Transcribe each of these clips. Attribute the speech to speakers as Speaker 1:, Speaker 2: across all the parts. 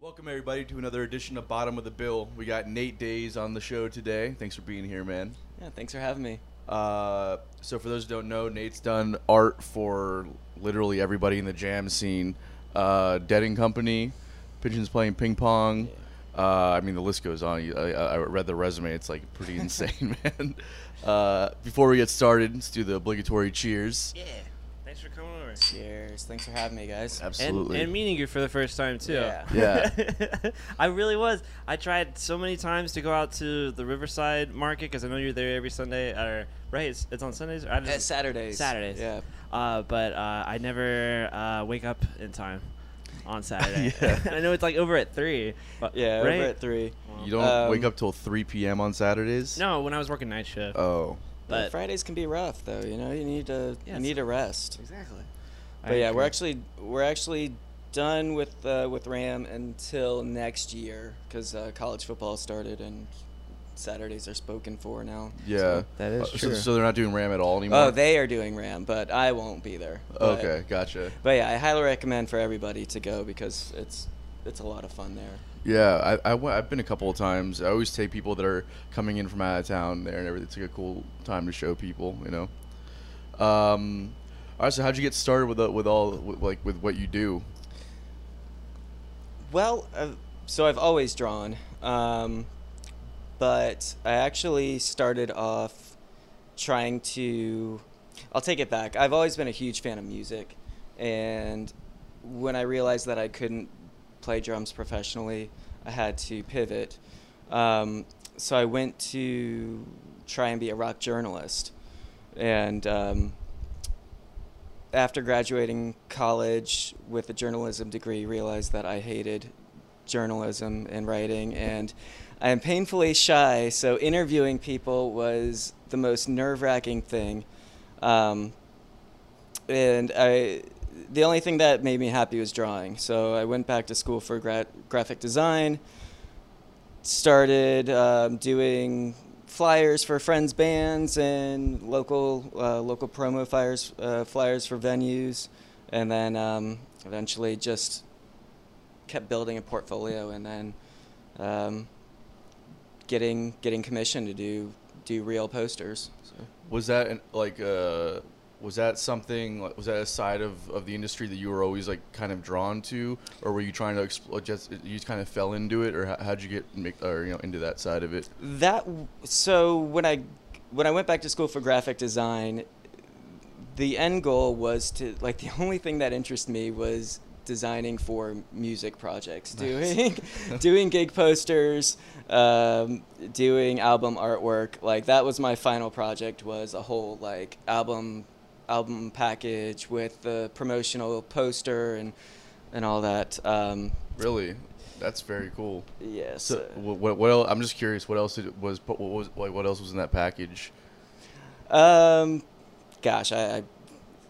Speaker 1: Welcome everybody to another edition of Bottom of the Bill. We got Nate Days on the show today. Thanks for being here, man.
Speaker 2: Yeah, thanks for having me.
Speaker 1: Uh, so for those who don't know, Nate's done art for literally everybody in the jam scene. Uh, Dead and Company, Pigeons Playing Ping Pong. Uh, I mean, the list goes on. You- I, I I read the resume. It's like pretty insane, man. Uh, before we get started, let's do the obligatory cheers.
Speaker 3: Yeah. Thanks for coming over.
Speaker 2: Cheers. Thanks for having me, guys.
Speaker 3: And,
Speaker 1: Absolutely.
Speaker 3: and meeting you for the first time too.
Speaker 2: Yeah.
Speaker 3: Yeah. I really was. I tried so many times to go out to the Riverside Market because I know you're there every Sunday. Or right, it's, it's on Sundays. Or I
Speaker 2: Uh, Saturdays.
Speaker 3: Saturdays.
Speaker 2: Yeah.
Speaker 3: Uh, but uh, I never uh, wake up in time on Saturday.
Speaker 1: Yeah.
Speaker 3: and I know it's like over at three. But,
Speaker 2: Yeah,
Speaker 3: Right.
Speaker 2: over at three.
Speaker 1: you don't
Speaker 2: Um,
Speaker 1: wake up till 3 p.m. on Saturdays.
Speaker 3: No, when I was working night shift.
Speaker 2: Uh,
Speaker 1: Oh.
Speaker 2: But
Speaker 3: but
Speaker 2: Fridays can be rough, though. You know, you need to you
Speaker 3: Yeah, it's-
Speaker 2: need a rest.
Speaker 3: exactly.
Speaker 2: But yeah, we're actually we're actually done with uh, with Ram until next year because uh, college football started and Saturdays are spoken for now.
Speaker 1: Yeah.
Speaker 3: That is
Speaker 1: Uh, so-
Speaker 3: true.
Speaker 1: So, they're not doing RAM at all anymore.
Speaker 2: Oh, they are doing Ram, but I won't be there. But-
Speaker 1: Okay, gotcha.
Speaker 2: But yeah, I highly recommend for everybody to go because it's it's a lot of fun there.
Speaker 1: Yeah, I, I went, I've been a couple of times. I always take people that are coming in from out of town there and everything. It's like a cool time to show people, you know. Um, all right, so how'd you get started with the, with all with, like with what you do?
Speaker 2: Well, uh, so I've always drawn, um, but I actually started off trying to. I'll take it back. I've always been a huge fan of music, and when I realized that I couldn't play drums professionally, I had to pivot. Um, so I went to try and be a rock journalist, and um, after graduating college with a journalism degree, realized that I hated journalism and writing, and I am painfully shy, so interviewing people was the most nerve wracking thing. Um, and I, the only thing that made me happy was drawing. So I went back to school for gra- graphic design, started um, doing flyers for friends' bands and local uh, local promo flyers uh, flyers for venues, and then um, eventually just kept building a portfolio and then um, getting getting commissioned to do do real posters. So.
Speaker 1: Was that an, like uh, was that something like was that a side of, of the industry that you were always like kind of drawn to, or were you trying to expl- just you just kind of fell into it, or how, how'd you get make, or you know into that side of it?
Speaker 2: that so when i when i went back to school for graphic design the end goal was to like the only thing that interested me was designing for music projects doing doing gig posters um, doing album artwork like that was my final project was a whole like album album package with the promotional poster and and all that um,
Speaker 1: Really, that's very cool.
Speaker 2: yeah
Speaker 1: So
Speaker 2: so-
Speaker 1: wh- what what else, I'm just curious what else it was what was like what else was in that package?
Speaker 2: Um, gosh, I,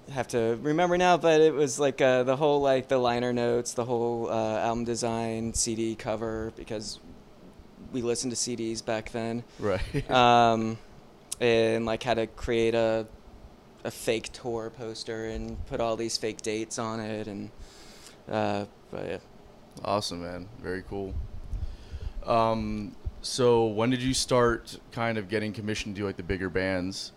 Speaker 2: I have to remember now, but it was like uh, the whole like the liner notes, the whole uh, album design, CD cover, because we listened to CDs back then,
Speaker 1: Right.
Speaker 2: um, and like how to create a a fake tour poster and put all these fake dates on it, and uh, but yeah.
Speaker 1: awesome, man. Very cool. Um so when did you start kind of getting commissioned to like the bigger bands?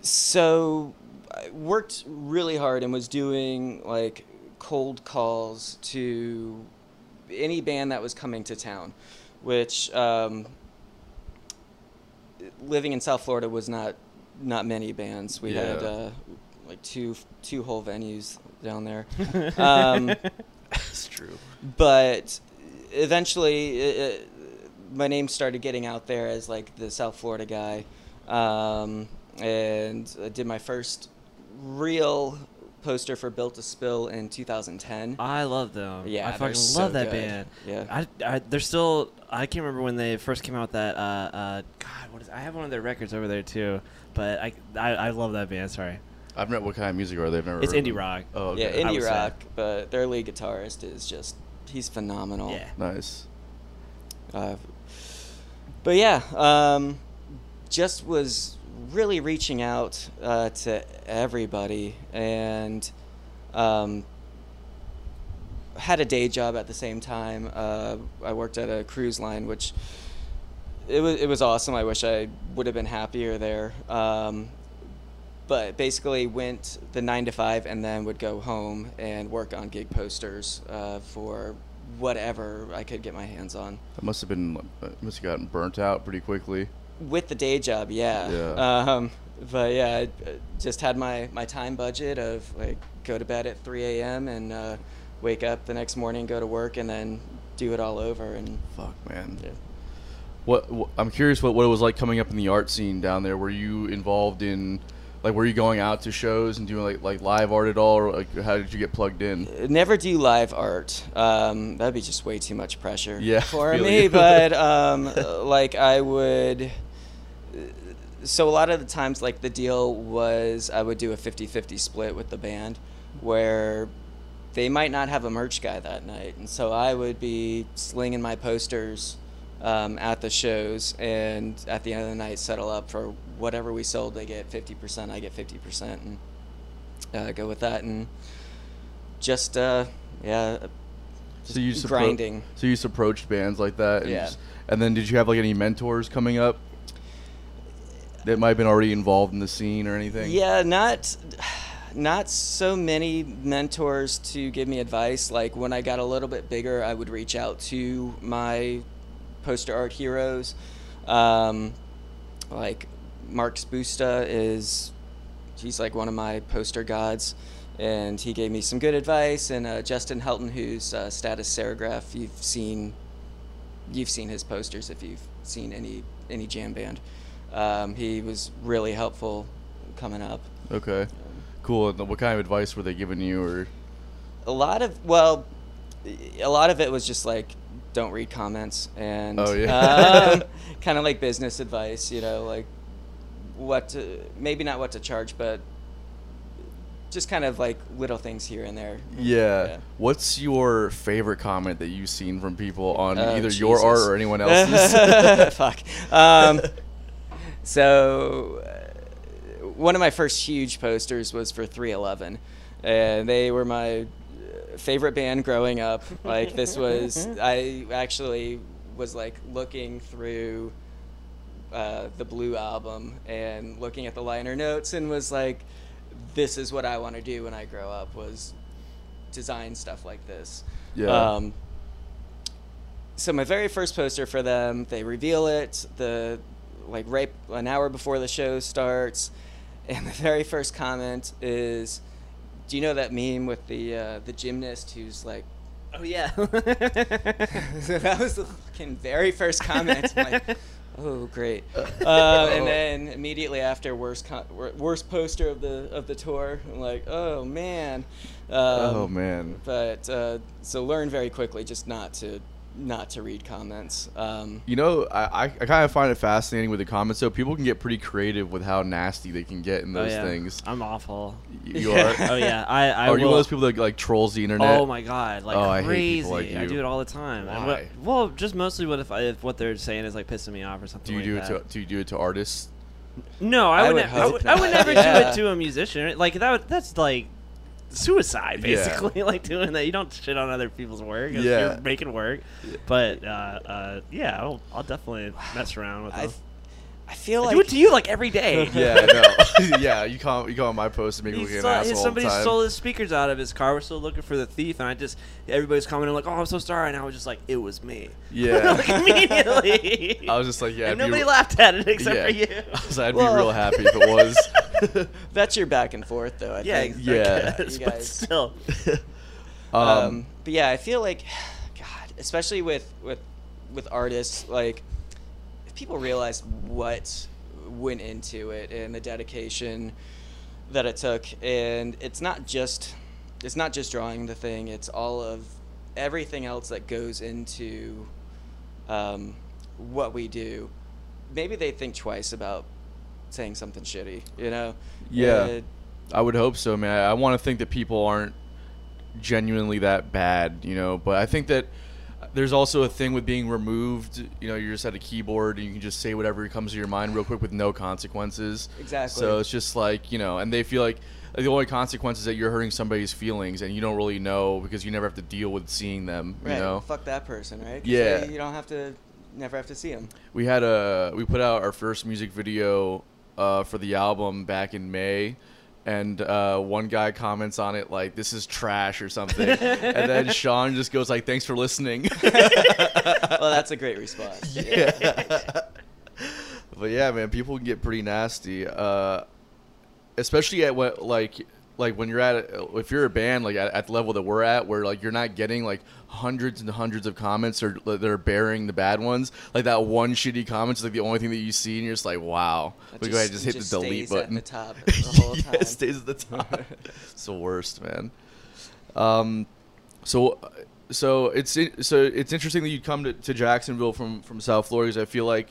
Speaker 2: So I worked really hard and was doing like cold calls to any band that was coming to town, which um, living in South Florida was not not many bands. We had
Speaker 1: Yeah.
Speaker 2: uh, like two two whole venues down there. Um,
Speaker 1: That's true.
Speaker 2: but eventually uh, my name started getting out there as like the south florida guy um, and i did my first real poster for built to spill in 2010
Speaker 3: I love them.
Speaker 2: Yeah,
Speaker 3: I
Speaker 2: they're
Speaker 3: fucking
Speaker 2: so
Speaker 3: love that
Speaker 2: good.
Speaker 3: band.
Speaker 2: Yeah.
Speaker 3: I, I they're still. I can't remember when they first came out. with That uh, uh, God, what is? I have one of their records over there too. But I, I, I love that band. Sorry,
Speaker 1: I've never what kind of music are they? I've never
Speaker 3: It's
Speaker 1: heard of
Speaker 3: indie
Speaker 1: them.
Speaker 3: rock.
Speaker 1: Oh okay.
Speaker 2: yeah
Speaker 3: I
Speaker 2: indie
Speaker 3: would say.
Speaker 2: rock but their lead guitarist is just he's phenomenal
Speaker 3: Yeah.
Speaker 1: nice.
Speaker 2: Uh, but yeah, um, just was really reaching out uh, to everybody and um, had a day job at the same time. Uh, I worked at a cruise line, which it was it was awesome. I wish I would have been happier there. Um, but basically went the nine to five and then would go home and work on gig posters uh, for whatever I could get my hands on.
Speaker 1: That must have been uh, must have gotten burnt out pretty quickly.
Speaker 2: With the day job, yeah.
Speaker 1: Yeah.
Speaker 2: Um, but yeah, I uh, just had my, my time budget of like go to bed at 3 a.m. and uh, wake up the next morning, go to work, and then do it all over. And
Speaker 1: Fuck, man.
Speaker 2: yeah.
Speaker 1: What, wh- I'm curious what what it was like coming up in the art scene down there. Were you involved in like were you going out to shows and doing like like live art at all or like how did you get plugged in?
Speaker 2: never do live art. Um, that'd be just way too much pressure
Speaker 1: Yeah,
Speaker 2: for
Speaker 1: I feel
Speaker 2: me.
Speaker 1: you.
Speaker 2: But um, like I would. So a lot of the times, like the deal was, I would do a 50-50 split with the band, where they might not have a merch guy that night, and so I would be slinging my posters um, at the shows, and at the end of the night, settle up for whatever we sold. They get 50%, I get 50%, and uh, go with that. And just uh yeah
Speaker 1: So you just appro-
Speaker 2: grinding.
Speaker 1: so you just approached bands like that. And
Speaker 2: Yeah.
Speaker 1: just- and then did you have like any mentors coming up that might have been already involved in the scene or anything?
Speaker 2: yeah not not so many mentors to give me advice like when i got a little bit bigger i would reach out to my poster art heroes um like mark spusta is he's like one of my poster gods and he gave me some good advice and uh, justin helton who's uh, status serigraph you've seen you've seen his posters if you've seen any any jam band. Um, he was really helpful coming up.
Speaker 1: Okay. Cool. And what kind of advice were they giving you or
Speaker 2: A lot of well, a lot of it was just like don't read comments and
Speaker 1: Oh, yeah.
Speaker 2: um, kind of like business advice, you know, like what to maybe not what to charge, but just kind of like little things here and there.
Speaker 1: yeah.
Speaker 2: Yeah.
Speaker 1: What's your favorite comment that you've seen from people on
Speaker 2: Oh,
Speaker 1: either your art
Speaker 2: Jesus.
Speaker 1: or anyone else's?
Speaker 2: Fuck. Um, so, uh, one of my first huge posters was for 311, and they were my uh, favorite band growing up. Like this was, I actually was like looking through uh, the Blue album and looking at the liner notes, and was like, "This is what I want to do when I grow up." Was design stuff like this.
Speaker 1: Yeah.
Speaker 2: Um, so my very first poster for them, they reveal it the like right an hour before the show starts, and the very first comment is, "Do you know that meme with the uh, the gymnast who's like?"
Speaker 3: Oh yeah.
Speaker 2: so that was the fucking very first comment. I'm like, oh great! Uh,
Speaker 1: Oh.
Speaker 2: And then immediately after, worst co- wor- worst poster of the of the tour. I'm like, oh man. Um,
Speaker 1: oh man.
Speaker 2: but uh, so learn very quickly just not to not to read comments um,
Speaker 1: You know, I, I kind of find it fascinating with the comments. So people can get pretty creative with how nasty they can get in
Speaker 3: Oh,
Speaker 1: those
Speaker 3: yeah.
Speaker 1: things.
Speaker 3: I'm awful.
Speaker 1: You
Speaker 2: Yeah.
Speaker 1: are.
Speaker 3: Oh yeah. I I
Speaker 1: are you one of
Speaker 3: will-
Speaker 1: those people that like trolls the internet?
Speaker 3: Oh my god, like
Speaker 1: Oh, I hate
Speaker 3: crazy!
Speaker 1: people like
Speaker 3: I
Speaker 1: you.
Speaker 3: do it all the time. And what-
Speaker 1: Why?
Speaker 3: well, just mostly what if, I, if what they're saying is like pissing me off or something.
Speaker 1: Do you do
Speaker 3: like
Speaker 1: it
Speaker 3: that.
Speaker 1: to do you do it to artists?
Speaker 3: No,
Speaker 2: I
Speaker 3: I, would.
Speaker 2: would
Speaker 3: ne- I
Speaker 2: hope
Speaker 3: would, I would
Speaker 2: not.
Speaker 3: never do
Speaker 2: Yeah.
Speaker 3: it to a musician. Like that. Would, that's like suicide,
Speaker 1: Yeah.
Speaker 3: basically. like doing that. You don't shit on other people's work. If
Speaker 1: Yeah.
Speaker 3: you're making work. But uh, uh, yeah, I'll, I'll definitely mess around with
Speaker 2: I,
Speaker 3: them.
Speaker 2: f- I feel
Speaker 3: I
Speaker 2: like
Speaker 3: do it to you like every day.
Speaker 1: Yeah, no. yeah, you call you call my post and make me
Speaker 3: He
Speaker 1: look like an
Speaker 3: saw-
Speaker 1: asshole. all the
Speaker 3: somebody
Speaker 1: time.
Speaker 3: stole his speakers out of his car. We're still looking for the thief, and I just everybody's commenting like, "Oh, I'm so sorry," and I was just like, "It was me."
Speaker 1: Yeah.
Speaker 3: Like, immediately.
Speaker 1: I was just like, yeah.
Speaker 3: and
Speaker 1: if you-
Speaker 3: nobody laughed at it except
Speaker 1: yeah.
Speaker 3: for you.
Speaker 1: I was like, I'd
Speaker 2: Well-
Speaker 1: be real happy if it was.
Speaker 2: that's your back and forth though I
Speaker 3: yeah,
Speaker 2: think.
Speaker 3: exactly.
Speaker 1: Yeah.
Speaker 2: You
Speaker 3: but
Speaker 2: guys-
Speaker 3: still,
Speaker 1: um,
Speaker 2: um, but yeah i feel like god especially with with with artists like if people realize what went into it and the dedication that it took and it's not just it's not just drawing the thing it's all of everything else that goes into um, what we do maybe they think twice about saying something shitty you know
Speaker 1: Yeah. I would hope so, man. I, I want to think that people aren't genuinely that bad, you know. But I think that uh, there's also a thing with being removed. You know, you're just at a keyboard and you can just say whatever comes to your mind real quick with no consequences.
Speaker 2: Exactly.
Speaker 1: So it's just like you know, and they feel like the only consequence is that you're hurting somebody's feelings, and you don't really know because you never have to deal with seeing them.
Speaker 2: Right.
Speaker 1: You know,
Speaker 2: Fuck that person, right? 'Cause
Speaker 1: Yeah.
Speaker 2: they- You don't have to, never have to see him.
Speaker 1: we had a we put out our first music video uh, for the album back in May, and uh, one guy comments on it like, "This is trash" or something, and then Sean just goes like, "Thanks for listening."
Speaker 2: well, that's a great response.
Speaker 1: yeah. but yeah, man, people can get pretty nasty, uh, especially at what like like when you're at if you're a band like at, at the level that we're at where like you're not getting like hundreds and hundreds of comments or that are burying the bad ones like that one shitty comment's like the only thing that you see and you're just like wow
Speaker 2: That
Speaker 1: we go ahead and just
Speaker 2: just-
Speaker 1: hit
Speaker 2: it just
Speaker 1: the delete
Speaker 2: stays at
Speaker 1: button
Speaker 2: the top the whole
Speaker 1: Yeah,
Speaker 2: time.
Speaker 1: it stays at the top it's the worst man um so, so it's so it's interesting that you come to, to Jacksonville from from South Florida because I feel like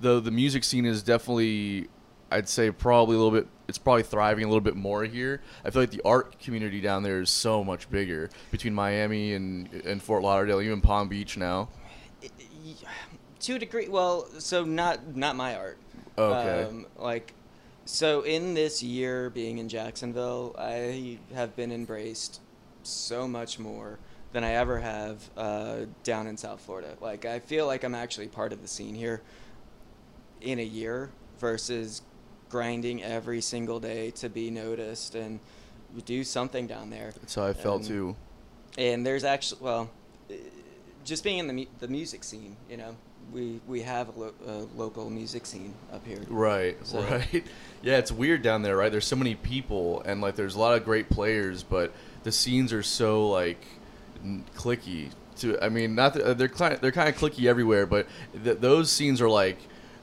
Speaker 1: the the music scene is definitely, I'd say probably a little bit. It's probably thriving a little bit more here. I feel like the art community down there is so much bigger between Miami and and Fort Lauderdale, even Palm Beach now.
Speaker 2: Y- y- to a degree well so not not my art Um,
Speaker 1: Okay.
Speaker 2: like so in this year being in jacksonville i have been embraced so much more than i ever have uh, down in south florida like i feel like i'm actually part of the scene here in a year versus grinding every single day to be noticed and do something down there
Speaker 1: That's how I felt
Speaker 2: Um,
Speaker 1: too.
Speaker 2: and there's actually well uh, just being in the, mu- the music scene you know we we have a, lo- a local music scene up here
Speaker 1: Right,
Speaker 2: So-
Speaker 1: right. Yeah, it's weird down there, right? There's so many people, and like, there's a lot of great players, but the scenes are so like n- clicky. To I mean, not that, uh, they're kind they're kind of clicky everywhere, but th- those scenes are like.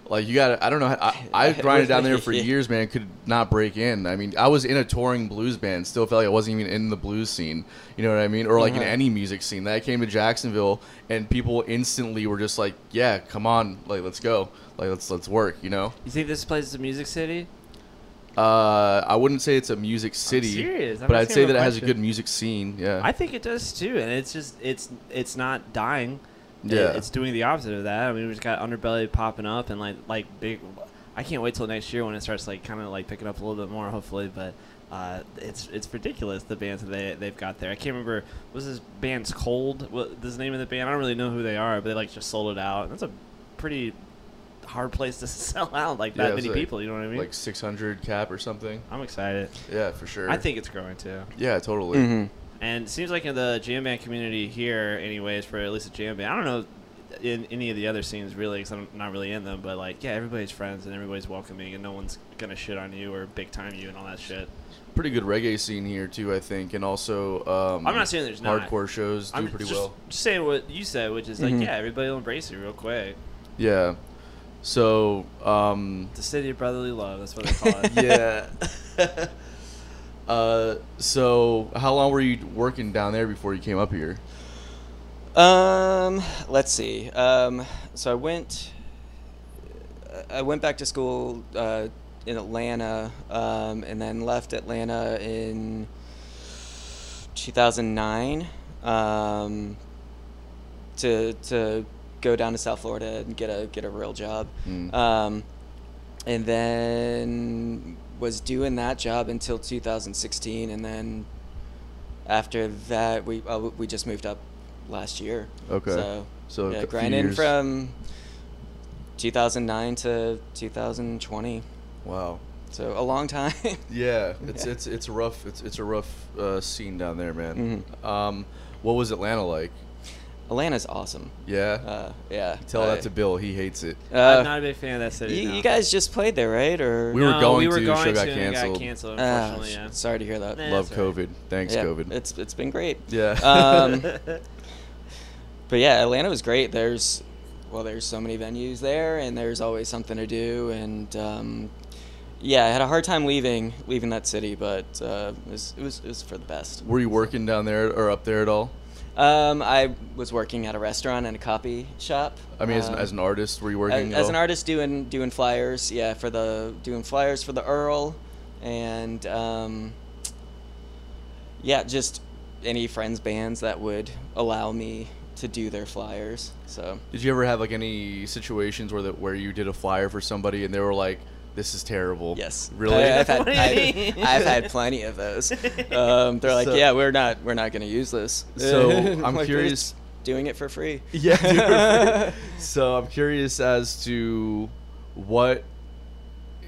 Speaker 1: Like you got, to I don't know. how- I, I grinded down there for
Speaker 2: Yeah.
Speaker 1: years, man. Could not break in. I mean, I was in a touring blues band. Still felt like I wasn't even in the blues scene. You know what I mean? Or like in
Speaker 2: Uh-huh.
Speaker 1: any music scene. That I came to Jacksonville, and people instantly were just like, "Yeah, come on, like let's go, like let's let's work." You know?
Speaker 3: You think this place is a music city?
Speaker 1: Uh, I wouldn't say it's a music city,
Speaker 3: serious. I'm
Speaker 1: but I'd
Speaker 3: asking
Speaker 1: say
Speaker 3: him a
Speaker 1: that it has a
Speaker 3: question.
Speaker 1: good music scene. Yeah,
Speaker 3: I think it does too, and it's just it's it's not dying. It-
Speaker 1: Yeah.
Speaker 3: it's doing the opposite of that. I mean, we just got underbelly popping up and like like big. I can't wait till next year when it starts like kind of like picking up a little bit more, hopefully. But uh, it's it's ridiculous the bands that they they've got there. I can't remember was this band's Cold? What this name of the band? I don't really know who they are, but they like just sold it out. That's a pretty hard place to sell out like
Speaker 1: Yeah,
Speaker 3: that
Speaker 1: it's
Speaker 3: many
Speaker 1: like-
Speaker 3: people. You know what I mean?
Speaker 1: like 600 cap or something.
Speaker 3: I'm excited.
Speaker 1: Yeah, for sure.
Speaker 3: I think it's growing too.
Speaker 1: Yeah, totally.
Speaker 2: Mm-hmm.
Speaker 3: And it seems like in the jam band community here, anyways, for at least the jam band, I don't know in any of the other scenes really, because I'm not really in them. But like, yeah, everybody's friends and everybody's welcoming, and no one's gonna shit on you or big time you and all that shit.
Speaker 1: Pretty good reggae scene here too, I think, and also um,
Speaker 3: I'm not saying there's not.
Speaker 1: hardcore shows do
Speaker 3: I'm
Speaker 1: pretty
Speaker 3: just,
Speaker 1: well.
Speaker 3: just saying what you said, which is
Speaker 2: Mhm.
Speaker 3: like, yeah, everybody will embrace you real quick.
Speaker 1: Yeah, so um,
Speaker 3: The city of brotherly love, that's what they call it.
Speaker 1: yeah. uh, so how long were you working down there before you came up here?
Speaker 2: Um, let's see. Um, so I went. I went back to school uh, in Atlanta, um, and then left Atlanta in 2009 um, to to go down to South Florida and get a get a real job.
Speaker 1: Mm.
Speaker 2: Um, and then was doing that job until 2016, and then after that we uh, we just moved up last year.
Speaker 1: Okay.
Speaker 2: So,
Speaker 1: So a
Speaker 2: yeah,
Speaker 1: cou- few
Speaker 2: grinding
Speaker 1: years.
Speaker 2: from 2009 to 2020.
Speaker 1: Wow.
Speaker 2: So a long time.
Speaker 1: Yeah, it's
Speaker 2: Yeah.
Speaker 1: it's it's rough. It's it's a rough uh, scene down there, man.
Speaker 2: Mhm.
Speaker 1: Um, what was Atlanta like?
Speaker 2: Atlanta's awesome.
Speaker 1: Yeah,
Speaker 2: Uh, yeah.
Speaker 1: tell
Speaker 2: I-
Speaker 1: that to Bill. He hates it.
Speaker 3: I'm
Speaker 2: Uh,
Speaker 3: not a big fan of that city.
Speaker 2: you,
Speaker 3: no.
Speaker 2: you guys just played there, right? Or
Speaker 1: We were
Speaker 3: No,
Speaker 1: going
Speaker 3: we were
Speaker 1: to,
Speaker 3: going
Speaker 1: show got
Speaker 3: to and it
Speaker 1: canceled.
Speaker 3: got canceled,
Speaker 2: Ah,
Speaker 3: unfortunately.
Speaker 2: sh- sorry to hear that.
Speaker 3: Nah,
Speaker 1: Love
Speaker 3: it's all right.
Speaker 1: COVID. Thanks,
Speaker 2: yeah,
Speaker 1: COVID.
Speaker 2: It's it's been great.
Speaker 1: Yeah.
Speaker 2: Um,
Speaker 3: yeah.
Speaker 2: but yeah, Atlanta was great. There's well, there's so many venues there, and there's always something to do. And um, yeah, I had a hard time leaving leaving that city, but uh, it, was, it was it was for the best.
Speaker 1: Were you working down there or up there at all?
Speaker 2: Um, I was working at a restaurant and a copy shop.
Speaker 1: I mean, as, an,
Speaker 2: um,
Speaker 1: as an artist, were you
Speaker 2: a-
Speaker 1: working? at
Speaker 2: as an
Speaker 1: all?
Speaker 2: artist doing doing flyers, yeah, for the doing flyers for the Earl, and um, yeah, just any friends bands that would allow me to do their flyers. So
Speaker 1: Did you ever have like any situations where that where you did a flyer for somebody and they were like, this is terrible.
Speaker 2: Yes,
Speaker 1: Really?
Speaker 2: I, have had,
Speaker 3: What do you
Speaker 2: I've,
Speaker 3: mean?
Speaker 2: I've had plenty of those. Um, they're like,
Speaker 1: So-
Speaker 2: yeah, we're not, we're not going to use this.
Speaker 1: So,
Speaker 2: Like,
Speaker 1: I'm
Speaker 2: we're
Speaker 1: curious-
Speaker 2: doing it for free.
Speaker 1: Yeah. dude. so I'm curious as to what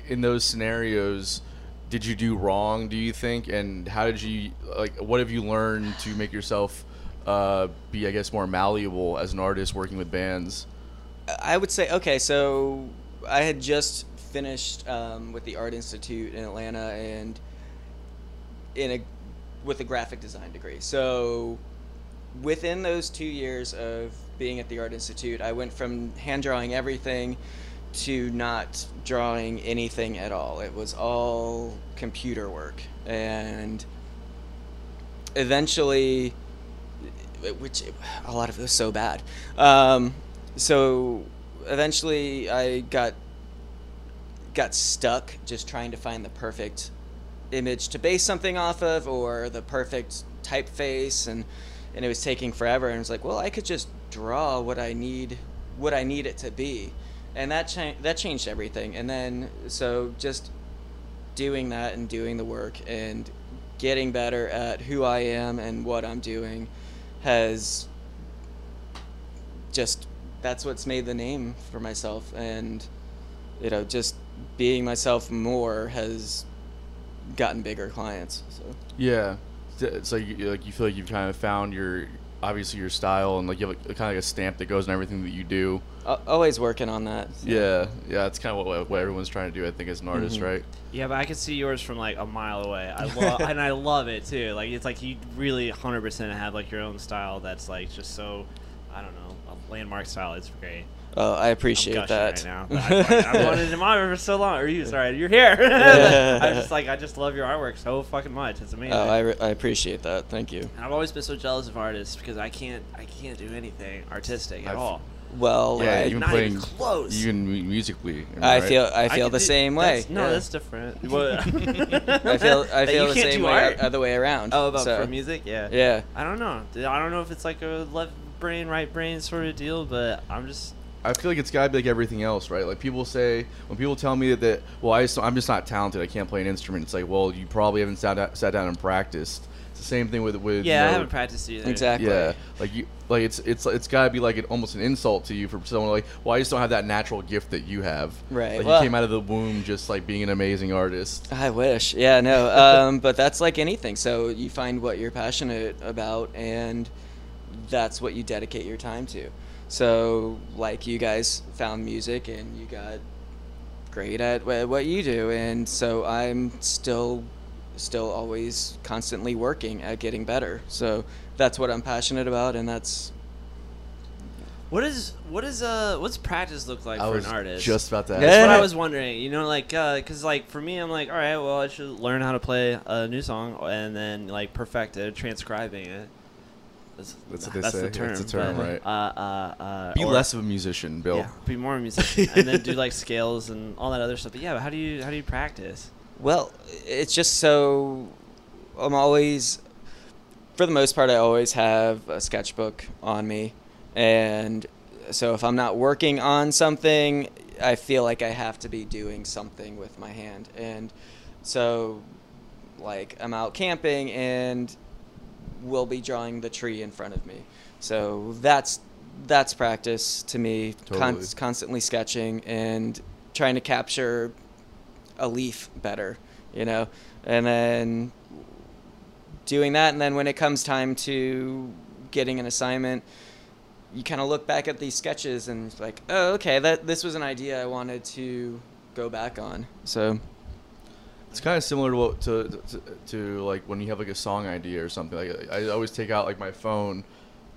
Speaker 1: in those scenarios did you do wrong? Do you think, and how did you like? What have you learned to make yourself uh, be, I guess, more malleable as an artist working with bands?
Speaker 2: I would say okay. So I had just finished um, with the Art Institute in Atlanta, and in a with a graphic design degree. So within those two years of being at the Art Institute, I went from hand drawing everything to not drawing anything at all. It was all computer work, and eventually which a lot of it was so bad. Um, so eventually, I got got stuck just trying to find the perfect image to base something off of, or the perfect typeface, and and it was taking forever. And it was like, well, I could just draw what I need, what I need it to be, and that cha- that changed everything. And then so just doing that and doing the work and getting better at who I am and what I'm doing has just that's what's made the name for myself and you know just being myself more has gotten bigger clients so
Speaker 1: Yeah. So- So you, like you feel like you've kind of found your obviously your style and like you have a, kind of like a stamp that goes on everything that you do.
Speaker 2: al- always working on that so.
Speaker 1: Yeah, yeah, that's kind of what, what everyone's trying to do. I think as an artist,
Speaker 2: Mhm.
Speaker 1: right?
Speaker 3: Yeah, but I can see yours from like a mile away. I love and I love it too. Like it's like you really 100% have like your own style that's like just so I don't know, a landmark style. It's great.
Speaker 2: oh i
Speaker 3: I'm
Speaker 2: appreciate
Speaker 3: gushing
Speaker 2: that
Speaker 3: right now. but I, I wanted to monitor for so long. Or you, sorry, you're here.
Speaker 2: Yeah.
Speaker 3: I just like I just love your artwork so fucking much. It's amazing.
Speaker 2: oh I, re- I appreciate that thank you
Speaker 3: And I've always been so jealous of artists because I can't I can't do anything artistic at
Speaker 1: I've-
Speaker 3: all.
Speaker 2: well
Speaker 1: yeah,
Speaker 2: I,
Speaker 1: even
Speaker 3: not
Speaker 1: playing
Speaker 3: even close.
Speaker 1: even mu- musically. am
Speaker 2: I
Speaker 1: right?
Speaker 2: feel i feel
Speaker 3: could
Speaker 2: the
Speaker 3: do-
Speaker 2: same way
Speaker 3: that's- No,
Speaker 2: yeah.
Speaker 3: that's different.
Speaker 2: i
Speaker 3: I
Speaker 2: feel i feel the same way o- other way around
Speaker 3: Oh, about
Speaker 2: so,
Speaker 3: for music, yeah.
Speaker 2: yeah
Speaker 3: I don't know. I don't know if it's like a left brain, right brain sort of deal, but I'm just
Speaker 1: I feel like it's gotta be like everything else, right? Like people say when people tell me that, that well, I just, I'm just not talented. I can't play an instrument. It's like, well, you probably haven't sat down, sat down and practiced. It's the same thing with with
Speaker 3: yeah.
Speaker 1: you
Speaker 3: I
Speaker 1: know,
Speaker 3: haven't practiced either.
Speaker 2: exactly
Speaker 1: Yeah, like you, like it's it's it's gotta be like an, almost an insult to you for someone like, well, I just don't have that natural gift that you have.
Speaker 2: Right,
Speaker 1: Like
Speaker 2: well-
Speaker 1: you came out of the womb just like being an amazing artist.
Speaker 2: I wish. Yeah, no. Um, but that's like anything. So you find what you're passionate about, and that's what you dedicate your time to. So, like, you guys found music and you got great at wh- what you do. And so I'm still, still always constantly working at getting better. So that's what I'm passionate about, and that's
Speaker 3: What is what is uh what's practice look like
Speaker 1: I
Speaker 3: for
Speaker 1: was
Speaker 3: an artist?
Speaker 1: just about to. Ask
Speaker 3: That's
Speaker 2: Yeah.
Speaker 3: what I was wondering. You know, like, uh 'cause like for me, I'm like, all right, well, I should learn how to play a new song and then like perfect it, transcribing it. That's,
Speaker 1: That's what they say.
Speaker 3: the term.
Speaker 1: That's the term,
Speaker 3: but,
Speaker 1: right.
Speaker 3: Uh, uh, uh,
Speaker 1: Be
Speaker 3: or-
Speaker 1: less of a musician, Bill.
Speaker 3: Yeah, be more a musician, and then do like scales and all that other stuff. But yeah, but how do you how do you practice?
Speaker 2: Well, it's just so I'm always, for the most part, I always have a sketchbook on me, and so if I'm not working on something, I feel like I have to be doing something with my hand, and so like I'm out camping and will be drawing the tree in front of me. So that's that's practice to me. Con-
Speaker 1: Totally.
Speaker 2: constantly sketching and trying to capture a leaf better, you know, and then doing that. And then when it comes time to getting an assignment, you kind of look back at these sketches and it's like, oh, okay, that this was an idea I wanted to go back on. So
Speaker 1: It's kind of similar to what to, to to like when you have like a song idea or something. Like I always take out like my phone.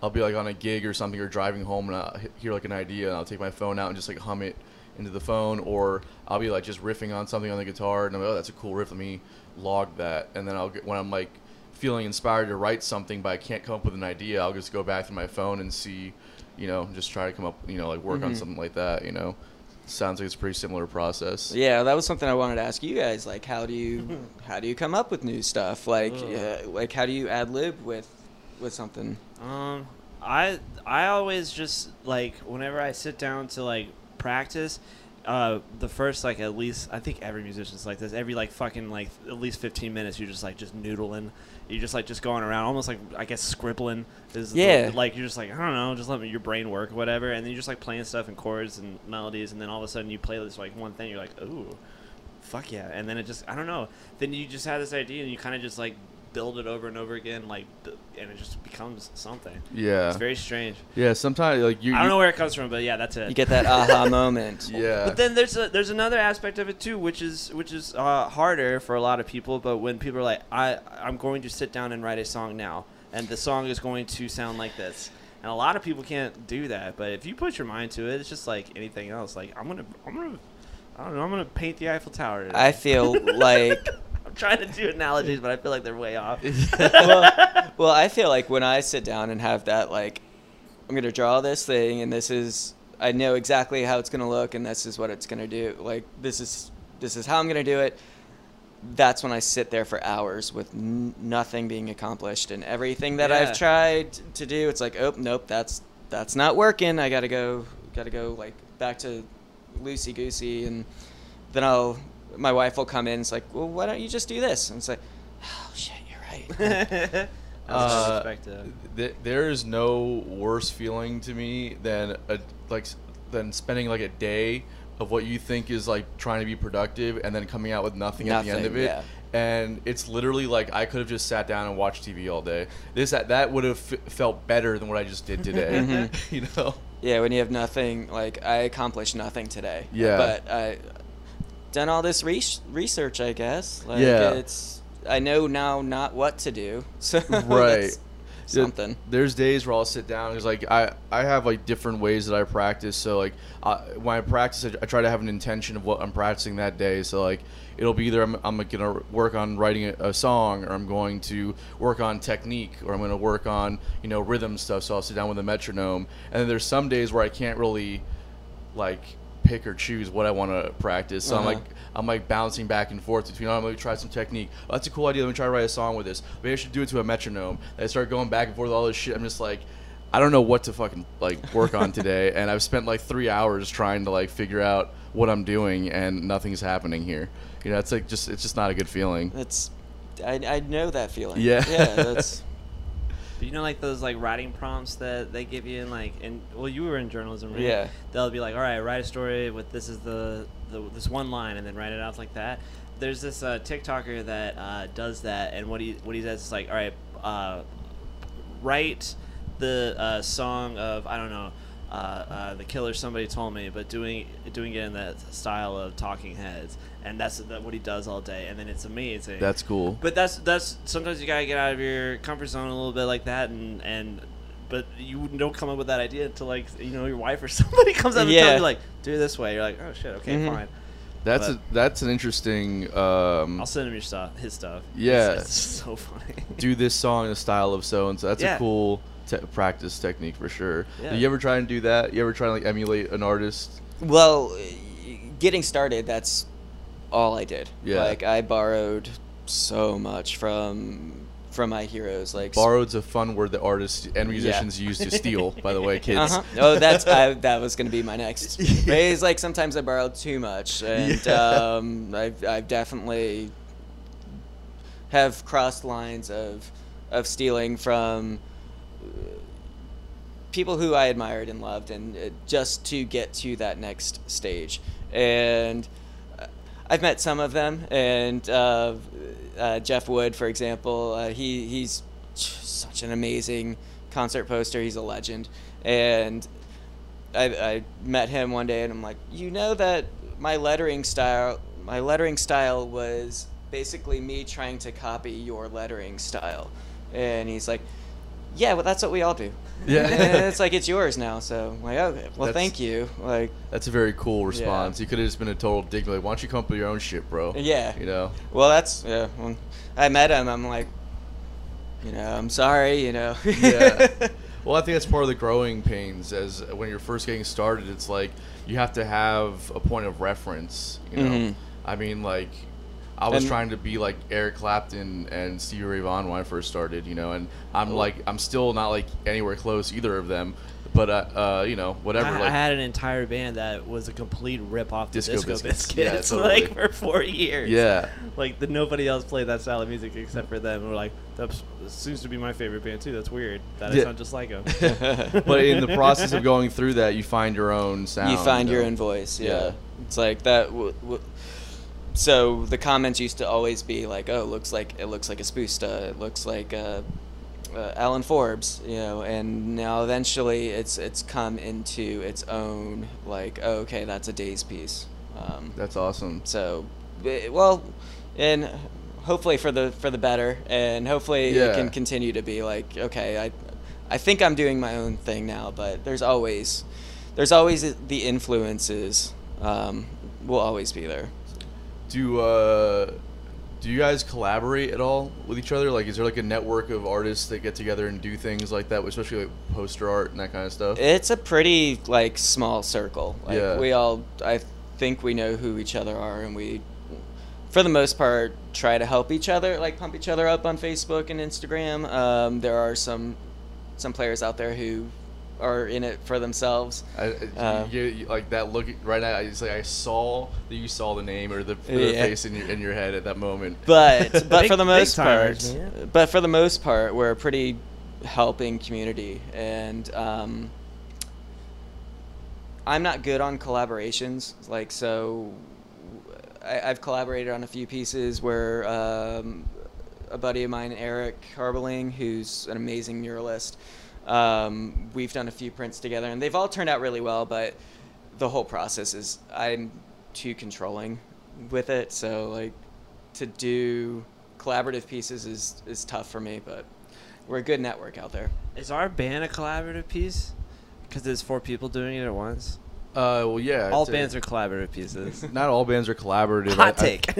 Speaker 1: I'll be like on a gig or something or driving home and I hear like an idea and I'll take my phone out and just like hum it into the phone or I'll be like just riffing on something on the guitar and I'm like, oh that's a cool riff. Let me log that and then I'll get when I'm like feeling inspired to write something but I can't come up with an idea. I'll just go back to my phone and see, you know, just try to come up, you know, like work on
Speaker 3: Mm-hmm.
Speaker 2: Mhm.
Speaker 1: something like that. You know, sounds like it's a pretty similar process.
Speaker 2: Yeah, that was something I wanted to ask you guys. Like, how do you how do you come up with new stuff? Like,
Speaker 3: Ugh.
Speaker 2: yeah, like how do you ad lib with with something?
Speaker 3: Um, I I always just like whenever I sit down to like practice, uh, the first like at least I think every musician's like this. Every like fucking like at least fifteen minutes, you're just like just noodling. You're just like just going around, almost like I guess scribbling. Is the-
Speaker 2: Yeah.
Speaker 3: like you're just like I don't know, just let me, your brain work, whatever. And then you're just like playing stuff and chords and melodies, and then all of a sudden you play this like one thing. You're like, ooh, fuck yeah. And then it just I don't know. Then you just have this idea, and you kind of just like build it over and over again, like, b- and it just becomes something.
Speaker 1: Yeah.
Speaker 3: It's very strange.
Speaker 1: yeah. Sometimes like you.
Speaker 3: I don't
Speaker 1: you-
Speaker 3: know where it comes from, but yeah, that's it.
Speaker 2: You get that aha moment.
Speaker 1: Yeah.
Speaker 3: But then there's a, there's another aspect of it too, which is which is uh, harder for a lot of people. But when people are like, I I'm going to sit down and write a song now, and the song is going to sound like this, and a lot of people can't do that. But if you put your mind to it, it's just like anything else. Like I'm gonna I'm gonna I don't know I'm gonna paint the Eiffel Tower. today.
Speaker 2: I feel like
Speaker 3: I'm trying to do analogies, but I feel like they're way off.
Speaker 2: well, well, I feel like when I sit down and have that, like, I'm gonna draw this thing, and this is, I know exactly how it's gonna look, and this is what it's gonna do. Like, this is, this is how I'm gonna do it. That's when I sit there for hours with n- nothing being accomplished, and everything that
Speaker 3: Yeah.
Speaker 2: I've tried to do, it's like, oh nope, that's that's not working. I gotta go, gotta go like back to loosey goosey, and then I'll, my wife will come in. and It's like, well, why don't you just do this? And it's like, oh shit, you're right.
Speaker 3: That's
Speaker 1: Uh,
Speaker 3: perspective.
Speaker 1: th- there is no worse feeling to me than a, like s- than spending like a day of what you think is like trying to be productive and then coming out with nothing, at the end
Speaker 2: Nothing,
Speaker 1: of it.
Speaker 2: yeah.
Speaker 1: And it's literally like I could have just sat down and watched TV all day. This that, that would have f- felt better than what I just did today.
Speaker 3: Mhm.
Speaker 1: you know?
Speaker 2: Yeah, when you have nothing, like I accomplished nothing today.
Speaker 1: Yeah.
Speaker 2: But I done all this re- research, I guess. Like,
Speaker 1: Yeah.
Speaker 2: It's I know now not what to do. So
Speaker 1: Right.
Speaker 2: that's
Speaker 1: Yeah,
Speaker 2: Something.
Speaker 1: There's days where I'll sit down because like I I have like different ways that I practice. So like I, when I practice, I, I try to have an intention of what I'm practicing that day. So like it'll be either I'm I'm gonna work on writing a, a song, or I'm going to work on technique, or I'm gonna work on you know rhythm stuff. So I'll sit down with a metronome. And then there's some days where I can't really like pick or choose what I want to practice. So
Speaker 2: Uh-huh.
Speaker 1: I'm like I'm like bouncing back and forth between. Oh, I'm gonna try some technique. Oh, that's a cool idea. Let me try to write a song with this. Maybe I should do it to a metronome. And I start going back and forth with all this shit. I'm just like, I don't know what to fucking like work on today. And I've spent like three hours trying to like figure out what I'm doing, and nothing's happening here. You know, it's like just it's just not a good feeling.
Speaker 2: That's I, I know that feeling.
Speaker 1: Yeah.
Speaker 2: Yeah, that's
Speaker 3: But you know, like those like writing prompts that they give you in like, and well, you were in journalism, right?
Speaker 2: Yeah.
Speaker 3: They'll be like, all right, write a story with this is the, the this one line, and then write it out like that. There's this uh, TikToker that uh, does that, and what he what he does is like, all right, uh, write the uh, song of I don't know. Uh, uh, the killer somebody told me but doing doing it in that style of talking heads and that's what he does all day and then it's amazing
Speaker 1: That's cool.
Speaker 3: but that's that's sometimes you gotta get out of your comfort zone a little bit like that, and and but you don't come up with that idea until like you know your wife or somebody comes up and
Speaker 2: Yeah.
Speaker 3: tells you like do it this way. You're like oh shit okay
Speaker 1: Mm-hmm.
Speaker 2: Mhm.
Speaker 3: fine.
Speaker 1: That's a,
Speaker 3: but-
Speaker 1: that's an interesting. Um,
Speaker 3: I'll send him your stuff, his stuff.
Speaker 1: Yeah.
Speaker 3: it's, it's so funny.
Speaker 1: do this song in the style of so and so. That's
Speaker 3: Yeah.
Speaker 1: a cool te- practice technique for sure.
Speaker 3: Yeah.
Speaker 1: Do you ever try and do that? You ever try and like emulate an artist?
Speaker 2: well, getting started, that's all I did.
Speaker 1: Yeah.
Speaker 2: Like I borrowed so much from from my heroes like
Speaker 1: Borrowed's a fun word that artists and musicians use to steal. By the way, kids.
Speaker 2: Uh-huh. Oh, that's I, that was gonna be my next. But It's like sometimes I borrow too much, and
Speaker 1: Yeah.
Speaker 2: um, I've I've definitely have crossed lines of of stealing from uh, people who I admired and loved, and uh, just to get to that next stage. And uh, I've met some of them, and uh, uh, Jeff Wood, for example, uh, he he's such an amazing concert poster. He's a legend, and I, I met him one day and I'm like, you know that my lettering style, my lettering style was basically me trying to copy your lettering style, and he's like, yeah, well that's what we all do.
Speaker 1: Yeah.
Speaker 2: and it's like it's yours now. So I'm like, okay, well
Speaker 1: That's-
Speaker 2: thank you. Like,
Speaker 1: That's a very cool response. You could have just been a total dick. Like, why don't you come up with your own shit, bro?
Speaker 2: Yeah.
Speaker 1: You know.
Speaker 2: well that's yeah. When I met him, I'm like, you know, I'm sorry, you know.
Speaker 1: yeah. Well, I think that's part of the growing pains. As when you're first getting started, it's like you have to have a point of reference. You know,
Speaker 2: Mhm.
Speaker 1: I mean, like I was
Speaker 2: And-
Speaker 1: trying to be like Eric Clapton and Stevie Ray Vaughan when I first started, you know, and
Speaker 2: Oh.
Speaker 1: I'm like I'm still not like anywhere close either of them, but uh, uh you know whatever.
Speaker 3: I, I
Speaker 1: like,
Speaker 3: had an entire band that was a complete rip off to
Speaker 1: Disco
Speaker 3: Disco,
Speaker 1: Biscuits.
Speaker 3: Biscuits,
Speaker 1: Yeah, totally.
Speaker 3: like for four years.
Speaker 1: yeah,
Speaker 3: Like the, nobody else played that style of music except for them. We're like, that seems to be my favorite band too. That's weird. That
Speaker 1: Yeah.
Speaker 3: it's not just like them.
Speaker 1: but in the process of going through that, you find your own sound.
Speaker 2: you find your
Speaker 1: know?
Speaker 2: own voice. Yeah.
Speaker 1: Yeah.
Speaker 2: It's like that. W- w- so the comments used to always be like, "Oh, it looks like it looks like a Spoosta. It looks like uh, uh, Alan Forbes," you know. And now eventually, it's it's come into its own. Like, oh, okay, that's a Days piece. Um,
Speaker 1: That's awesome.
Speaker 2: so, eh, well, and hopefully for the for the better, and hopefully
Speaker 1: Yeah.
Speaker 2: it can continue to be like okay, I, I think I'm doing my own thing now, but there's always, there's always the influences, um, will always be there.
Speaker 1: Do uh, do you guys collaborate at all with each other? Like, is there like a network of artists that get together and do things like that, especially like poster art and that kind of stuff?
Speaker 2: It's a pretty like small circle. Like
Speaker 1: Yeah.
Speaker 2: we all, I think we know who each other are, and we, for the most part, try to help each other, like pump each other up on Facebook and Instagram. Um, there are some, some players out there who are in it for themselves.
Speaker 1: I, I-
Speaker 2: Uh,
Speaker 1: you, you- like that look right now. It's like I saw that you saw the name or the, or the
Speaker 2: Yeah.
Speaker 1: face in your in your head at that moment.
Speaker 2: But but
Speaker 3: Big-
Speaker 2: for the
Speaker 3: big
Speaker 2: most part,
Speaker 3: timers, man.
Speaker 2: but for the most part, we're a pretty helping community, and um, I'm not good on collaborations. Like so, I, I've collaborated on a few pieces where um, a buddy of mine, Eric Harbeling, who's an amazing muralist, um, we've done a few prints together, and they've all turned out really well. But the whole process is I'm too controlling with it, so like to do collaborative pieces is is tough for me. But we're a good network out there.
Speaker 3: Is our band a collaborative piece? Because there's four people doing it at once.
Speaker 1: Uh, well, yeah.
Speaker 3: All
Speaker 1: it's a-
Speaker 3: bands are collaborative pieces.
Speaker 1: Not all bands are collaborative. I- I-
Speaker 3: Hot take.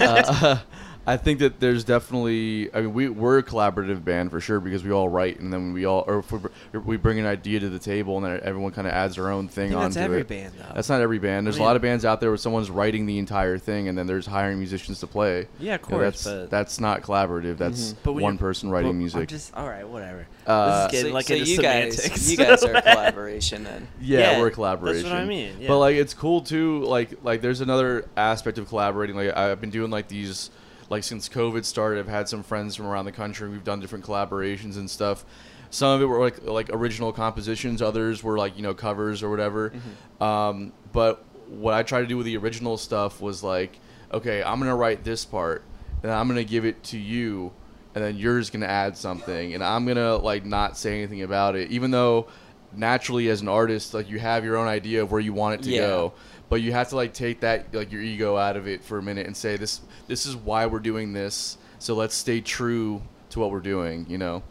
Speaker 1: uh, I think that there's definitely. I mean, we we're a collaborative band for sure because we all write and then we all or if we, br- we bring an idea to the table and then everyone kind of adds their own
Speaker 3: I
Speaker 1: thing
Speaker 3: think that's
Speaker 1: onto
Speaker 3: every
Speaker 1: it.
Speaker 3: band though.
Speaker 1: That's not every band. There's
Speaker 3: I mean-
Speaker 1: a lot of bands out there where someone's writing the entire thing and then there's hiring musicians to play.
Speaker 3: yeah, of
Speaker 1: You know,
Speaker 3: course.
Speaker 1: that's
Speaker 3: but
Speaker 1: that's not collaborative. That's
Speaker 3: Mm-hmm. But when
Speaker 1: one
Speaker 3: you're-
Speaker 1: person
Speaker 3: but
Speaker 1: writing
Speaker 3: I'm
Speaker 1: music.
Speaker 3: just- all right, whatever.
Speaker 1: Uh,
Speaker 3: this is getting like into
Speaker 2: you
Speaker 3: semantics.
Speaker 2: guys, you guys are a collaboration then.
Speaker 1: yeah,
Speaker 3: Yeah,
Speaker 1: we're a
Speaker 3: that's what I
Speaker 1: collaboration.
Speaker 3: mean, yeah.
Speaker 1: But like it's cool too. Like like there's another aspect of collaborating. Like I've been doing like these like since COVID started. I've had some friends from around the country. We've done different collaborations and stuff. Some of it were like like original compositions. Others were like you know covers or whatever. Um, but what I tried to do with the original stuff was like, okay, I'm gonna write this part, and I'm gonna give it to you and then yours gonna add something and i'm gonna like not say anything about it even though naturally as an artist like you have your own idea of where you want it to
Speaker 2: Yeah.
Speaker 1: go but you have to like take that like your ego out of it for a minute and say this this is why we're doing this so let's stay true to what we're doing you know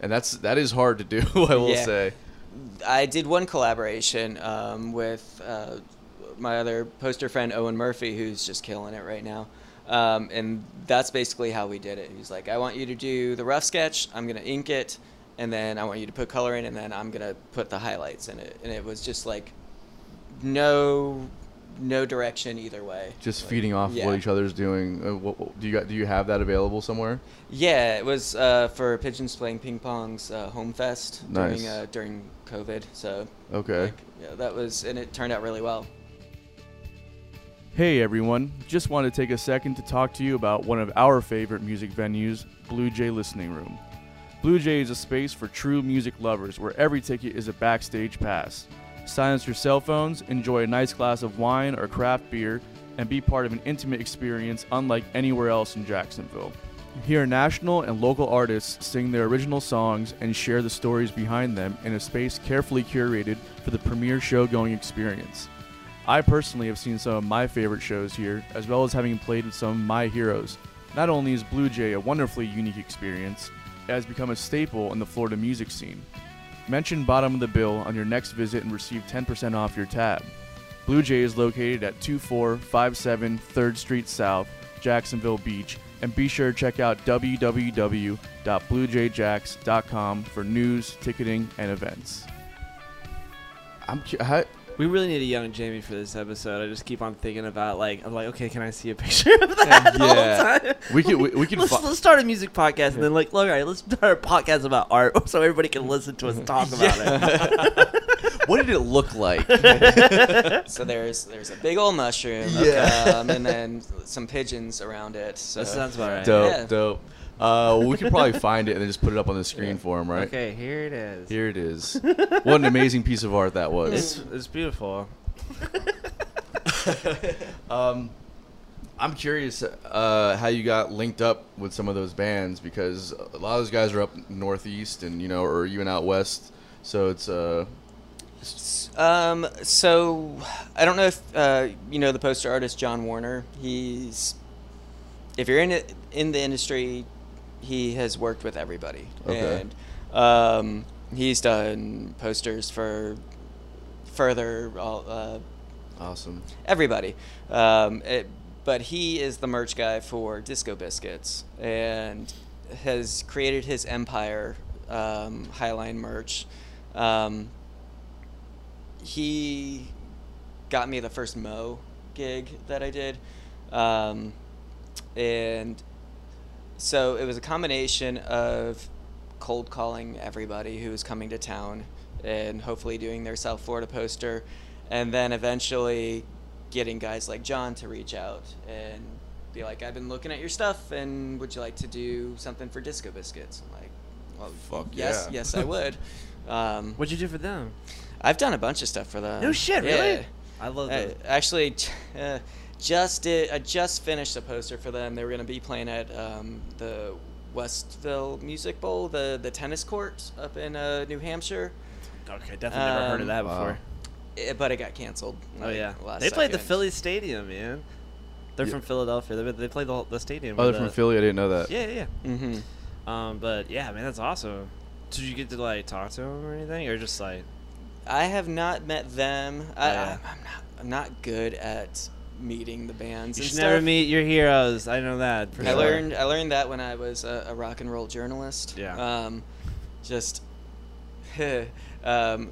Speaker 1: and that's that is hard to do i will
Speaker 2: Yeah.
Speaker 1: say
Speaker 2: I did one collaboration um, with uh, my other poster friend Owen Murphy, who's just killing it right now. Um, and that's basically how we did it. He's like, I want you to do the rough sketch. I'm gonna ink it, and then I want you to put color in, and then I'm gonna put the highlights in it. And it was just like, no, no direction either way.
Speaker 1: just feeding off
Speaker 2: yeah.
Speaker 1: what each other's doing uh, what, what- do you got do you have that available somewhere
Speaker 2: Yeah, it was uh, for Pigeons Playing Ping Pong's uh, home fest
Speaker 1: Nice.
Speaker 2: during uh, during COVID. So
Speaker 1: okay
Speaker 2: like, yeah, that was, and it turned out really well.
Speaker 1: Hey everyone, just want to take a second to talk to you about one of our favorite music venues, Blue Jay Listening Room. Blue Jay is a space for true music lovers where every ticket is a backstage pass. Silence your cell phones, enjoy a nice glass of wine or craft beer, and be part of an intimate experience unlike anywhere else in Jacksonville. Hear national and local artists sing their original songs and share the stories behind them in a space carefully curated for the premier show going experience. I personally have seen some of my favorite shows here, as well as having played with some of my heroes. Not only is Blue Jay a wonderfully unique experience, it has become a staple in the Florida music scene. Mention Bottom of the Bill on your next visit and receive 10% off your tab. Blue Jay is located at 2457 3rd Street South, Jacksonville Beach, and be sure to check out www.bluejayjacks.com for news, ticketing, and events. I'm cu- how,
Speaker 3: We really need a young Jamie for this episode. I just keep on thinking about like I'm like, okay, can I see a picture of that the
Speaker 1: Yeah.
Speaker 3: whole time?
Speaker 1: We could- we- we could
Speaker 3: let's,
Speaker 1: fi-
Speaker 3: let's start a music podcast and then like, all right, let's start a podcast about art so everybody can listen to us talk about it.
Speaker 1: What did it look like?
Speaker 2: So there's there's a big old mushroom,
Speaker 1: Yeah.
Speaker 2: um, and then some pigeons around it. So
Speaker 3: That sounds about right.
Speaker 1: dope,
Speaker 2: Yeah.
Speaker 1: dope. Uh, we could probably find it and then just put it up on the screen
Speaker 3: Yeah.
Speaker 1: for him, right?
Speaker 3: Okay, here it is.
Speaker 1: Here it is. what an amazing piece of art that was.
Speaker 3: It's it's beautiful.
Speaker 1: Um, I'm curious uh, how you got linked up with some of those bands because a lot of those guys are up northeast and you know, or even out west. So it's uh,
Speaker 2: Um, so I don't know if uh, you know the poster artist John Warner. He's if you're in it, in the industry, he has worked with everybody,
Speaker 1: Okay.
Speaker 2: and um, he's done posters for further all, uh,
Speaker 1: awesome.
Speaker 2: everybody. Um, it, but he is the merch guy for Disco Biscuits and has created his empire, um, Highline merch. Um, he got me the first Mo gig that I did. Um, and so it was a combination of cold calling everybody who was coming to town and hopefully doing their South Florida poster, and then eventually getting guys like John to reach out and be like, I've been looking at your stuff, and would you like to do something for Disco Biscuits? I'm like, well,
Speaker 1: Fuck
Speaker 2: yes,
Speaker 1: yeah.
Speaker 2: yes, I would. Um,
Speaker 3: What'd you do for them?
Speaker 2: I've done a bunch of stuff for them.
Speaker 3: No shit,
Speaker 2: Yeah.
Speaker 3: really? I love
Speaker 2: Uh,
Speaker 3: that.
Speaker 2: actually, uh, just did. I just finished a poster for them. They were going to be playing at um, the Westville Music Bowl, the the tennis court up in uh, New Hampshire,
Speaker 3: Okay, definitely never heard
Speaker 2: um,
Speaker 3: of that
Speaker 1: Wow.
Speaker 3: before.
Speaker 2: Eh, but it got canceled.
Speaker 3: Oh
Speaker 2: like,
Speaker 3: yeah,
Speaker 2: last
Speaker 3: they played the
Speaker 2: second.
Speaker 3: Philly Stadium, man. They're
Speaker 1: Yeah.
Speaker 3: from Philadelphia. They, they played the, whole- the stadium.
Speaker 1: Oh,
Speaker 3: with
Speaker 1: they're from
Speaker 3: the-
Speaker 1: Philly. I didn't know that.
Speaker 3: Yeah, yeah.
Speaker 2: Mhm.
Speaker 3: yeah. Um, but yeah, man, that's awesome. Did you get to like talk to them or anything, or just like?
Speaker 2: I have not met them. I,
Speaker 3: Yeah.
Speaker 2: I'm, I'm not. I'm not good at meeting the bands.
Speaker 3: You
Speaker 2: and
Speaker 3: should never
Speaker 2: stuff.
Speaker 3: meet your heroes. I know that. for
Speaker 2: I
Speaker 3: sure.
Speaker 2: learned I learned that when I was a, a rock and roll journalist.
Speaker 3: Yeah.
Speaker 2: Um, just, um,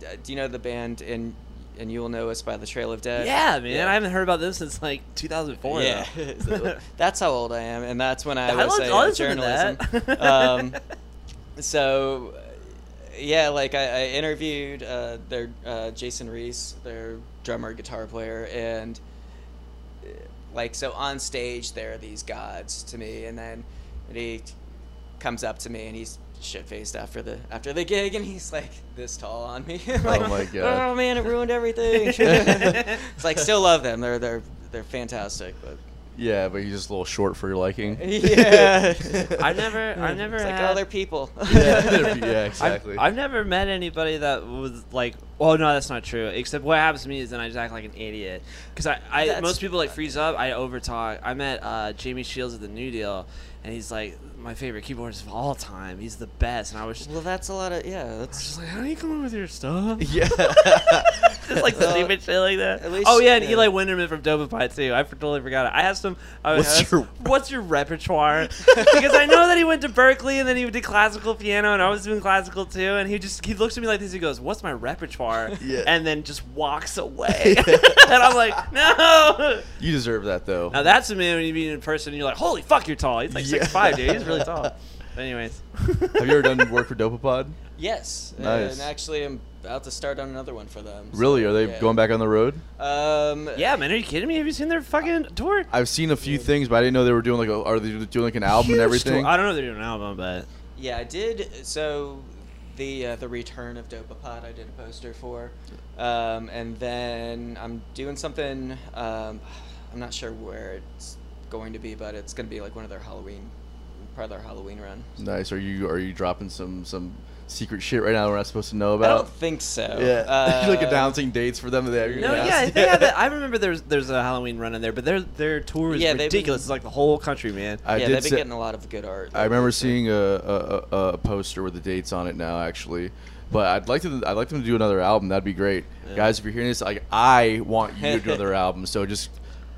Speaker 2: d- do you know the band and and you will know us by the Trail of Dead?
Speaker 3: Yeah, man. I haven't heard about them since like 2004.
Speaker 2: Yeah,
Speaker 3: though.
Speaker 2: that's how old I am, and that's when I
Speaker 3: I
Speaker 2: was
Speaker 3: love-
Speaker 2: a,
Speaker 3: I
Speaker 2: a
Speaker 3: listen to
Speaker 2: journalism.
Speaker 3: that.
Speaker 2: um, so, uh, yeah, like I, I interviewed uh, their uh, Jason Reese, their drummer guitar player, and uh, like so on stage there are these gods to me, and then he comes up to me and he's shit faced after the after the gig, and he's like this tall on me. like,
Speaker 1: my God.
Speaker 2: Oh man, it ruined everything. it's like still love them. They're they're they're fantastic, but.
Speaker 1: Yeah, but he's just a little short for your liking.
Speaker 2: Yeah.
Speaker 3: I never, I never
Speaker 2: It's like
Speaker 3: had.
Speaker 2: other people.
Speaker 1: Yeah, yeah, exactly.
Speaker 3: I've, I've never met anybody that was like, oh no, that's not true. Except what happens to me is then I just act like an idiot because I, I
Speaker 2: That's-
Speaker 3: most people like freeze up. I overtalk. I met uh, Jamie Shields at the New Deal, and he's like my favorite keyboardist of all time. He's the best, and I was just, I
Speaker 2: Well, that's a lot of yeah.
Speaker 3: was
Speaker 2: That's
Speaker 3: just like, how do you come up with your stuff?
Speaker 1: yeah.
Speaker 3: just like
Speaker 1: Uh,
Speaker 2: Well,
Speaker 3: stupid shit like that.
Speaker 2: at least-
Speaker 3: oh yeah, and
Speaker 2: yeah.
Speaker 3: Eli Winderman from Dobapie too. I totally forgot it. I asked him, I
Speaker 1: What's
Speaker 3: asked,
Speaker 1: your-
Speaker 3: what's your repertoire? because I know that he went to Berkeley and then he did classical piano, and I was doing classical too. And he just he looks at me like this. He goes, "What's my repertoire?"
Speaker 1: Yeah.
Speaker 3: And then just walks away. and I'm like, no.
Speaker 1: you deserve that though.
Speaker 3: Now that's a man when you meet in person, and you're like, holy fuck, you're tall. He's like
Speaker 1: Yeah.
Speaker 3: six five, dude. He's really tall. But anyways,
Speaker 1: Have you ever done work for Dopapod?
Speaker 2: yes. uh,
Speaker 1: Nice.
Speaker 2: and actually, I'm about to start on another one for them. so,
Speaker 1: Really? Are they
Speaker 2: yeah.
Speaker 1: going back on the road?
Speaker 2: Um.
Speaker 3: Yeah, man, are you kidding me? Have you seen their fucking tour?
Speaker 1: I've seen a few things, but I didn't know they were doing like a, are they doing like an album and
Speaker 3: Huge tour.
Speaker 1: everything?
Speaker 3: I don't know if they're doing an album, but
Speaker 2: Yeah, I did. So, the uh, the return of Dopapod, I did a poster for, um, and then I'm doing something. Um, I'm not sure where it's going to be, but it's going to be like one of their Halloween, part of their Halloween run.
Speaker 1: Nice. Are you are you dropping some some secret shit right now we're not supposed to know
Speaker 2: I
Speaker 1: about?
Speaker 2: don't think so.
Speaker 1: yeah. You're like
Speaker 2: Uh,
Speaker 1: announcing dates for them that you're
Speaker 3: No,
Speaker 1: gonna
Speaker 3: yeah,
Speaker 1: ask.
Speaker 3: they have that. I remember there's there's a Halloween run in there, but their their tour is
Speaker 2: Yeah, they've
Speaker 3: ridiculous.
Speaker 2: been-
Speaker 3: It's like the whole country, man.
Speaker 1: I did
Speaker 2: yeah, they've been
Speaker 1: se-
Speaker 2: getting a lot of good art.
Speaker 1: I remember seeing a, a, a, a poster with the dates on it now, actually. But I'd like to I'd like them to do another album. That'd be great,
Speaker 3: Yeah.
Speaker 1: guys. If you're hearing this, like I want you to do another album, so just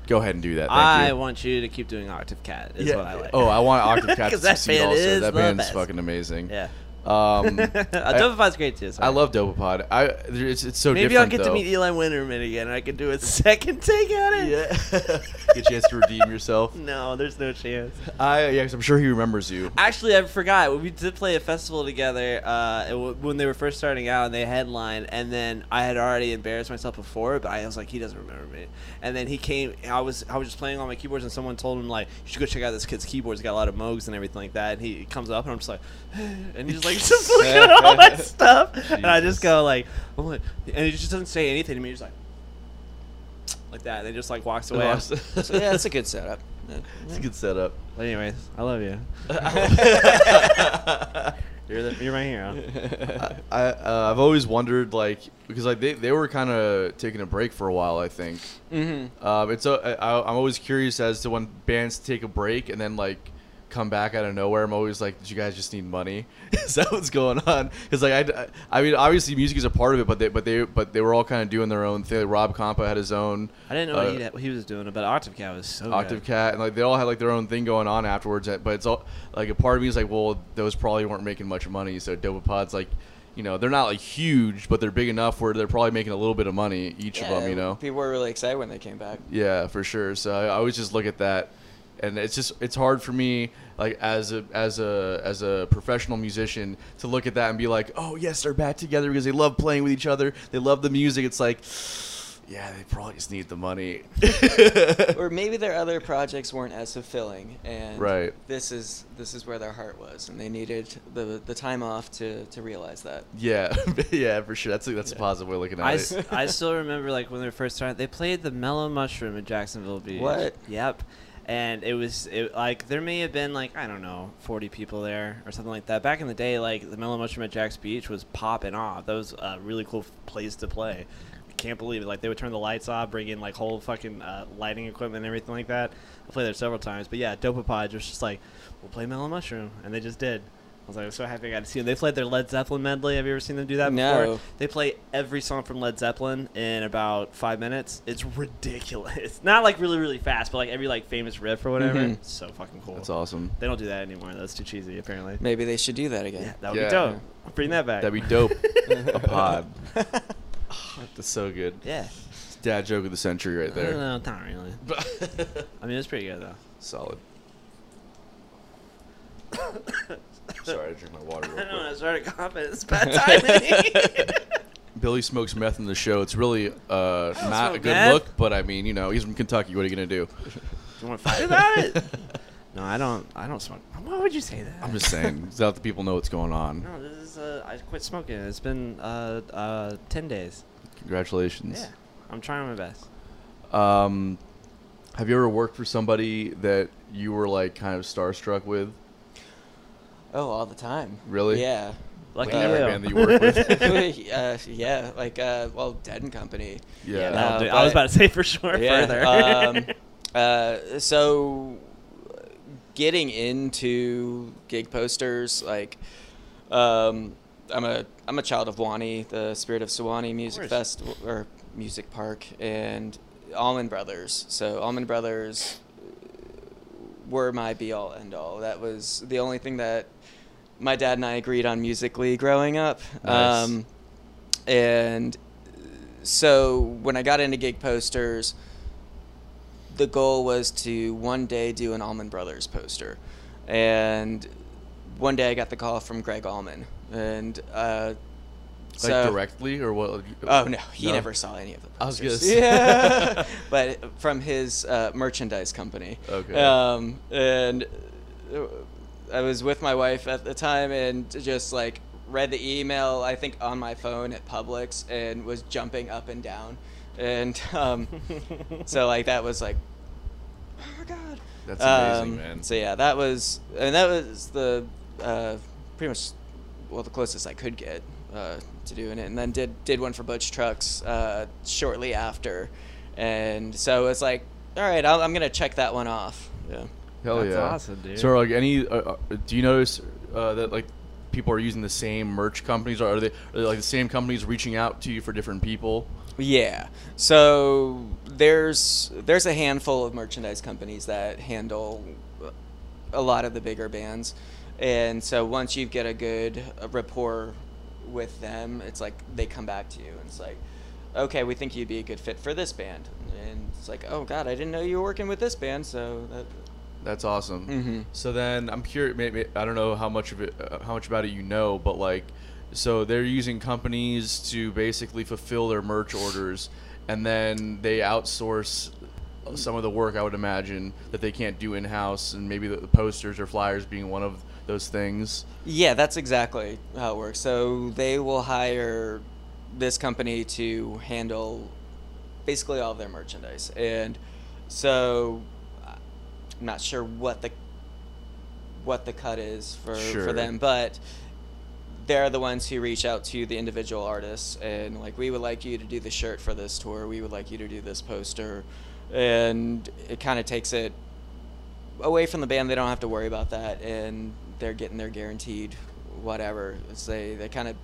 Speaker 1: go ahead and do that. Thank
Speaker 3: I
Speaker 1: you.
Speaker 3: want you to keep doing Octave Cat. Is what I like.
Speaker 1: Oh, I want Octave Cat to
Speaker 3: 'Cause that
Speaker 1: succeed
Speaker 3: band
Speaker 1: also.
Speaker 3: is
Speaker 1: that
Speaker 3: the
Speaker 1: band's
Speaker 3: best.
Speaker 1: fucking amazing.
Speaker 3: yeah.
Speaker 1: Um,
Speaker 3: uh, Dovified's great too.
Speaker 1: I
Speaker 3: sorry.
Speaker 1: love Dopapod. I there- it's, it's so
Speaker 3: Maybe I'll
Speaker 1: different.
Speaker 3: get to meet Eli Winterman again, and I can do a second take at it.
Speaker 1: Yeah. get a chance to redeem yourself.
Speaker 3: No, there's no chance.
Speaker 1: I yes, I'm sure he remembers you.
Speaker 3: Actually, I forgot. We did play a festival together uh, it wa- when they were first starting out, and they headlined. And then I had already embarrassed myself before, but I was like, he doesn't remember me. And then he came. I was I was just playing on my keyboards, and someone told him like, you should go check out this kid's keyboards. He's got a lot of moogs and everything like that. And he comes up, and I'm just like, and he's like, just looking at all that stuff. And I just go like, I'm like, and he just doesn't say anything to me. He's like. Like that, and then just like walks away.
Speaker 1: Lost.
Speaker 2: So, yeah, that's a good setup.
Speaker 1: It's a good setup.
Speaker 3: But anyways, I love you. You're the, you're my hero.
Speaker 1: I uh, I've always wondered like because like they, they were kind of taking a break for a while. I think.
Speaker 2: mm-hmm.
Speaker 1: Um, it's a, I, I'm always curious as to when bands take a break and then like come back out of nowhere. I'm always like, did you guys just need money? Is that what's going on? Because like I, I mean, obviously music is a part of it, but they but they but they were all kind of doing their own thing. Like, Rob Compa had his own.
Speaker 3: I didn't know
Speaker 1: uh,
Speaker 3: what, he, what he was doing, but Octave Cat was so
Speaker 1: Octave
Speaker 3: good.
Speaker 1: Cat, and like they all had like their own thing going on afterwards. uh, But it's all like a part of me is like, well, those probably weren't making much money. So Dopapod's like, you know, they're not like huge, but they're big enough where they're probably making a little bit of money each of them. You know,
Speaker 2: people were really excited when they came back.
Speaker 1: yeah, for sure. So I I always just look at that, and it's just it's hard for me like as a as a as a professional musician to look at that and be like, oh yes, they're back together because they love playing with each other. They love the music. It's like. Yeah, they probably just need the money.
Speaker 2: or maybe their other projects weren't as fulfilling, and
Speaker 1: Right.
Speaker 2: this is this is where their heart was, and they needed the the time off to to realize that.
Speaker 1: Yeah, yeah, for sure. That's a, that's a positive way of looking at
Speaker 3: I,
Speaker 1: it.
Speaker 3: s- I still remember like when they first started. They played the Mellow Mushroom in Jacksonville Beach.
Speaker 2: What?
Speaker 3: Yep. And it was it, like there may have been like I don't know forty people there or something like that. Back in the day, like the Mellow Mushroom at Jack's Beach was popping off. That was a really cool f- place to play. I can't believe it. Like they would turn the lights off, bring in like whole fucking uh, lighting equipment and everything like that. I played there several times, but yeah, Dopapod was just like we'll play Mellow Mushroom, and they just did. I was like, I'm so happy I got to see them. They played their Led Zeppelin medley. Have you ever seen them do that before?
Speaker 2: No.
Speaker 3: They play every song from Led Zeppelin in about five minutes. It's ridiculous. Not like really, really fast, but like every like famous riff or whatever.
Speaker 2: Mhm.
Speaker 3: It's so fucking cool.
Speaker 1: Mm-hmm. That's awesome.
Speaker 3: They don't do that anymore. That's too cheesy, apparently.
Speaker 2: Maybe they should do that again.
Speaker 3: Yeah, that would
Speaker 1: Yeah.
Speaker 3: be dope. Bring that back.
Speaker 1: That'd be dope. a pod. That's so good.
Speaker 3: Yeah.
Speaker 1: Dad joke of the century right
Speaker 3: I don't
Speaker 1: there.
Speaker 3: know, not really. I mean, it's pretty good though.
Speaker 1: Solid. Sorry, I drink my water
Speaker 3: I
Speaker 1: real
Speaker 3: don't know. I
Speaker 1: quick.
Speaker 3: started coughing. It's bad timing.
Speaker 1: Billy smokes meth in the show. It's really uh,
Speaker 3: don't
Speaker 1: not a
Speaker 3: smoke
Speaker 1: good
Speaker 3: meth.
Speaker 1: look, but I mean, you know, he's from Kentucky. What are you gonna do?
Speaker 3: you want to fight about it? No, I don't. I don't smoke. Why would you say that?
Speaker 1: I'm just saying, so that the people know what's going on.
Speaker 3: No, this is. Uh, I quit smoking. It's been uh, uh, ten days.
Speaker 1: Congratulations.
Speaker 3: Yeah, I'm trying my best.
Speaker 1: Um, have you ever worked for somebody that you were like kind of starstruck with?
Speaker 2: Oh, all the time.
Speaker 1: Really?
Speaker 2: Yeah.
Speaker 3: Lucky
Speaker 1: Like every
Speaker 3: you.
Speaker 1: band that you work with.
Speaker 2: uh, yeah, like uh, well, Dead and Company.
Speaker 1: Yeah.
Speaker 3: That'll
Speaker 2: Uh,
Speaker 3: do- I was
Speaker 2: but-
Speaker 3: about to say for sure.
Speaker 2: yeah,
Speaker 3: Further.
Speaker 2: um, uh, so, uh, getting into gig posters, like, um, I'm a I'm a child of Wani, the Spirit of Sewanee Music
Speaker 3: course.
Speaker 2: Festival or Music Park, and Almond Brothers. So Almond Brothers were my be all end all. That was the only thing that my dad and I agreed on musically growing up.
Speaker 1: Nice.
Speaker 2: Um, and so when I got into gig posters, the goal was to one day do an Allman Brothers poster. And one day I got the call from Greg Allman. And uh,
Speaker 1: Like
Speaker 2: so,
Speaker 1: directly or what?
Speaker 2: Oh no, he never saw any of the
Speaker 1: I was
Speaker 2: posters.
Speaker 1: gonna say.
Speaker 2: yeah, but from his uh, merchandise company.
Speaker 1: Okay.
Speaker 2: Um, and uh, I was with my wife at the time, and just like read the email I think on my phone at Publix, and was jumping up and down, and um, so like that was like, oh my god.
Speaker 1: That's amazing,
Speaker 2: Um,
Speaker 1: man.
Speaker 2: So yeah, that was and that was the uh, pretty much well the closest I could get uh, to doing it, and then did did one for Butch Trucks uh, shortly after, and so it's like, all right, I'll, I'm gonna check that one off. Yeah.
Speaker 1: Hell
Speaker 3: That's
Speaker 1: yeah.
Speaker 3: awesome, dude.
Speaker 1: So like any, uh, uh, do you notice uh, that like people are using the same merch companies? Or are they, are they like the same companies reaching out to you for different people?
Speaker 2: Yeah. So there's there's a handful of merchandise companies that handle a lot of the bigger bands, and so once you get a good uh, rapport with them, it's like they come back to you and it's like, okay, we think you'd be a good fit for this band, and it's like, oh God, I didn't know you were working with this band, so that,
Speaker 1: That's awesome.
Speaker 2: Mhm.
Speaker 1: So then I'm curious. Maybe I don't know how much of it, uh, how much about it you know, but like, so they're using companies to basically fulfill their merch orders, and then they outsource some of the work. I would imagine that they can't do in house, and maybe the, the posters or flyers being one of those things.
Speaker 2: Yeah, that's exactly how it works. So they will hire this company to handle basically all of their merchandise. And so uh, I'm not sure what the what the cut is for
Speaker 1: Sure.
Speaker 2: for them, but they're the ones who reach out to the individual artists and like we would like you to do the shirt for this tour, we would like you to do this poster. And it kind of takes it away from the band, they don't have to worry about that, and they're getting their guaranteed whatever. It's they they kind of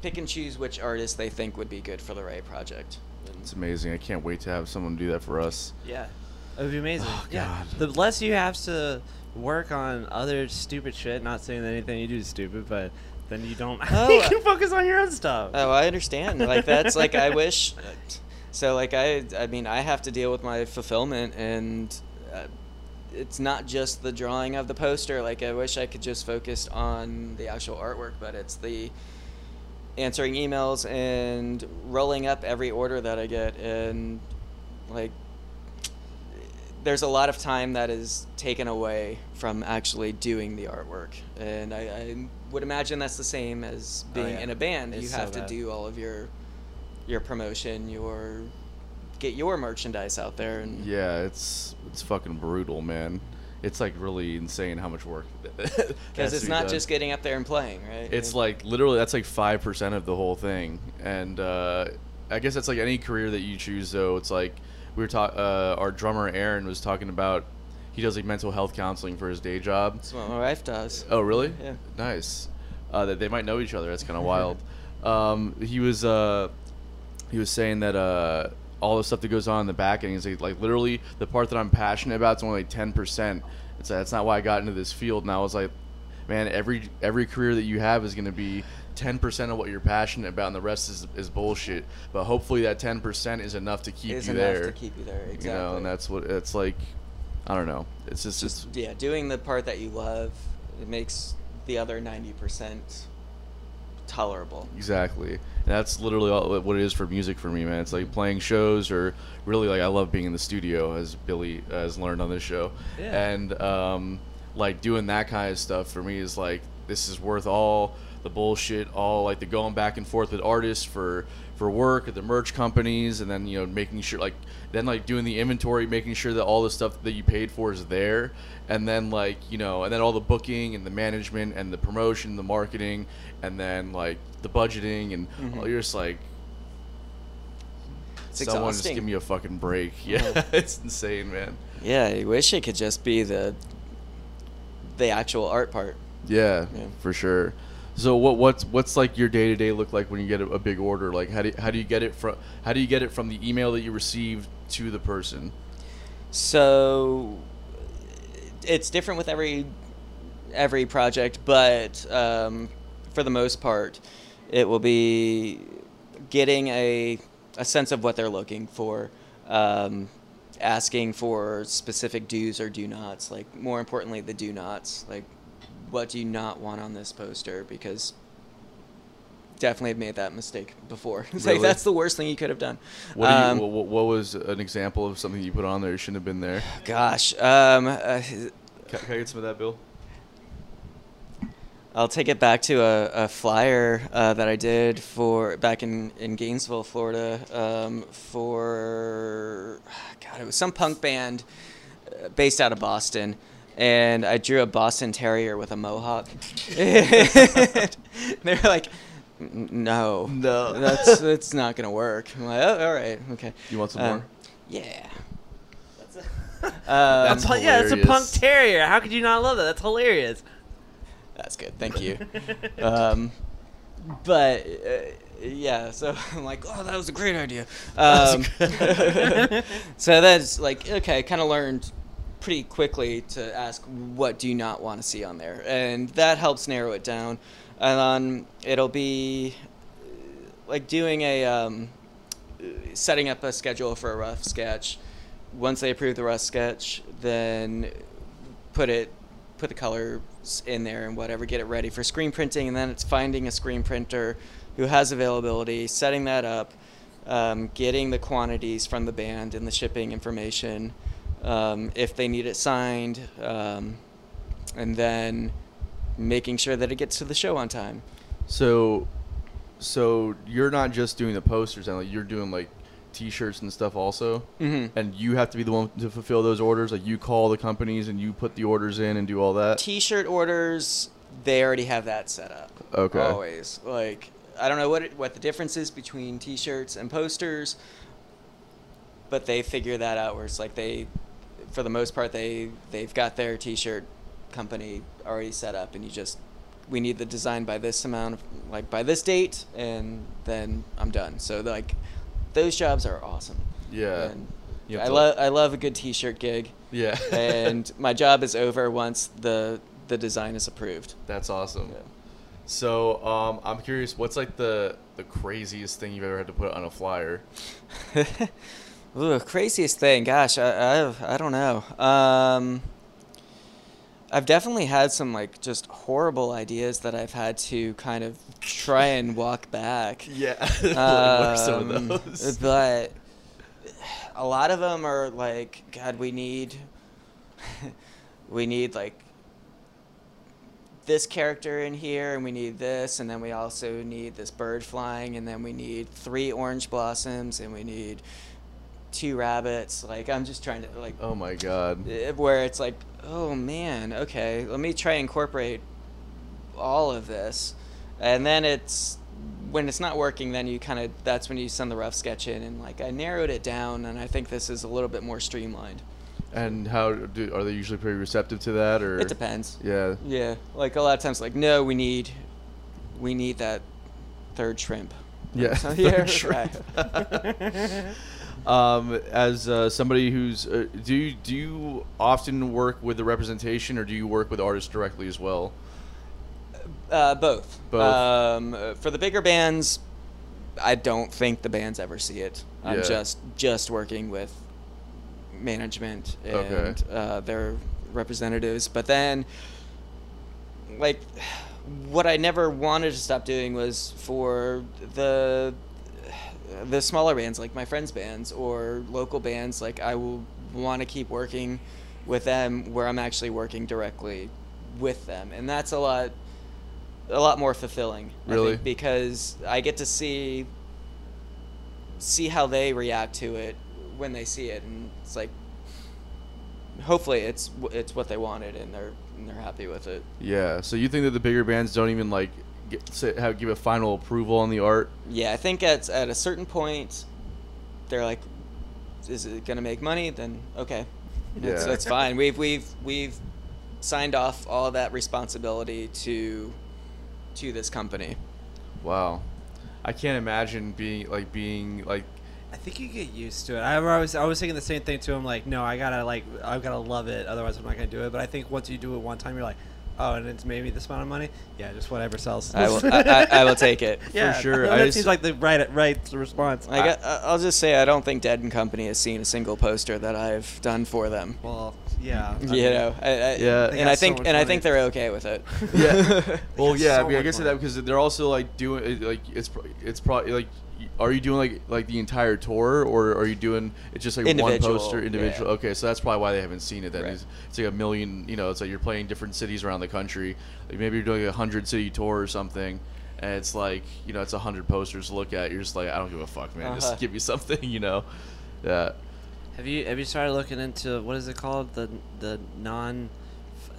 Speaker 2: pick and choose which artists they think would be good for the right project.
Speaker 1: It's amazing. I can't wait to have someone do that for us.
Speaker 3: Yeah, it would be amazing.
Speaker 1: Oh,
Speaker 3: yeah,
Speaker 1: God.
Speaker 3: the less you have to work on other stupid shit. Not saying that anything you do is stupid, but then you don't.
Speaker 2: Oh,
Speaker 3: you
Speaker 2: uh,
Speaker 3: can focus on your own stuff.
Speaker 2: Oh, I understand. Like that's like I wish. So like I I mean I have to deal with my fulfillment and. Uh, it's not just the drawing of the poster. Like I wish I could just focus on the actual artwork, but it's the answering emails and rolling up every order that I get and like there's a lot of time that is taken away from actually doing the artwork and I, I would imagine that's the same as
Speaker 3: Oh,
Speaker 2: being
Speaker 3: yeah.
Speaker 2: in a band
Speaker 3: It's
Speaker 2: you
Speaker 3: so
Speaker 2: have to
Speaker 3: bad.
Speaker 2: do all of your your promotion your get your merchandise out there and
Speaker 1: Yeah, it's it's fucking brutal, man. It's like really insane how much work.
Speaker 2: because it's not just getting up there and playing right
Speaker 1: It's like literally that's like five percent of the whole thing, and uh, I guess that's like any career that you choose. Though it's like we were talking. Uh, our drummer Aaron was talking about he does like mental health counseling for his day job.
Speaker 2: That's what my wife does
Speaker 1: Oh, really?
Speaker 2: Yeah.
Speaker 1: Nice. Uh, that they might know each other. That's kind of wild. Um, he was uh, he was saying that uh, all the stuff that goes on in the back end. He's like, like literally the part that I'm passionate about is only ten percent. It's like, that's not why I got into this field. And I was like, man, every every career that you have is going to be. 10% of what you're passionate about and the rest is, is bullshit but hopefully that 10% is enough to keep
Speaker 2: is
Speaker 1: you
Speaker 2: enough
Speaker 1: there
Speaker 2: to keep you there exactly
Speaker 1: you know and that's what it's like i don't know it's just, it's,
Speaker 2: yeah, doing the part that you love it makes the other ninety percent tolerable.
Speaker 1: Exactly. And that's literally all, what it is for music for me, man. It's like playing shows or really like I love being in the studio as Billy has learned on this show.
Speaker 3: Yeah.
Speaker 1: And um, like doing that kind of stuff for me is like this is worth all the bullshit, all like the going back and forth with artists for for work at the merch companies and then you know making sure like then like doing the inventory making sure that all the stuff that you paid for is there and then like you know and then all the booking and the management and the promotion the marketing and then like the budgeting and all, you're just like
Speaker 2: Mm-hmm. It's
Speaker 1: someone just
Speaker 2: exhausting.
Speaker 1: give me a fucking break yeah it's insane man
Speaker 2: yeah, I wish it could just be the the actual art part.
Speaker 1: yeah,
Speaker 2: Yeah.
Speaker 1: for sure so what what's what's like your day to day look like when you get a, a big order like how do you, how do you get it from how do you get it from the email that you received to the person
Speaker 2: So it's different with every every project, but um, for the most part, it will be getting a a sense of what they're looking for, um, asking for specific do's or do nots. Like more importantly, the do nots. Like, what do you not want on this poster? Because definitely have made that mistake before. it's
Speaker 1: Really?
Speaker 2: like that's the worst thing you could have done.
Speaker 1: What, do you,
Speaker 2: Um,
Speaker 1: what, what- what was an example of something you put on there? that shouldn't have been there.
Speaker 2: Gosh, um, uh,
Speaker 1: Can, can I get some of that, Bill?
Speaker 2: I'll take it back to a, a flyer uh, that I did for back in, in Gainesville, Florida, um, for God, it was some punk band uh, based out of Boston, and I drew a Boston Terrier with a mohawk. They're like, "N- no,
Speaker 1: No.
Speaker 2: that's that's not gonna work. I'm like, oh, all right, okay.
Speaker 1: You want some
Speaker 2: Uh,
Speaker 1: more?
Speaker 2: Yeah. Um,
Speaker 1: That's
Speaker 3: Pu- yeah, it's a punk
Speaker 1: hilarious.
Speaker 3: terrier. How could you not love that? That's hilarious.
Speaker 2: That's good. Thank you.
Speaker 3: Uh,
Speaker 2: um, but uh, yeah, so I'm like, oh, that was a great idea. Um,
Speaker 1: That's
Speaker 3: good.
Speaker 2: so that's like okay, kind of learned pretty quickly to ask what do you not want to see on there, and that helps narrow it down. And then it'll be uh, like doing a um, uh, setting up a schedule for a rough sketch. Once they approve the rough sketch, then put it put the colors in there and whatever, get it ready for screen printing, and then it's finding a screen printer who has availability, setting that up, um, getting the quantities from the band and the shipping information, um, if they need it signed, um, and then making sure that it gets to the show on time.
Speaker 1: So, so you're not just doing the posters, and like you're doing like T-shirts and stuff also,
Speaker 2: Mhm.
Speaker 1: and you have to be the one to fulfill those orders. Like you call the companies and you put the orders in and do all that.
Speaker 2: T-shirt orders, they already have that set up.
Speaker 1: Okay.
Speaker 2: Always like I don't know what it, what the difference is between T-shirts and posters, but they figure that out. Where it's like they, for the most part, they they've got their T-shirt company already set up, and you just we need the design by this amount, of, like by this date, and then I'm done. So like, those jobs are awesome.
Speaker 1: Yeah.
Speaker 2: And
Speaker 1: You have
Speaker 2: I
Speaker 1: to-
Speaker 2: love I love a good T-shirt gig
Speaker 1: Yeah.
Speaker 2: and my job is over once the the design is approved.
Speaker 1: That's awesome.
Speaker 2: Yeah.
Speaker 1: So um, I'm curious, what's like the the craziest thing you've ever had to put on a flyer?
Speaker 2: Ooh, craziest thing, gosh, I I, I don't know. Um, I've definitely had some like just horrible ideas that I've had to kind of try and walk back.
Speaker 1: Yeah. what are some
Speaker 2: Um,
Speaker 1: of those?
Speaker 2: But a lot of them are like, God, we need, we need like this character in here, and we need this, and then we also need this bird flying, and then we need three orange blossoms, and we need two rabbits. Like, I'm just trying to like
Speaker 1: oh my god.
Speaker 2: eh, where it's like, oh man, okay, let me try and incorporate all of this, and then it's when it's not working, then you kind of that's when you send the rough sketch in, and like I narrowed it down, and I think this is a little bit more streamlined.
Speaker 1: And how do are they usually pretty receptive to that or?
Speaker 2: It depends.
Speaker 1: Yeah.
Speaker 2: Yeah, like a lot of times, like no, we need, we need that third shrimp.
Speaker 1: Yeah.
Speaker 2: So,
Speaker 1: third
Speaker 2: yeah,
Speaker 1: shrimp. um, as uh, somebody who's uh, do you, do you often work with the representation or do you work with artists directly as well?
Speaker 2: Uh, both.
Speaker 1: Both.
Speaker 2: Um, uh, for the bigger bands, I don't think the bands ever see it. I'm
Speaker 1: Yeah.
Speaker 2: just just working with management and
Speaker 1: Okay.
Speaker 2: uh, their representatives. But then, like, what I never wanted to stop doing was for the the smaller bands, like my friends' bands or local bands. Like, I will want to keep working with them where I'm actually working directly with them, and that's a lot a lot more fulfilling. I
Speaker 1: Really?
Speaker 2: think, because I get to see see how they react to it when they see it, and it's like hopefully it's w- it's what they wanted, and they're and they're happy with it.
Speaker 1: Yeah. So you think that the bigger bands don't even like get, say, have give a final approval on the art?
Speaker 2: Yeah, I think at at a certain point, they're like, "Is it gonna make money?" Then okay, that's,
Speaker 1: Yeah.
Speaker 2: that's fine. We've we've we've signed off all that responsibility to to this company.
Speaker 1: Wow. I can't imagine being like being like
Speaker 4: I think you get used to it. I was I was thinking the same thing too. I'm like, no, I gotta like I gotta love it, otherwise I'm not gonna do it. But I think once you do it one time, you're like, oh, and it's maybe this amount of money. Yeah, just whatever sells.
Speaker 2: I will- I- I- I will take it, for
Speaker 4: yeah,
Speaker 1: sure.
Speaker 4: That
Speaker 1: I
Speaker 4: seems
Speaker 1: just-
Speaker 4: like the right right response.
Speaker 2: I got, I- I'll just say I don't think Dead and Company has seen a single poster that I've done for them.
Speaker 4: well, yeah. I
Speaker 2: you
Speaker 4: mean,
Speaker 2: know, I, I,
Speaker 1: Yeah. They
Speaker 2: and I
Speaker 4: got so
Speaker 2: think
Speaker 4: much
Speaker 2: and I
Speaker 4: money.
Speaker 2: think they're okay with it.
Speaker 1: Yeah. well,
Speaker 4: got
Speaker 1: yeah.
Speaker 4: so
Speaker 1: I, mean, I
Speaker 4: much
Speaker 1: guess it
Speaker 4: money.
Speaker 1: because they're also like doing it- like it's pro- it's probably like y- are you doing like like the entire tour or are you doing it's just like
Speaker 2: Individual,
Speaker 1: one poster individual?
Speaker 2: yeah.
Speaker 1: Okay, so that's probably why they haven't seen it. Then
Speaker 2: Right.
Speaker 1: it's, it's like a million. You know, it's like you're playing different cities around the country. Like maybe you're doing a hundred city tour or something. And it's like you know, it's a hundred posters to look at. You're just like, I don't give a fuck, man.
Speaker 2: Uh-huh.
Speaker 1: Just give me something, you know. Yeah.
Speaker 3: Have you have you started looking into what is it called the the non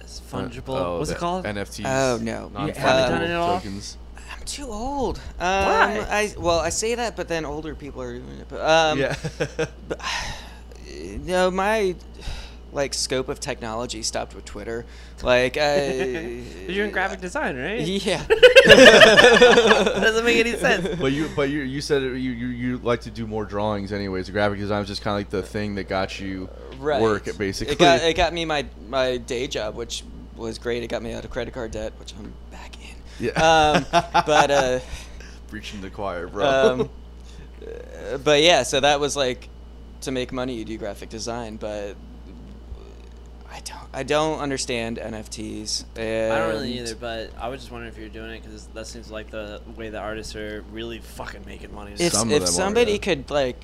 Speaker 3: fungible?
Speaker 1: Oh,
Speaker 3: what's
Speaker 1: the
Speaker 3: it called?
Speaker 1: NFTs.
Speaker 2: Oh, no. You
Speaker 1: Non-fungible
Speaker 2: haven't done
Speaker 3: it at all?
Speaker 1: tokens.
Speaker 2: I'm too old. Um,
Speaker 3: Why?
Speaker 2: I well, I say that, but then
Speaker 1: Um,
Speaker 2: older people are doing it. But, um,
Speaker 1: yeah.
Speaker 2: but, no, my like scope of technology stopped with Twitter. Like, I,
Speaker 3: You're in graphic design, right?
Speaker 2: Yeah.
Speaker 3: doesn't make any sense.
Speaker 1: But you, but you, you said it, you, you, you like to do more drawings, anyways. Graphic design is just kind of like the thing that got you
Speaker 2: right.
Speaker 1: work, basically.
Speaker 2: It got, it got me my my day job, which was great. It got me out of credit card debt, which I'm back in.
Speaker 1: Yeah.
Speaker 2: Um, but uh,
Speaker 1: Preaching to the choir, bro.
Speaker 2: um, uh, but yeah, so that was like to make money, you do graphic design, but. I don't, I don't understand NFTs. And
Speaker 3: I don't really either, but I was just wondering if you're doing it because that seems like the way that artists are really fucking making money.
Speaker 2: if,
Speaker 1: Some of
Speaker 2: if
Speaker 1: them are,
Speaker 2: somebody
Speaker 1: yeah.
Speaker 2: could like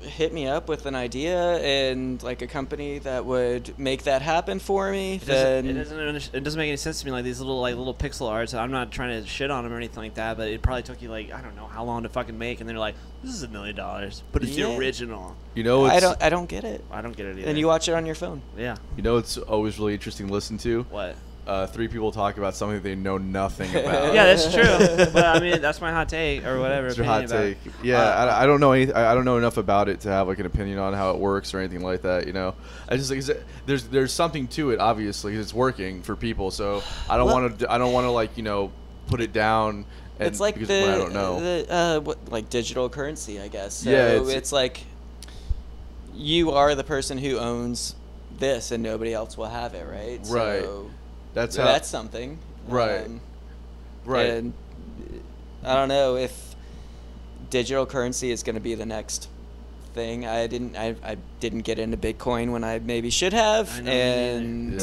Speaker 2: hit me up with an idea and like a company that would make that happen for me,
Speaker 3: It
Speaker 2: then
Speaker 3: doesn't, it doesn't. under- It doesn't make any sense to me. Like these little, like little pixel arts. I'm not trying to shit on them or anything like that. But it probably took you like I don't know how long to fucking make, and they're like, this is a million dollars, but it's
Speaker 2: Yeah.
Speaker 3: the original.
Speaker 1: you know, it's,
Speaker 2: I don't I don't get it.
Speaker 3: I don't get it either.
Speaker 2: And you watch it on your phone.
Speaker 3: yeah.
Speaker 1: you know, it's always really interesting to listen to.
Speaker 3: What?
Speaker 1: Uh, three people talk about something they know nothing about.
Speaker 3: Yeah, that's true. but I mean, that's my hot take or whatever.
Speaker 1: It's your
Speaker 3: opinion
Speaker 1: hot
Speaker 3: about
Speaker 1: take.
Speaker 3: it.
Speaker 1: Yeah,
Speaker 3: Uh,
Speaker 1: I, I don't know any, I I don't know enough about it to have like an opinion on how it works or anything like that. You know, I just like is it- there's there's something to it. Obviously, 'cause it's working for people. So I don't
Speaker 2: Well-
Speaker 1: want to I don't want to like you know put it down. And
Speaker 2: it's like
Speaker 1: because
Speaker 2: the,
Speaker 1: when I don't know.
Speaker 2: the uh, what, like digital currency, I guess. So
Speaker 1: Yeah,
Speaker 2: it's,
Speaker 1: it's-
Speaker 2: like you are the person who owns this, and nobody else will have it, right?
Speaker 1: Right.
Speaker 2: So
Speaker 1: that's how,
Speaker 2: that's something. Um,
Speaker 1: Right. right.
Speaker 2: And I don't know if digital currency is going to be the next thing. I didn't. I, I didn't get into Bitcoin when I maybe should have,
Speaker 3: I know, me neither.
Speaker 2: and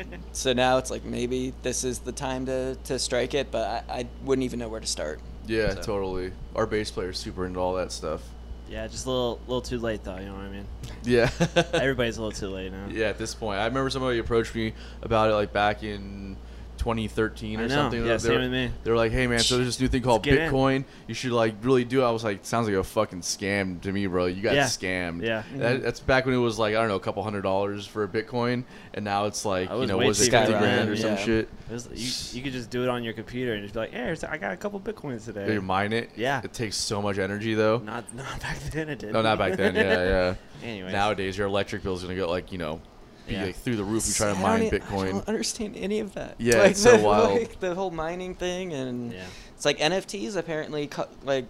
Speaker 1: Yeah.
Speaker 2: so now it's like maybe this is the time to to strike it. But I, I wouldn't even know where to start.
Speaker 1: yeah,
Speaker 2: so.
Speaker 1: totally. Our bass player's super into all that stuff.
Speaker 3: yeah, just a little, little too late though. You know what I mean?
Speaker 1: Yeah.
Speaker 3: Everybody's a little too late now.
Speaker 1: Yeah, at this point, I remember somebody approached me about it like back in 2013 or
Speaker 3: I know.
Speaker 1: something.
Speaker 3: Yeah,
Speaker 1: they
Speaker 3: same
Speaker 1: were,
Speaker 3: with me.
Speaker 1: They were like, "Hey man, so there's this new thing called
Speaker 3: get in.
Speaker 1: Bitcoin. You should like really do." it." I was like, "Sounds like a fucking scam to me, bro. You got
Speaker 3: Yeah.
Speaker 1: scammed."
Speaker 3: Yeah. Mm-hmm.
Speaker 1: That, that's back when it was like I don't know, a couple hundred dollars for a Bitcoin, and now it's like
Speaker 3: That
Speaker 1: you
Speaker 3: was
Speaker 1: know,
Speaker 3: way
Speaker 1: was it
Speaker 3: cheaper
Speaker 1: 50
Speaker 2: back
Speaker 1: grand
Speaker 2: then,
Speaker 1: or some
Speaker 2: yeah.
Speaker 1: shit?
Speaker 3: It was- you, you could just do it on your computer and just be like, "Hey, I got a couple bitcoins today."
Speaker 1: They mine it.
Speaker 3: Yeah.
Speaker 1: It takes so much energy though.
Speaker 3: Not not back then it didn't.
Speaker 1: No, not back then. Yeah, yeah.
Speaker 3: Anyways.
Speaker 1: Nowadays, your electric bill's gonna go like you know, be
Speaker 3: Yeah.
Speaker 1: like through the roof. You
Speaker 2: I
Speaker 1: try to
Speaker 2: don't
Speaker 1: mine
Speaker 2: e- I
Speaker 1: Bitcoin.
Speaker 2: don't understand any of that.
Speaker 1: Yeah,
Speaker 2: like
Speaker 1: it's so
Speaker 2: the,
Speaker 1: wild.
Speaker 2: Like the whole mining thing, and
Speaker 3: Yeah.
Speaker 2: it's like NFTs apparently co- like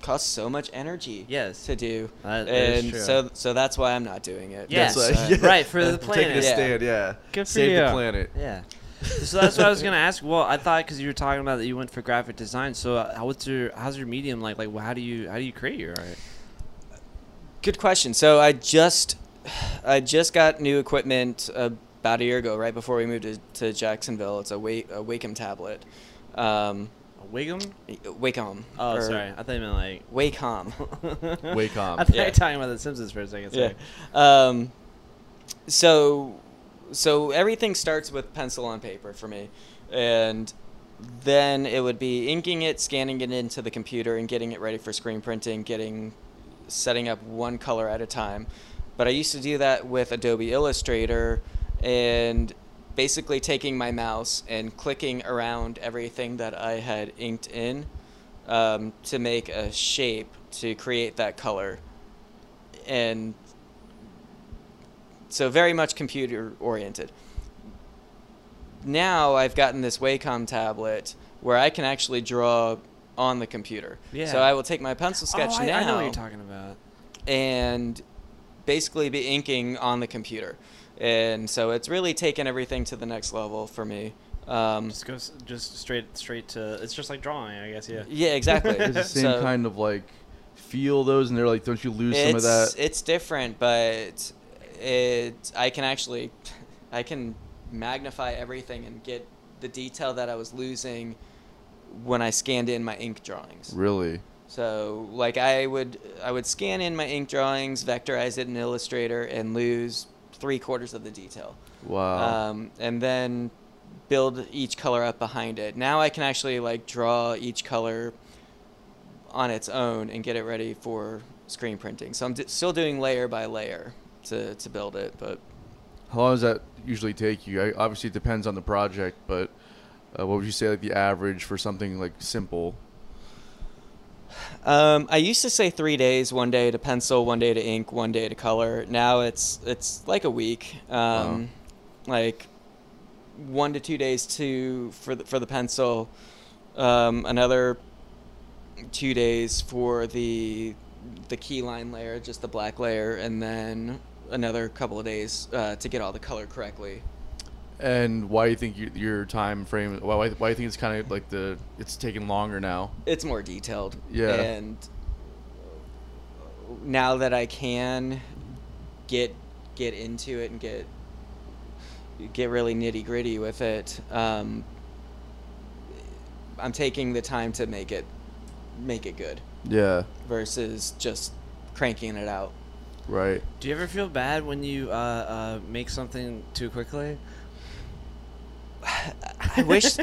Speaker 2: cost so much energy.
Speaker 3: Yes.
Speaker 2: to do,
Speaker 3: That is
Speaker 2: and
Speaker 3: true.
Speaker 2: so so that's why I'm not doing it.
Speaker 3: Yes.
Speaker 1: That's
Speaker 2: So-
Speaker 1: why- yeah.
Speaker 3: Right, for the
Speaker 1: Taking a
Speaker 3: planet.
Speaker 2: Yeah.
Speaker 1: stand, yeah.
Speaker 3: Good for
Speaker 1: Save
Speaker 3: you.
Speaker 1: the planet.
Speaker 3: Yeah. so that's what I was gonna ask. Well, I thought because you were talking about that you went for graphic design. So uh, how- what's your how's your medium like? Like how do you how do you create your art?
Speaker 2: Good question. So I just I just got new equipment about a year ago, right before we moved to, to Jacksonville. It's a, Wa- a Wacom tablet. Um,
Speaker 3: A Wigam?
Speaker 2: Wacom.
Speaker 3: Oh,
Speaker 2: or
Speaker 3: sorry. I thought you meant like.
Speaker 2: Wacom.
Speaker 1: Wacom.
Speaker 3: I thought you
Speaker 2: Yeah.
Speaker 3: were talking about The Simpsons for a second.
Speaker 2: yeah.
Speaker 3: Sorry.
Speaker 2: Um, so so everything starts with pencil on paper for me, and then it would be inking it, scanning it into the computer, and getting it ready for screen printing, getting setting up one color at a time. But I used to do that with Adobe Illustrator and basically taking my mouse and clicking around everything that I had inked in um, to make a shape to create that color. And so very much computer oriented. Now I've gotten this Wacom tablet where I can actually draw on the computer.
Speaker 3: Yeah.
Speaker 2: So I will take my pencil sketch
Speaker 3: oh, I,
Speaker 2: now
Speaker 3: I know what you're talking about.
Speaker 2: and basically be inking on the computer. And so it's really taken everything to the next level for me. Um,
Speaker 3: Just goes just straight straight to. It's just like drawing, I guess. Yeah.
Speaker 2: yeah, exactly.
Speaker 1: It's the same
Speaker 2: So
Speaker 1: kind of like feel those, and they're like, don't you lose some of
Speaker 2: it's-
Speaker 1: that?
Speaker 2: It's different, but it I can actually I can magnify everything and get the detail that I was losing when I scanned in my ink drawings.
Speaker 1: really?
Speaker 2: So like I would I would scan in my ink drawings, vectorize it in Illustrator, and lose three quarters of the detail.
Speaker 3: Uh,
Speaker 1: Wow.
Speaker 2: um, and then build each color up behind it. Now I can actually like draw each color on its own and get it ready for screen printing. So I'm d- still doing layer by layer to, to build it, but
Speaker 1: How long does that usually take you? I, obviously, it depends on the project, but uh, what would you say like the average for something like simple?
Speaker 2: Um, I used to say three days: one day to pencil, one day to ink, one day to color. Now it's it's like a week, um, like one to two days to for the, for the pencil, um, another two days for the the key line layer, just the black layer, and then another couple of days uh, to get all the color correctly.
Speaker 1: And why do you think you, your time frame? Why, why why do you think it's kind of like the it's taking longer now?
Speaker 2: it's more detailed.
Speaker 1: Yeah.
Speaker 2: And now that I can get get into it and get get really nitty gritty with it, um, I'm taking the time to make it make it good
Speaker 1: Yeah,
Speaker 2: versus just cranking it out.
Speaker 1: right.
Speaker 3: Do you ever feel bad when you uh, uh, make something too quickly?
Speaker 2: I wish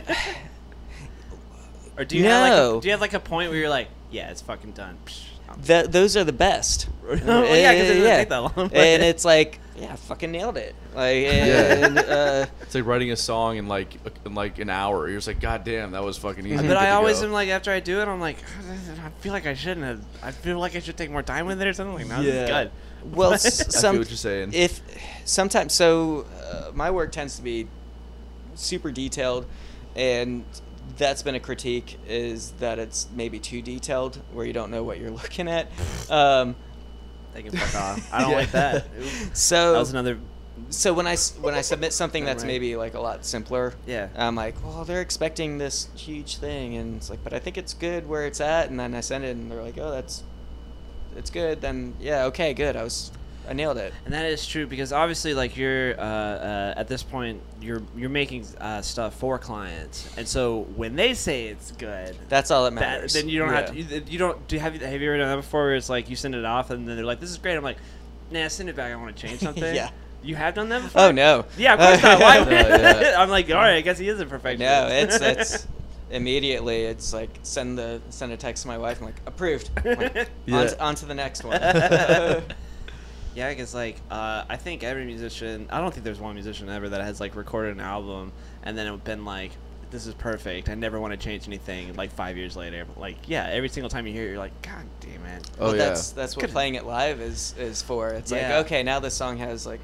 Speaker 3: Or do you have like
Speaker 2: No.
Speaker 3: a, do you have like a point where you're like, yeah, it's fucking done. Psh, I'm-
Speaker 2: that those are the best.
Speaker 3: Well, yeah, 'cause it doesn't take that long, but-
Speaker 2: And it's like, yeah, I fucking nailed it. Like, and, uh,
Speaker 1: It's like writing a song in like in like an hour. You're just like, God damn, that was fucking easy.
Speaker 3: But I always am
Speaker 1: am
Speaker 3: like, after I do it, I'm like, "Ah, I feel like I shouldn't have. I feel like I should take more time with it or something. Like, no, this is
Speaker 2: Yeah.
Speaker 3: good.
Speaker 2: Well,
Speaker 3: But-
Speaker 2: s-
Speaker 1: I
Speaker 2: some
Speaker 1: feel what you're saying.
Speaker 2: If sometimes, so uh, my work tends to be super detailed, and that's been a critique is that it's maybe too detailed, where you don't know what you're looking at. Um,
Speaker 3: They can fuck off. I don't
Speaker 1: Yeah.
Speaker 3: like that.
Speaker 2: so
Speaker 3: That was another.
Speaker 2: so when I s- when I submit something that's
Speaker 3: Right.
Speaker 2: maybe like a lot simpler,
Speaker 3: Yeah.
Speaker 2: I'm like, well, they're expecting this huge thing, and it's like, but I think it's good where it's at, and then I send it, and they're like, oh, that's it's good. Then yeah, okay, good. I was I nailed it.
Speaker 3: And that is true because obviously, like you're uh, uh, at this point, you're you're making uh, stuff for clients, and so when they say it's good,
Speaker 2: That's all that
Speaker 3: that,
Speaker 2: matters.
Speaker 3: then you don't have to.
Speaker 1: Yeah.
Speaker 3: You, you don't do have you have you ever done that before? Where it's like you send it off, and then they're like, "This is great." I'm like, "Nah, send it back. I want to change something."
Speaker 2: Yeah.
Speaker 3: You have done that before?
Speaker 2: Oh no.
Speaker 3: Yeah, of course not. Why? would-
Speaker 1: No, yeah.
Speaker 3: I'm like, all right, I guess he is a perfectionist.
Speaker 2: no, it's it's immediately. It's like send the send a text to my wife. I'm like approved. I'm like, on,
Speaker 1: Yeah.
Speaker 2: to, on to the next one.
Speaker 3: yeah, because like uh, I think every musician, I don't think there's one musician ever that has like recorded an album and then it been like, this is perfect. I never want to change anything. Like five years later, like yeah, every single time you hear it, you're like, god damn it.
Speaker 1: Oh
Speaker 2: But
Speaker 1: yeah.
Speaker 2: that's that's what
Speaker 3: Good.
Speaker 2: playing it live is is for. It's
Speaker 3: Yeah.
Speaker 2: like okay, now this song has like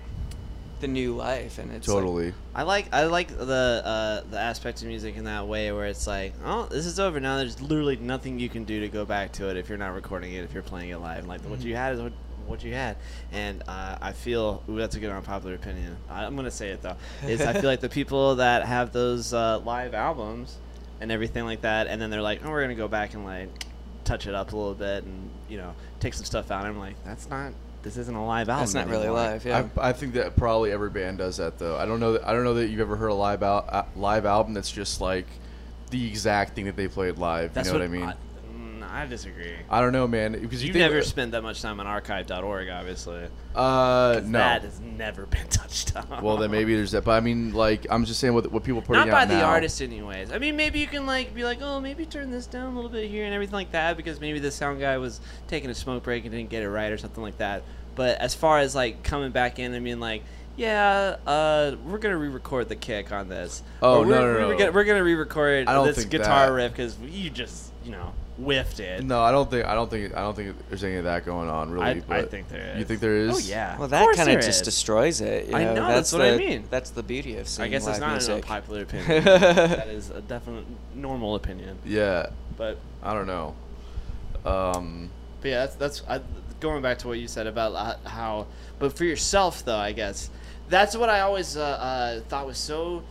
Speaker 2: the new life, and it's like-
Speaker 1: totally.
Speaker 3: I like I like the uh, the aspect of music in that way where it's like, oh, this is over now. There's literally nothing you can do to go back to it if you're not recording it, if you're playing it live. Like what you had is what, what you had, and uh, I feel ooh, that's a good unpopular opinion. I, I'm gonna say it though. Is I feel like the people that have those uh, live albums and everything like that, and then they're like, oh, we're gonna go back and like touch it up a little bit and you know take some stuff out. I'm like, that's not. This isn't a live album.
Speaker 2: that's not really
Speaker 3: anymore.
Speaker 2: live. Yeah.
Speaker 1: I, I think that probably every band does that though. I don't know. That, I don't know that you've ever heard a live out uh, live album that's just like the exact thing that they played live.
Speaker 3: That's
Speaker 1: you know what, I mean?
Speaker 3: I, mm, I disagree.
Speaker 1: I, don't know, man. Because you
Speaker 3: You've
Speaker 1: think-
Speaker 3: never spent that much time on archive.org, obviously.
Speaker 1: Uh, no.
Speaker 3: That has never been touched on.
Speaker 1: well, then maybe there's that. But I mean, like, I'm just saying what what people are putting
Speaker 3: Not by
Speaker 1: out
Speaker 3: the
Speaker 1: now.
Speaker 3: artist, anyways. I mean, maybe you can like be like, oh, maybe turn this down a little bit here and everything like that, because maybe the sound guy was taking a smoke break and didn't get it right or something like that. But as far as like coming back in, I mean, like, yeah, uh, we're gonna re-record the kick on this.
Speaker 1: Oh,
Speaker 3: Or
Speaker 1: no,
Speaker 3: we're,
Speaker 1: no,
Speaker 3: we're
Speaker 1: no.
Speaker 3: Gonna, we're gonna re-record
Speaker 1: I don't
Speaker 3: this
Speaker 1: think
Speaker 3: guitar
Speaker 1: that-
Speaker 3: riff because you just, you know, whiffed it.
Speaker 1: No, I don't think I don't think I don't think there's any of that going on really.
Speaker 3: I, I
Speaker 1: but
Speaker 3: think there is.
Speaker 1: You think there is?
Speaker 3: Oh yeah.
Speaker 2: well,
Speaker 3: Of
Speaker 2: that
Speaker 3: course
Speaker 2: kind
Speaker 3: there
Speaker 2: of just
Speaker 3: is.
Speaker 2: destroys it. you
Speaker 3: I know, that's what
Speaker 2: the,
Speaker 3: I mean.
Speaker 2: That's the beauty of
Speaker 3: I
Speaker 2: seeing
Speaker 3: guess
Speaker 2: live
Speaker 3: it's not an
Speaker 2: music.
Speaker 3: unpopular opinion. that is a definite normal opinion.
Speaker 1: Yeah.
Speaker 3: But,
Speaker 1: I don't know. Um.
Speaker 3: but yeah, that's that's I, going back to what you said about ho- how. But for yourself, though, I guess that's what I always uh, uh, thought was so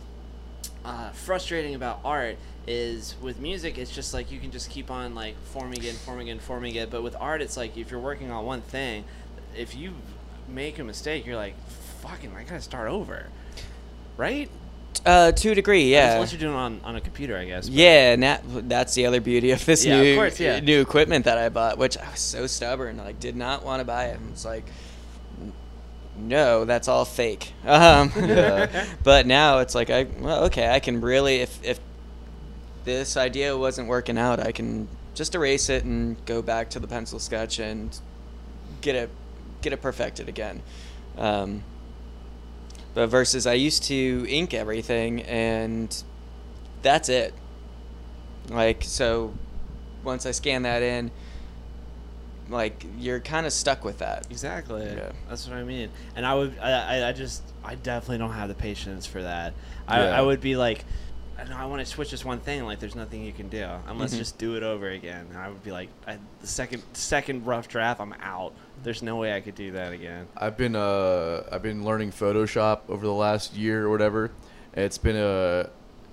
Speaker 3: uh, frustrating about art is with music it's just like you can just keep on like forming it forming it forming it but with art it's like if you're working on one thing if you make a mistake you're like fucking i gotta start over right
Speaker 2: uh, to a degree, yeah.
Speaker 3: unless you're doing it on, on a computer i guess but-
Speaker 2: Yeah, and that, that's the other beauty of this
Speaker 3: Yeah, of
Speaker 2: new
Speaker 3: course, yeah.
Speaker 2: new equipment that I bought, which I was so stubborn, like did not want to buy it. And it's like, no, that's all fake. Um,
Speaker 1: Yeah.
Speaker 2: but now it's like I well, okay, I can really if if this idea wasn't working out, I can just erase it and go back to the pencil sketch and get it get it perfected again. Um, but versus I used to ink everything and that's it. Like so once I scan that in, like you're kind of stuck with that.
Speaker 3: Exactly.
Speaker 1: Yeah.
Speaker 3: That's what I mean. And I would, I, I, I just, I definitely don't have the patience for that. I,
Speaker 1: Yeah.
Speaker 3: I would be like, I know I want to switch this one thing. Like, there's nothing you can do. I'm let's
Speaker 2: Mm-hmm.
Speaker 1: Mhm.
Speaker 3: just do it over again. And I would be like, I, the second, second rough draft, I'm out. There's no way I could do that again.
Speaker 1: I've been uh I've been learning Photoshop over the last year or whatever. It's been a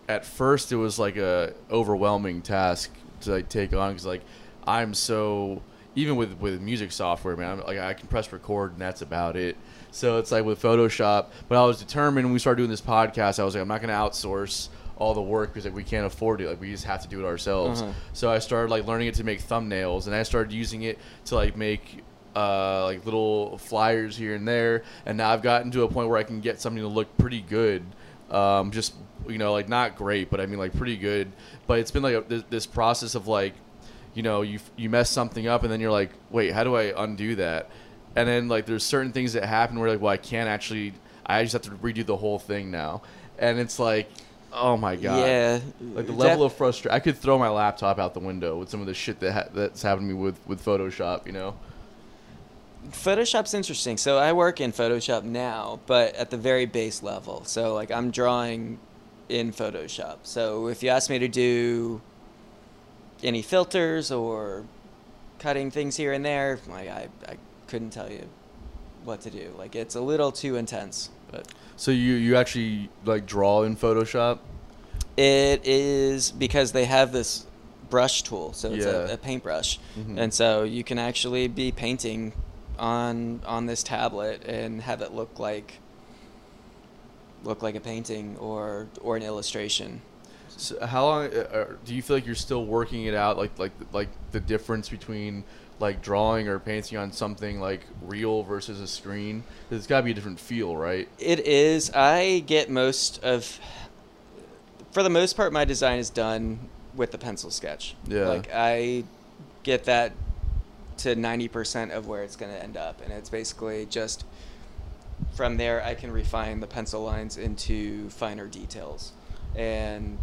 Speaker 1: at first it was like a overwhelming task to like take on because like I'm so even with with music software man I'm, like I can press record and that's about it. So it's like with Photoshop, but I was determined when we started doing this podcast, I was like I'm not gonna outsource all the work because like we can't afford it like we just have to do it ourselves
Speaker 2: Uh-huh.
Speaker 1: so i started like learning it to make thumbnails and i started using it to like make uh, like little flyers here and there and now i've gotten to a point where i can get something to look pretty good um, just you know like not great but i mean like pretty good but it's been like a, this, this process of like you know you, you mess something up and then you're like wait how do i undo that and then like there's certain things that happen where like well i can't actually i just have to redo the whole thing now and it's like oh my god
Speaker 2: Yeah.
Speaker 1: like the level of frustration, I could throw my laptop out the window with some of the shit that ha- that's happened to me with with Photoshop. You know,
Speaker 2: Photoshop's interesting. So I work in Photoshop now, but at the very base level. So like I'm drawing in Photoshop. So if you ask me to do any filters or cutting things here and there, like I, I couldn't tell you what to do. Like it's a little too intense, but
Speaker 1: so you you actually like draw in Photoshop.
Speaker 2: It is because they have this brush tool, so it's
Speaker 1: Yeah.
Speaker 2: a, a paintbrush,
Speaker 1: Mhm.
Speaker 2: and so you can actually be painting on on this tablet and have it look like look like a painting or or an illustration.
Speaker 1: So how long uh, uh, do you feel like you're still working it out? Like like like the difference between like drawing or painting on something like real versus a screen. There's got to be a different feel, right?
Speaker 2: It is. I get most of, for the most part, my design is done with the pencil sketch.
Speaker 1: Yeah.
Speaker 2: Like I get that to ninety percent of where it's going to end up, and it's basically just from there I can refine the pencil lines into finer details, and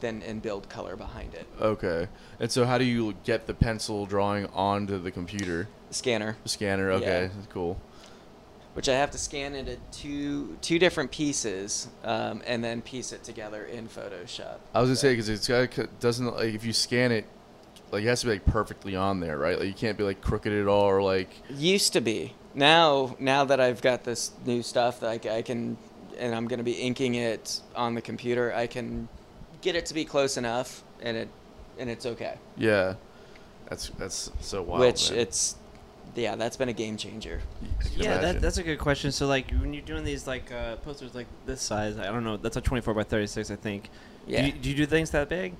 Speaker 2: then and build color behind it.
Speaker 1: Okay. And so how do you get the pencil drawing onto the computer
Speaker 2: Scanner.
Speaker 1: scanner? Okay,
Speaker 2: Yeah.
Speaker 1: cool.
Speaker 2: which I have to scan into two two different pieces um, and then piece it together in Photoshop.
Speaker 1: I was gonna
Speaker 2: So-
Speaker 1: say because it's got it doesn't like if you scan it, like it has to be like perfectly on there, right? Like you can't be like crooked at all or like
Speaker 2: used to be. Now now that I've got this new stuff that I, c- I can and I'm going to be inking it on the computer, I can get it to be close enough and it and it's okay.
Speaker 1: yeah. That's that's so wild.
Speaker 2: which
Speaker 1: man.
Speaker 2: it's yeah, that's been a game changer.
Speaker 1: You can
Speaker 3: Yeah, that,
Speaker 1: imagine.
Speaker 3: that's a good question. So, like, when you're doing these like uh, posters like this size, I don't know, that's a 24 by 36, I think.
Speaker 2: Yeah.
Speaker 3: Do you, do you do things that big?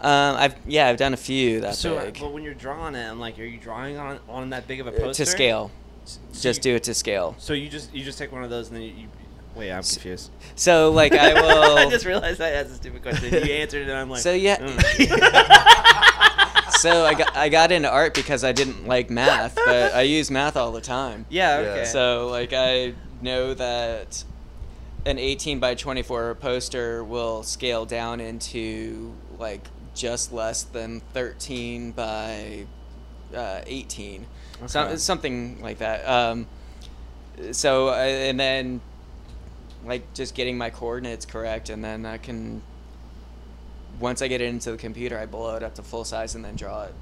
Speaker 2: Um, I've yeah, I've done a few that
Speaker 3: so,
Speaker 2: big.
Speaker 3: but when you're drawing it, I'm like, are you drawing on on that big of a
Speaker 2: Uh,
Speaker 3: poster?
Speaker 2: to scale.
Speaker 3: S- so
Speaker 2: Just
Speaker 3: you-
Speaker 2: do it to scale.
Speaker 3: So you just you just take one of those and then you. you wait, I'm
Speaker 2: S-
Speaker 3: confused.
Speaker 2: So like I will
Speaker 3: I just realized I asked a stupid question. You answered it. and I'm like. "Hmm."
Speaker 2: So, yeah.
Speaker 3: mm.
Speaker 2: so I got I got into art because I didn't like math, but I use math all the time.
Speaker 3: yeah.
Speaker 1: Yeah.
Speaker 3: Okay.
Speaker 2: So like I know that an 18 by 24 poster will scale down into like just less than 13 by uh, 18, so,
Speaker 3: Okay.
Speaker 2: something like that. Um, so I- and then like just getting my coordinates correct, and then I can once I get it into the computer, I blow it up to full size and then draw it.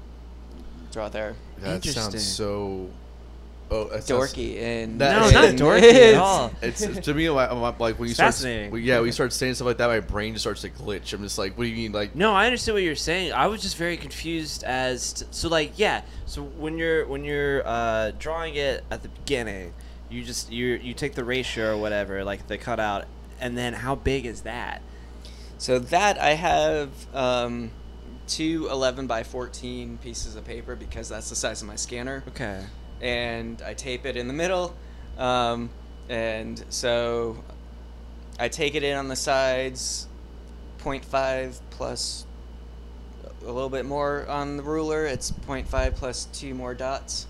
Speaker 2: Draw it there.
Speaker 1: that
Speaker 3: Interesting.
Speaker 1: sounds so. Oh, that sounds-
Speaker 2: Dorky and
Speaker 1: That-
Speaker 3: no,
Speaker 1: it's-
Speaker 3: not
Speaker 2: and-
Speaker 3: dorky at all.
Speaker 1: It's it's- to me like, I'm like- like when you start
Speaker 3: Fascinating.
Speaker 1: well, yeah when you start saying stuff like that, my brain just starts to glitch. I'm just like, what do you mean like?
Speaker 3: No, I understand what you're saying. I was just very confused as to, so like yeah. So when you're when you're uh, drawing it at the beginning, you just you you take the ratio or whatever like the cutout, and then how big is that?
Speaker 2: So that I have um, two 11 by 14 pieces of paper because that's the size of my scanner,
Speaker 3: Okay.
Speaker 2: and I tape it in the middle, um, and so I take it in on the sides, 0.5 plus a little bit more on the ruler. It's 0.5 plus two more dots,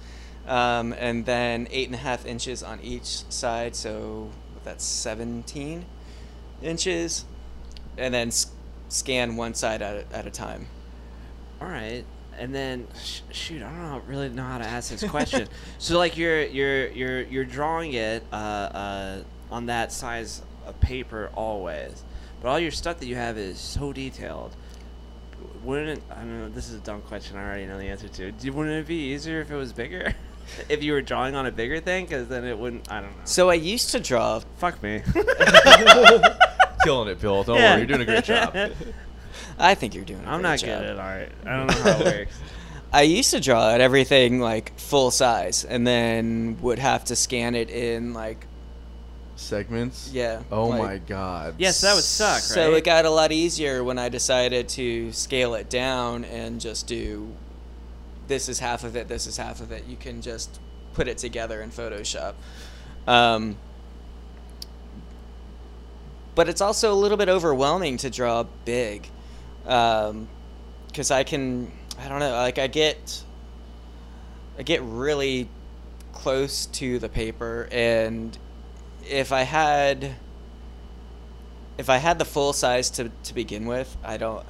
Speaker 2: um, and then eight and a half inches on each side. So that's 17 inches, and then s- scan one side at a, at a time.
Speaker 3: All right. and then sh- shoot, I don't know, really know how to ask this question. so like you're you're you're you're drawing it uh, uh, on that size of paper always, but all your stuff that you have is so detailed. Wouldn't I don't know? This is a dumb question. I already know the answer to. Do- Wouldn't it be easier if it was bigger? if you were drawing on a bigger thing, because then it wouldn't. I don't know.
Speaker 2: So I used to draw.
Speaker 3: Fuck me.
Speaker 1: Killing it, Bill. Don't worry, you're doing a great job.
Speaker 2: I think you're doing. a
Speaker 3: I'm
Speaker 2: great
Speaker 3: not
Speaker 2: job.
Speaker 3: good at art. I don't know how it works.
Speaker 2: I used to draw at everything like full size, and then would have to scan it in like
Speaker 1: Segments.
Speaker 2: yeah.
Speaker 1: Oh
Speaker 2: like-
Speaker 1: my God.
Speaker 3: Yes, that would suck.
Speaker 2: So
Speaker 3: right?
Speaker 2: it got a lot easier when I decided to scale it down and just do this is half of it, this is half of it. You can just put it together in Photoshop. Um, but it's also a little bit overwhelming to draw big because I can, I don't know, like I get, I get really close to the paper and if I had if I had the full size to, to begin with, I don't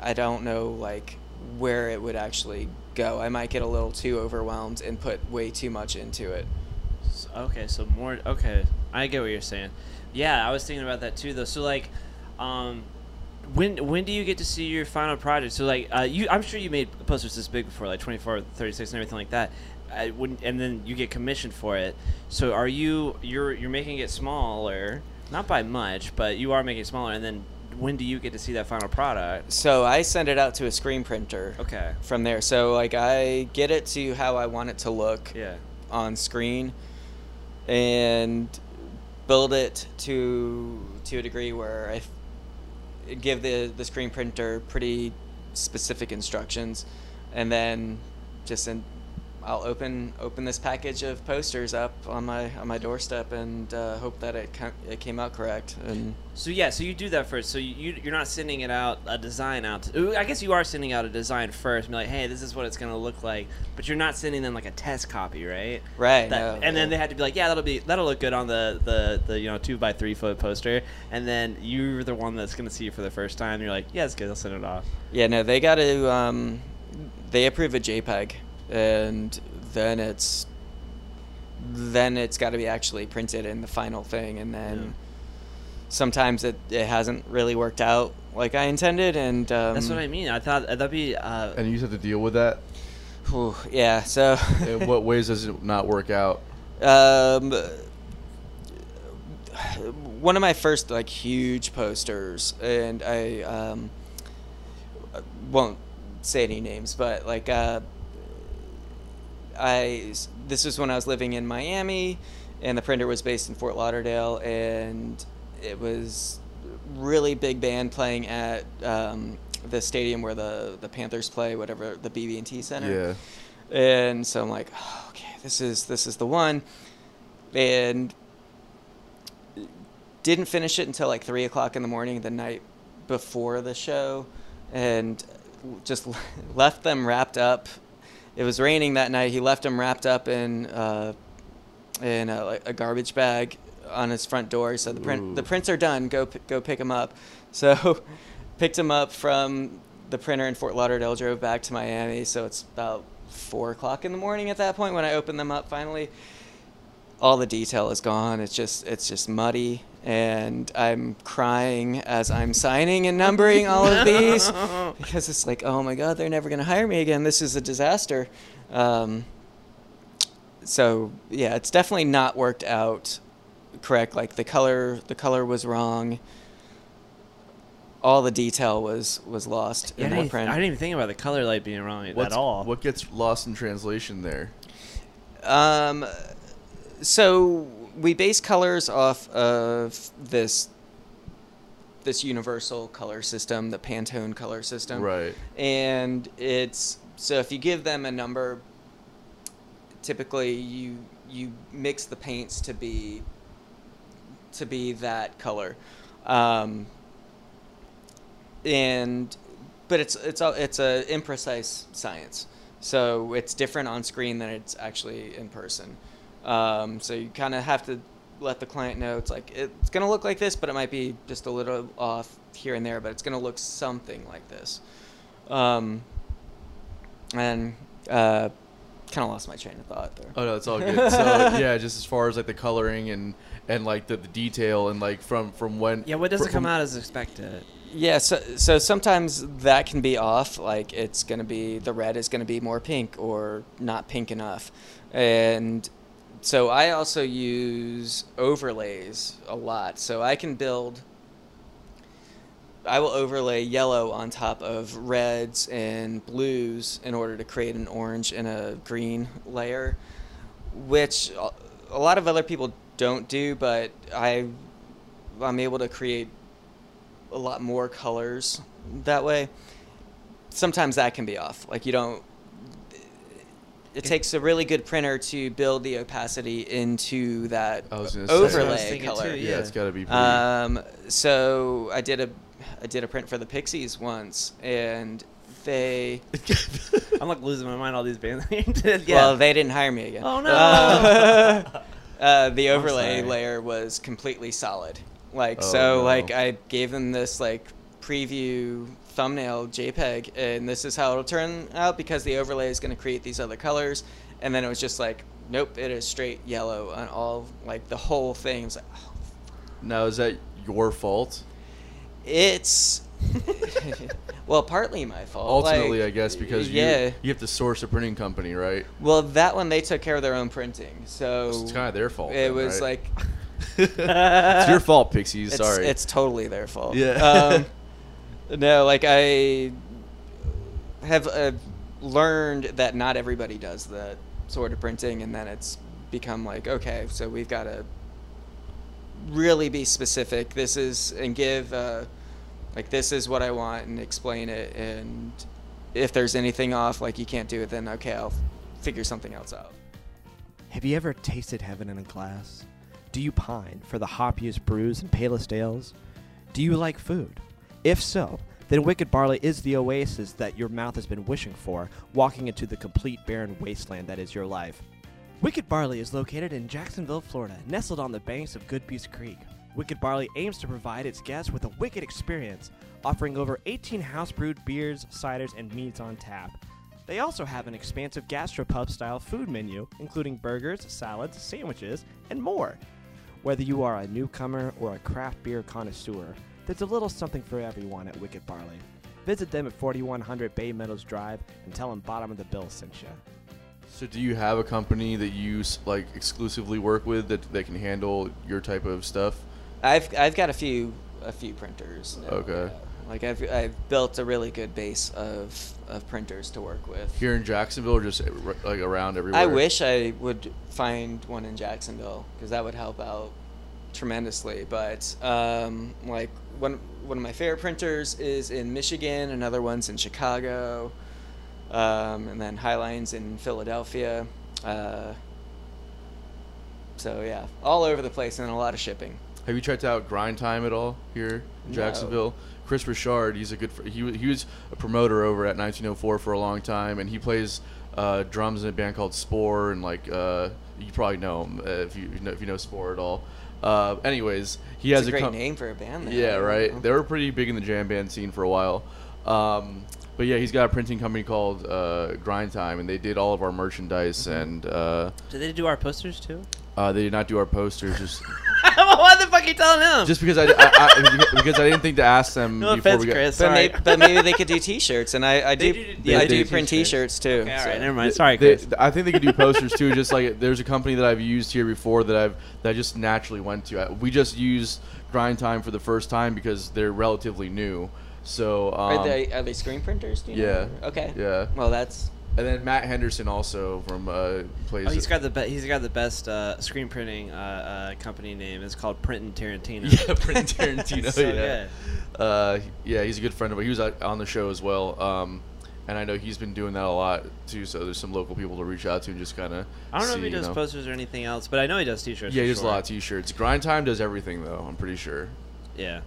Speaker 2: I don't know like where it would actually go. I might get a little too overwhelmed and put way too much into it.
Speaker 3: S- Okay, so more. Okay, I get what you're saying. Yeah, I was thinking about that too, though. So like, um, when when do you get to see your final project? So like, uh, you I'm sure you made posters this big before, like 24, 36, and everything like that. I wouldn't, and then you get commissioned for it. So are you you're you're making it smaller, not by much, but you are making it smaller. And then when do you get to see that final product?
Speaker 2: So I send it out to a screen printer
Speaker 3: Okay.
Speaker 2: from there. So like I get it to how I want it to look
Speaker 3: Yeah.
Speaker 2: on screen and build it to to a degree where I f- give the the screen printer pretty specific instructions, and then just in, I'll open open this package of posters up on my on my doorstep and uh, hope that it com- it came out correct and.
Speaker 3: So yeah, so you do that first. So you you- you're not sending it out a design out. To, ooh, I guess you are sending out a design first. And be like, hey, this is what it's gonna look like. But you're not sending them like a test copy, right?
Speaker 2: Right,
Speaker 3: That-
Speaker 2: no,
Speaker 3: and
Speaker 2: yeah.
Speaker 3: then they had to be like, yeah, that'll be that'll look good on the the the you know two by three foot poster. And then you're the one that's gonna see it for the first time. You're like, yeah, it's good. I'll send it off.
Speaker 2: Yeah, no, they got to. Um, they approve a JPEG, and then it's then it's got to be actually printed in the final thing, and then
Speaker 3: Yeah.
Speaker 2: sometimes it it hasn't really worked out like I intended, and um,
Speaker 3: That's what I mean. I thought that'd be uh,
Speaker 1: And you just have to deal with that.
Speaker 2: whew, yeah, so
Speaker 1: In what ways does it not work out?
Speaker 2: um, one of my first like huge posters, and I um, won't say any names, but like uh, I this was when I was living in Miami, and the printer was based in Fort Lauderdale, and it was really big band playing at um, the stadium where the the Panthers play, whatever the BB and T Center
Speaker 1: Yeah.
Speaker 2: and so I'm like, oh, okay, this is this is the one, and didn't finish it until like three o'clock in the morning the night before the show, and just left them wrapped up. It was raining that night. He left them wrapped up in uh, in a, like, a garbage bag on his front door. So the print the
Speaker 1: Ooh.
Speaker 2: prints are done. Go p- go pick them up. So picked him up from the printer in Fort Lauderdale. Drove back to Miami. So it's about four o'clock in the morning at that point when I opened them up finally. All the detail is gone. It's just it's just muddy, and I'm crying as I'm signing and numbering all of these because it's like, oh my god, they're never going to hire me again. This is a disaster. Um, so yeah, it's definitely not worked out correct. Like the color, the color was wrong. All the detail was was lost
Speaker 3: Yeah, I,
Speaker 2: in
Speaker 3: didn't,
Speaker 2: the print.
Speaker 3: I didn't even think about the color light being wrong
Speaker 1: What's-
Speaker 3: at all.
Speaker 1: What gets lost in translation there?
Speaker 2: Um, so we base colors off of this this universal color system, the Pantone color system,
Speaker 1: Right.
Speaker 2: And it's so if you give them a number, typically you you mix the paints to be to be that color, um, and but it's it's a, it's a imprecise science. So it's different on screen than it's actually in person. Um, so you kind of have to let the client know it's like it's gonna look like this, but it might be just a little off here and there, but it's gonna look something like this. Um, and uh, kind of lost my train of thought there.
Speaker 1: Oh no, it's all good. So yeah, just as far as like the coloring and and like the, the detail and like from from when
Speaker 3: Yeah, what doesn't
Speaker 1: from-
Speaker 3: come out as expected?
Speaker 2: Yeah, so, so sometimes that can be off. Like it's going to be, the red is going to be more pink or not pink enough. And so I also use overlays a lot. So I can build, I will overlay yellow on top of reds and blues in order to create an orange and a green layer, which a- a lot of other people don't do, but I, I'm able to create a lot more colors that way. Sometimes that can be off. Like you don't. It takes a really good printer to build the opacity into that
Speaker 1: I was gonna say. That's what I was
Speaker 2: overlay
Speaker 4: thinking
Speaker 2: color.
Speaker 4: too,
Speaker 1: yeah, it's got to be pretty.
Speaker 2: Um, so I did a I did a print for the Pixies once, and they
Speaker 3: I'm like losing my mind. All these bands. yeah.
Speaker 2: well they didn't hire me again.
Speaker 3: Oh, no.
Speaker 2: Uh, uh, the overlay
Speaker 3: sorry.
Speaker 2: layer was completely solid. Like
Speaker 1: Oh,
Speaker 2: so,
Speaker 1: no.
Speaker 2: like I gave them this like preview thumbnail JPEG, and this is how it'll turn out because the overlay is going to create these other colors, and then it was just like. Nope, it is straight yellow on all like the whole thing. It was like, oh,
Speaker 1: now is that your fault?
Speaker 2: It's well, partly my fault.
Speaker 1: Ultimately,
Speaker 2: like,
Speaker 1: I guess because
Speaker 2: yeah.
Speaker 1: you you have to source a printing company, right?
Speaker 2: Well, that one they took care of their own printing, so
Speaker 1: It's kind of their fault.
Speaker 2: Oh, It
Speaker 1: then,
Speaker 2: was
Speaker 1: right?
Speaker 2: like
Speaker 1: it's your fault, Pixies.
Speaker 2: it's,
Speaker 1: Sorry.
Speaker 2: it's totally their fault.
Speaker 1: Yeah.
Speaker 2: Um, no, like I have uh, learned that not everybody does that sort of printing, and then it's become like, okay, so we've got to really be specific. This is and give uh, like this is what I want, and explain it. And if there's anything off, like you can't do it, then okay, I'll figure something else out.
Speaker 5: Have you ever tasted heaven in a glass? Do you pine for the hoppiest brews and palest ales? Do you like food? If so, then Wicked Barley is the oasis that your mouth has been wishing for, walking into the complete barren wasteland that is your life. Wicked Barley is located in Jacksonville, Florida, nestled on the banks of Good Goodbeast Creek. Wicked Barley aims to provide its guests with a wicked experience, offering over 18 house-brewed beers, ciders, and meats on tap. They also have an expansive gastropub style food menu, including burgers, salads, sandwiches, and more. Whether you are a newcomer or a craft beer connoisseur, there's a little something for everyone at Wicked Barley. Visit them at 4100 Bay Meadows Drive and tell them Bottom of the Bill sent you.
Speaker 1: so, do you have a company that you s- like exclusively work with that that can handle your type of stuff?
Speaker 2: I've I've got a few a few printers. now,
Speaker 1: Okay.
Speaker 2: yeah. Like I've I've built a really good base of of printers to work with.
Speaker 1: Here in Jacksonville, or just uh, r- like around everywhere.
Speaker 2: I wish I would find one in Jacksonville because that would help out tremendously. But um, like one one of my favorite printers is in Michigan. Another one's in Chicago, um, and then Highline's in Philadelphia. Uh, so yeah, all over the place and a lot of shipping.
Speaker 1: Have you checked out Grind Time at all here in
Speaker 2: No.
Speaker 1: Jacksonville? Chris Richard, he's a good. Fr- he wa- he was a promoter over at 1904 for a long time, and he plays uh, drums in a band called Spore, and like uh, you probably know him uh, if you, you know if you know Spore at all. Uh, anyways, he
Speaker 2: It's
Speaker 1: has
Speaker 2: a great
Speaker 1: com-
Speaker 2: name for a band. There.
Speaker 1: Yeah, right.
Speaker 2: Mhm.
Speaker 1: They were pretty big in the jam band scene for a while. Um, but yeah, he's got a printing company called uh, Grind Time, and they did all of our merchandise,
Speaker 2: Mm-hmm.
Speaker 1: and uh,
Speaker 3: Do they do our posters too?
Speaker 1: uh, they did not do our posters. Just
Speaker 3: what the fuck are you telling him?
Speaker 1: just because I, I, I because I didn't think to ask them
Speaker 3: no
Speaker 1: before
Speaker 3: offense,
Speaker 1: we got.
Speaker 3: Chris.
Speaker 2: But,
Speaker 3: Sorry.
Speaker 2: may, but maybe they could do T-shirts, and I, I do,
Speaker 3: do-
Speaker 1: they
Speaker 2: I
Speaker 1: do
Speaker 2: do print T-shirts,
Speaker 3: t-shirts.
Speaker 2: too.
Speaker 3: Okay, all
Speaker 2: so-
Speaker 3: right, never mind. Sorry,
Speaker 1: They-
Speaker 3: Chris.
Speaker 1: I think they could do posters too. Just like there's a company that I've used here before that I've that I just naturally went to. I- We just used Grind Time for the first time because they're relatively new. So um,
Speaker 2: are they are they screen printers? Do you
Speaker 1: yeah.
Speaker 2: Know? Okay.
Speaker 1: Yeah.
Speaker 2: Well, that's
Speaker 1: And then Matt Henderson also from uh, plays.
Speaker 3: Oh, he's got the be- he's got the best uh, screen printing uh, uh, company name. It's called Print and Tarantino.
Speaker 1: yeah, Brent Tarantino.
Speaker 3: So
Speaker 1: yeah. Uh, yeah, he's a good friend of mine. He was uh, on the show as well. Um, and I know he's been doing that a lot too. So there's some local people to reach out to and just kind of.
Speaker 3: I don't know if he does
Speaker 1: know.
Speaker 3: posters or anything else, but I know he does t-shirts.
Speaker 1: Yeah,
Speaker 3: for
Speaker 1: he does a
Speaker 3: sure.
Speaker 1: lot of t-shirts. Grind Time does everything though. I'm pretty sure.
Speaker 3: Yeah.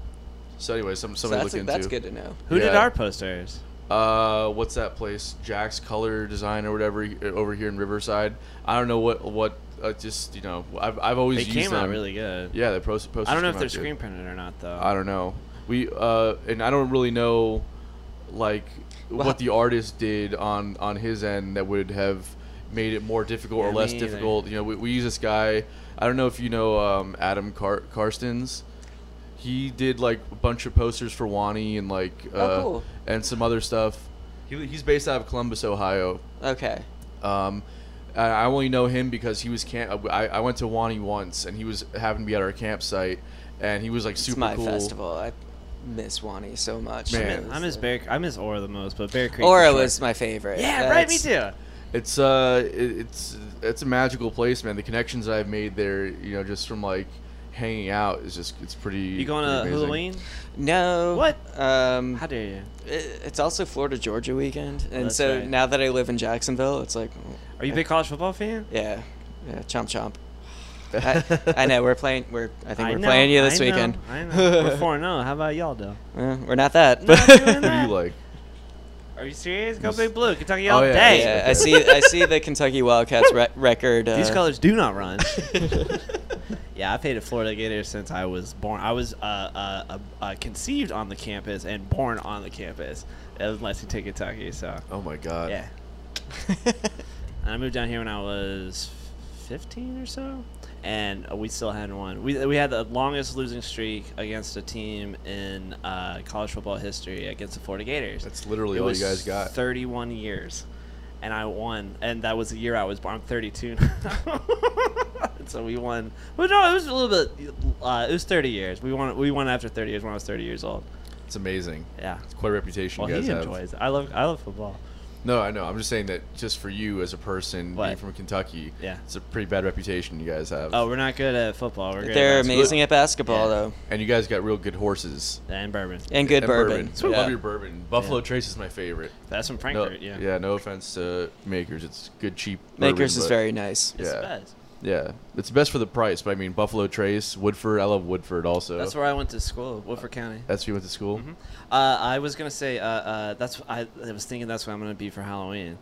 Speaker 1: So anyway, some
Speaker 2: so
Speaker 1: somebody
Speaker 2: that's,
Speaker 1: look into.
Speaker 2: that's good to know.
Speaker 3: Who did
Speaker 1: Yeah.
Speaker 3: our posters?
Speaker 1: Uh, what's that place? Jack's Color Design or whatever he- uh, over here in Riverside. I don't know what what. Uh, just you know, I've I've always
Speaker 3: They
Speaker 1: used
Speaker 3: came out
Speaker 1: them.
Speaker 3: really good.
Speaker 1: Yeah, the post posters.
Speaker 3: I don't know
Speaker 1: came
Speaker 3: if they're
Speaker 1: out good.
Speaker 3: screen printed or not though.
Speaker 1: I don't know. We uh, and I don't really know like
Speaker 2: Well,
Speaker 1: what the artist did on on his end that would have made it more difficult or
Speaker 3: Yeah,
Speaker 1: less
Speaker 3: me either.
Speaker 1: difficult. You know, we, we use this guy. I don't know if you know um, Adam Car- Karstens. He did like a bunch of posters for Wani and like uh,
Speaker 2: Oh, cool.
Speaker 1: and some other stuff. He, he's based out of Columbus, Ohio.
Speaker 2: Okay.
Speaker 1: Um, I- I only know him because he was camp. I, I went to Wani once, and he was happened to be at our campsite, and he was like super
Speaker 2: it's my
Speaker 1: cool.
Speaker 2: festival. I miss Wani so much. uh,
Speaker 1: Man.
Speaker 3: I miss Bear. I miss Aura the most, but Bear Creek.
Speaker 2: Aura
Speaker 3: for sure.
Speaker 2: was my favorite.
Speaker 3: Yeah, right. Me
Speaker 2: That's-
Speaker 3: too.
Speaker 1: It's uh, it, it's it's a magical place, man. The connections I've made there, you know, just from like hanging out is just it's pretty.
Speaker 3: You going to
Speaker 1: pretty amazing.
Speaker 3: Halloween?
Speaker 2: No.
Speaker 3: What?
Speaker 2: Um,
Speaker 3: How dare you?
Speaker 2: it- it's also Florida Georgia weekend, and
Speaker 3: that's
Speaker 2: so
Speaker 3: right.
Speaker 2: now that I live in Jacksonville, it's like,
Speaker 3: Are you a big college football fan?
Speaker 2: yeah, yeah, chomp chomp. I, I know we're playing. We're I think we're
Speaker 3: know,
Speaker 2: playing you this
Speaker 3: I know,
Speaker 2: weekend.
Speaker 3: I know. We're four and zero. How about y'all though?
Speaker 2: Eh, we're not that.
Speaker 3: Not doing
Speaker 1: Who do you
Speaker 3: that.
Speaker 1: like?
Speaker 3: Are you serious? Go Big Blue, Kentucky
Speaker 1: Oh,
Speaker 3: all
Speaker 1: yeah,
Speaker 3: day.
Speaker 2: Yeah, I see. I see the Kentucky Wildcats re- record. Uh,
Speaker 3: These colors do not run. yeah, I've hated Florida Gators since I was born. I was uh, uh, uh, uh, conceived on the campus and born on the campus of Lexington, Kentucky. So,
Speaker 1: Oh my god.
Speaker 3: yeah. And I moved down here when I was 15 or so, and we still hadn't won. We, we had the longest losing streak against a team in uh, college football history against the Florida Gators.
Speaker 1: That's literally
Speaker 3: It
Speaker 1: all
Speaker 3: was
Speaker 1: you guys got.
Speaker 3: 31 years. And I won. And that was the year I was born. I'm 32 now. And so we won. Well, no, it was a little bit. Uh, it was 30 years. We won. We won after 30 years when I was 30 years old.
Speaker 1: It's amazing.
Speaker 3: Yeah.
Speaker 1: It's quite a reputation
Speaker 3: Well,
Speaker 1: you guys
Speaker 3: he
Speaker 1: have.
Speaker 3: enjoys. It. I love. I love football.
Speaker 1: No, I know. I'm just saying that just for you as a person being
Speaker 3: What?
Speaker 1: from Kentucky,
Speaker 3: Yeah.
Speaker 1: it's a pretty bad reputation you guys have.
Speaker 3: Oh, we're not good at football. We're good at
Speaker 2: they're
Speaker 3: basketball
Speaker 2: amazing at basketball
Speaker 3: Yeah.
Speaker 2: though,
Speaker 1: and you guys got real good horses.
Speaker 3: and bourbon.
Speaker 2: and good
Speaker 1: and
Speaker 2: bourbon.
Speaker 1: I
Speaker 2: Yeah.
Speaker 1: love your bourbon. Buffalo Trace is my favorite.
Speaker 3: That's from
Speaker 1: No,
Speaker 3: Frankfurt. yeah.
Speaker 1: no offense to Makers. It's good, cheap. bourbon,
Speaker 2: Makers is
Speaker 1: but-
Speaker 2: very nice.
Speaker 3: It's the
Speaker 1: Yeah.
Speaker 3: best.
Speaker 1: Yeah, it's best for the price. But I mean, Buffalo Trace, Woodford. I love Woodford also.
Speaker 3: That's where I went to school, Woodford County.
Speaker 1: That's where you went to school.
Speaker 3: Mhm. Uh, I was gonna say uh, uh, that's I, I was thinking that's what I'm gonna be for Halloween.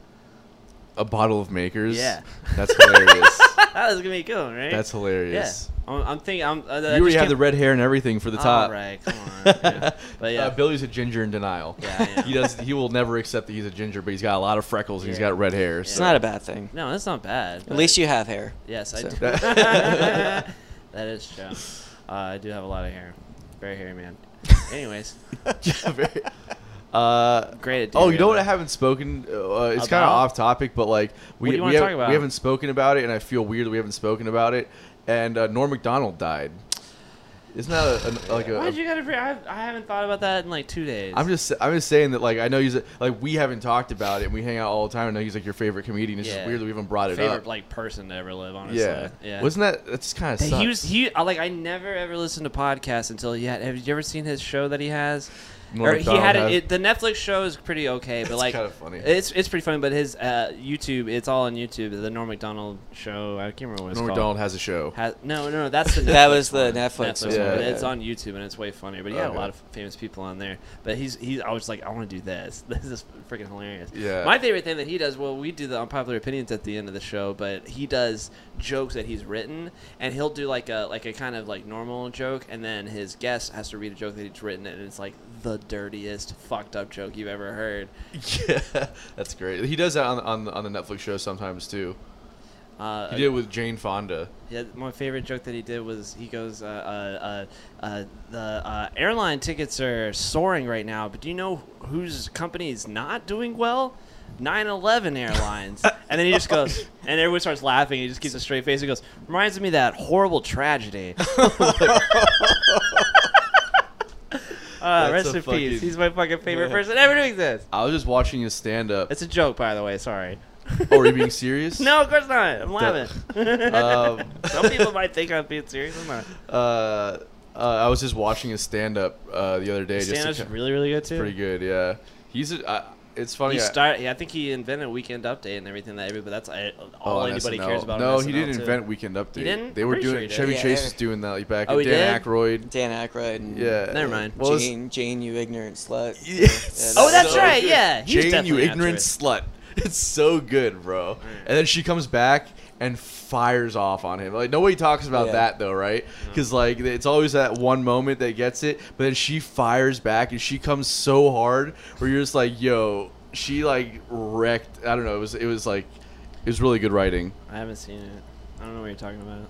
Speaker 1: A bottle of Makers.
Speaker 3: Yeah.
Speaker 1: that's hilarious.
Speaker 3: that was gonna be cool, right?
Speaker 1: that's
Speaker 3: yeah.
Speaker 1: hilarious.
Speaker 3: I'm, I'm thinking. I'm, uh,
Speaker 1: You already have the red hair and everything for the top.
Speaker 3: All right, come on. yeah. But yeah,
Speaker 1: Uh, Billy's a ginger in denial.
Speaker 3: Yeah, I am.
Speaker 1: he does. He will never accept that he's a ginger, but he's got a lot of freckles and he's
Speaker 3: Yeah.
Speaker 1: got red hair.
Speaker 2: It's
Speaker 1: so-
Speaker 2: not a bad thing.
Speaker 3: no, that's not bad.
Speaker 2: At least you have hair.
Speaker 3: Yes, I
Speaker 2: So-
Speaker 3: do. that is true. Uh, I do have a lot of hair. Very hairy man. Anyways,
Speaker 1: Yeah, very- uh,
Speaker 3: great.
Speaker 1: Oh, you know what? I
Speaker 3: have.
Speaker 1: haven't spoken. Uh, it's kind of
Speaker 3: About?
Speaker 1: off topic, but like we
Speaker 3: What do you
Speaker 1: we,
Speaker 3: wanna
Speaker 1: have,
Speaker 3: talk about?
Speaker 1: we haven't spoken about it, and I feel weird that we haven't spoken about it. And uh, Norm Macdonald died. Isn't that a, a, like a?
Speaker 3: Why'd you gotta? Bring, I, have, I haven't thought about that in like two days.
Speaker 1: I'm just I'm just saying that like I know he's a- like we haven't talked about it. and We hang out all the time. and I know he's like your favorite comedian. It's just
Speaker 3: Yeah.
Speaker 1: weird that we haven't brought it
Speaker 3: favorite
Speaker 1: up.
Speaker 3: like person to ever live. Honestly,
Speaker 1: yeah.
Speaker 3: yeah.
Speaker 1: Wasn't that that's kind of
Speaker 3: That he was he I- like I never ever listened to podcasts until he had. Have you ever seen his show that he has?
Speaker 1: Norm
Speaker 3: Or he had
Speaker 1: Macdonald
Speaker 3: it,
Speaker 1: has-
Speaker 3: it. The Netflix show is pretty okay, but
Speaker 1: It's
Speaker 3: like
Speaker 1: kinda funny.
Speaker 3: It's it's pretty funny, but his uh, YouTube, it's all on YouTube. The Norm Macdonald show. I can't remember what it's
Speaker 1: Norm
Speaker 3: called.
Speaker 1: Macdonald has a show.
Speaker 3: Has, no, no, no, that's the Netflix
Speaker 2: That was the
Speaker 3: one.
Speaker 2: Netflix
Speaker 3: Netflix
Speaker 2: one,
Speaker 3: one, but
Speaker 1: yeah.
Speaker 3: It's on YouTube and it's way funnier. But he had
Speaker 1: Okay.
Speaker 3: a lot of famous people on there. But he's he's. I was like, I want to do this. This is freaking hilarious.
Speaker 1: Yeah.
Speaker 3: My favorite thing that he does. Well, we do the unpopular opinions at the end of the show, but he does jokes that he's written, and he'll do like a like a kind of like normal joke, and then his guest has to read a joke that he's written, and it's like the dirtiest fucked up joke you've ever heard.
Speaker 1: yeah, that's great. He does that on on, on the Netflix show sometimes too.
Speaker 3: Uh,
Speaker 1: He did it with Jane Fonda.
Speaker 3: Yeah, my favorite joke that he did was he goes, uh, uh, uh, uh, "The uh, airline tickets are soaring right now, but do you know whose company is not doing well? 9/11 Airlines." and then he just goes, and everyone starts laughing. He just keeps a straight face. He goes, "Reminds me of that horrible tragedy." uh,
Speaker 1: That's
Speaker 3: rest
Speaker 1: a
Speaker 3: in
Speaker 1: fucking-
Speaker 3: peace. He's my fucking favorite
Speaker 1: Yeah.
Speaker 3: person ever to exist.
Speaker 1: I was just watching his stand up.
Speaker 3: It's a joke, by the way. Sorry.
Speaker 1: Oh, are you being serious?
Speaker 3: No, of course not. I'm laughing.
Speaker 1: Um,
Speaker 3: Some people might think I'm being serious. I'm not.
Speaker 1: Uh, uh, I was just watching his stand up uh, the other day. just to
Speaker 3: Santa's
Speaker 1: ki-
Speaker 3: really, really good too.
Speaker 1: pretty good. Yeah, he's. A, uh, it's funny.
Speaker 3: He
Speaker 1: I-
Speaker 3: start. Yeah, I think he invented Weekend Update and everything that everybody. That's I- all
Speaker 1: Oh, on
Speaker 3: anybody
Speaker 1: SNL.
Speaker 3: cares about.
Speaker 1: No,
Speaker 3: on
Speaker 1: he
Speaker 3: SNL
Speaker 1: didn't
Speaker 3: too.
Speaker 1: invent Weekend Update.
Speaker 3: didn't?
Speaker 1: They were
Speaker 3: Pretty sure
Speaker 1: doing
Speaker 3: he did.
Speaker 1: Chevy
Speaker 2: Yeah,
Speaker 1: Chase
Speaker 2: they're-
Speaker 1: was doing that like back.
Speaker 3: Oh, he
Speaker 1: Dan
Speaker 3: did?
Speaker 1: Aykroyd.
Speaker 2: Dan Aykroyd. And
Speaker 1: Yeah.
Speaker 3: Never mind.
Speaker 1: Well, it's-
Speaker 2: Jane, Jane, you ignorant slut.
Speaker 1: Yeah,
Speaker 2: that
Speaker 3: Oh,
Speaker 2: was
Speaker 3: that's
Speaker 2: so
Speaker 3: right.
Speaker 1: good.
Speaker 3: Yeah, he's
Speaker 1: Jane, you
Speaker 3: definitely after
Speaker 1: ignorant
Speaker 3: it. Mm.
Speaker 1: slut. It's so good, bro. And then she comes back, and fires off on him. Like nobody talks about
Speaker 2: Yeah.
Speaker 1: that though, right?
Speaker 3: Mm.
Speaker 1: Because like it's always that one moment that gets it, but then she fires back and she comes so hard where you're just like, yo, she like wrecked. I don't know. It was it was like it was really good writing.
Speaker 3: I haven't seen it. I don't know what you're talking about.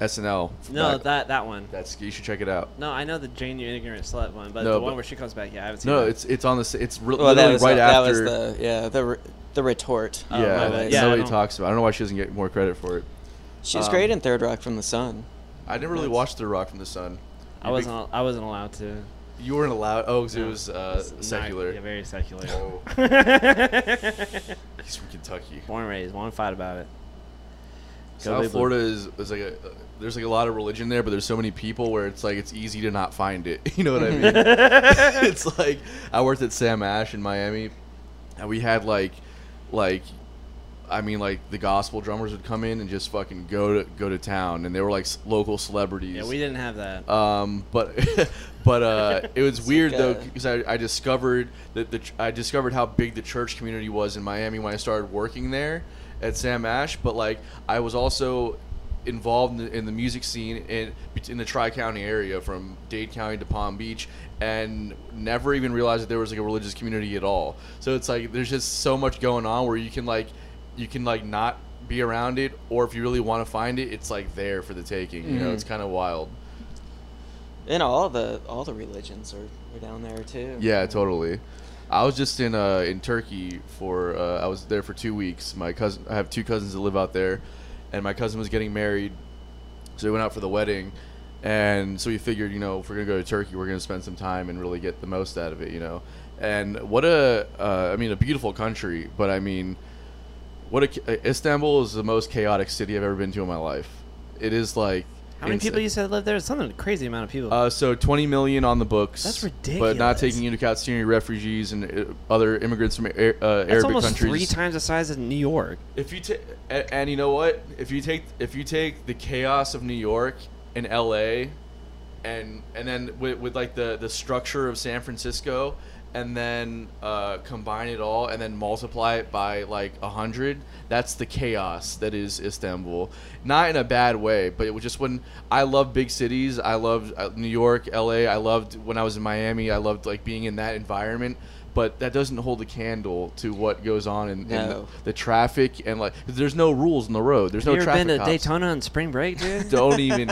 Speaker 1: SNL.
Speaker 3: No,
Speaker 1: Back-
Speaker 3: that that one.
Speaker 1: that's you should check it out.
Speaker 3: No, I know the Jane you ignorant slut one, but
Speaker 1: No,
Speaker 3: the
Speaker 1: but-
Speaker 3: one where she comes back, yeah, I haven't seen.
Speaker 1: No,
Speaker 3: that.
Speaker 1: it's it's on the s- it's re-
Speaker 2: Well, that
Speaker 1: literally
Speaker 2: was,
Speaker 1: right
Speaker 2: the,
Speaker 1: after.
Speaker 2: that was the yeah the re- the retort.
Speaker 3: Oh,
Speaker 1: yeah,
Speaker 3: my
Speaker 1: that
Speaker 3: bad. Yeah, I
Speaker 1: nobody
Speaker 3: don't-
Speaker 1: talks about. it. I don't know why she doesn't get more credit for it.
Speaker 2: She was
Speaker 1: Um,
Speaker 2: great in Third Rock from the Sun.
Speaker 1: I never really
Speaker 3: That's-
Speaker 1: watched The Rock from the Sun.
Speaker 3: I wasn't. al- I wasn't allowed to.
Speaker 1: You weren't allowed. Oh, 'cause
Speaker 3: No,
Speaker 1: it was uh,
Speaker 3: it's not-
Speaker 1: secular.
Speaker 3: yeah, very secular.
Speaker 1: Oh. He's from Kentucky.
Speaker 3: Born raised, won't fight about it. Go Big
Speaker 1: South
Speaker 3: Blue.
Speaker 1: Florida is, is like a. There's like a lot of religion there, but there's so many people where it's like it's easy to not find it. You know what I mean? it's like I worked at Sam Ash in Miami, and we had like, like, I mean like the gospel drummers would come in and just fucking go to go to town, and they were like s- local celebrities.
Speaker 3: Yeah, we didn't have that.
Speaker 1: Um, but but uh, it was weird
Speaker 2: like
Speaker 1: though
Speaker 2: a-
Speaker 1: because I, I discovered that the ch- I discovered how big the church community was in Miami when I started working there at Sam Ash. But like I was also involved in the, in the music scene in in the Tri County area from Dade County to Palm Beach, and never even realized that there was like a religious community at all. So it's like there's just so much going on where you can like you can like not be around it or if you really want to find it it's like there for the taking you know
Speaker 2: Mhm.
Speaker 1: it's kind of wild
Speaker 2: And all the all the religions are, are down there too.
Speaker 1: Yeah, totally. I was just in uh, in Turkey for uh, I was there for two weeks. My cousin, I have two cousins that live out there, and my cousin was getting married, so we went out for the wedding, and so we figured, you know, if we're gonna go to Turkey, we're gonna spend some time and really get the most out of it, you know. And what a, uh, I mean, a beautiful country, but I mean, what a Istanbul is the most chaotic city I've ever been to in my life. It is like
Speaker 3: How many people
Speaker 1: insane.
Speaker 3: you said lived there? Something crazy amount of people.
Speaker 1: Uh, so 20 million on the books.
Speaker 3: That's
Speaker 1: But not
Speaker 3: ridiculous.
Speaker 1: taking into account Syrian refugees and uh, other immigrants from Ar- uh,
Speaker 3: That's
Speaker 1: Arabic
Speaker 3: almost
Speaker 1: countries.
Speaker 3: three times the size of New York.
Speaker 1: If you take, and you know what? If you take, if you take the chaos of New York and L.A., and and then with, with like the the structure of San Francisco, and then uh, combine it all, and then multiply it by like a hundred. That's the chaos that is Istanbul. Not in a bad way, but it was just when I love big cities. I loved uh, New York, L.A. I loved when I was in Miami. I loved like being in that environment. But that doesn't hold a candle to what goes on in, in
Speaker 2: No.
Speaker 1: the traffic and like 'cause there's no rules in the road. There's
Speaker 3: you
Speaker 1: no
Speaker 3: ever
Speaker 1: traffic
Speaker 3: been to
Speaker 1: cops.
Speaker 3: Daytona on spring break, dude?
Speaker 1: Don't even.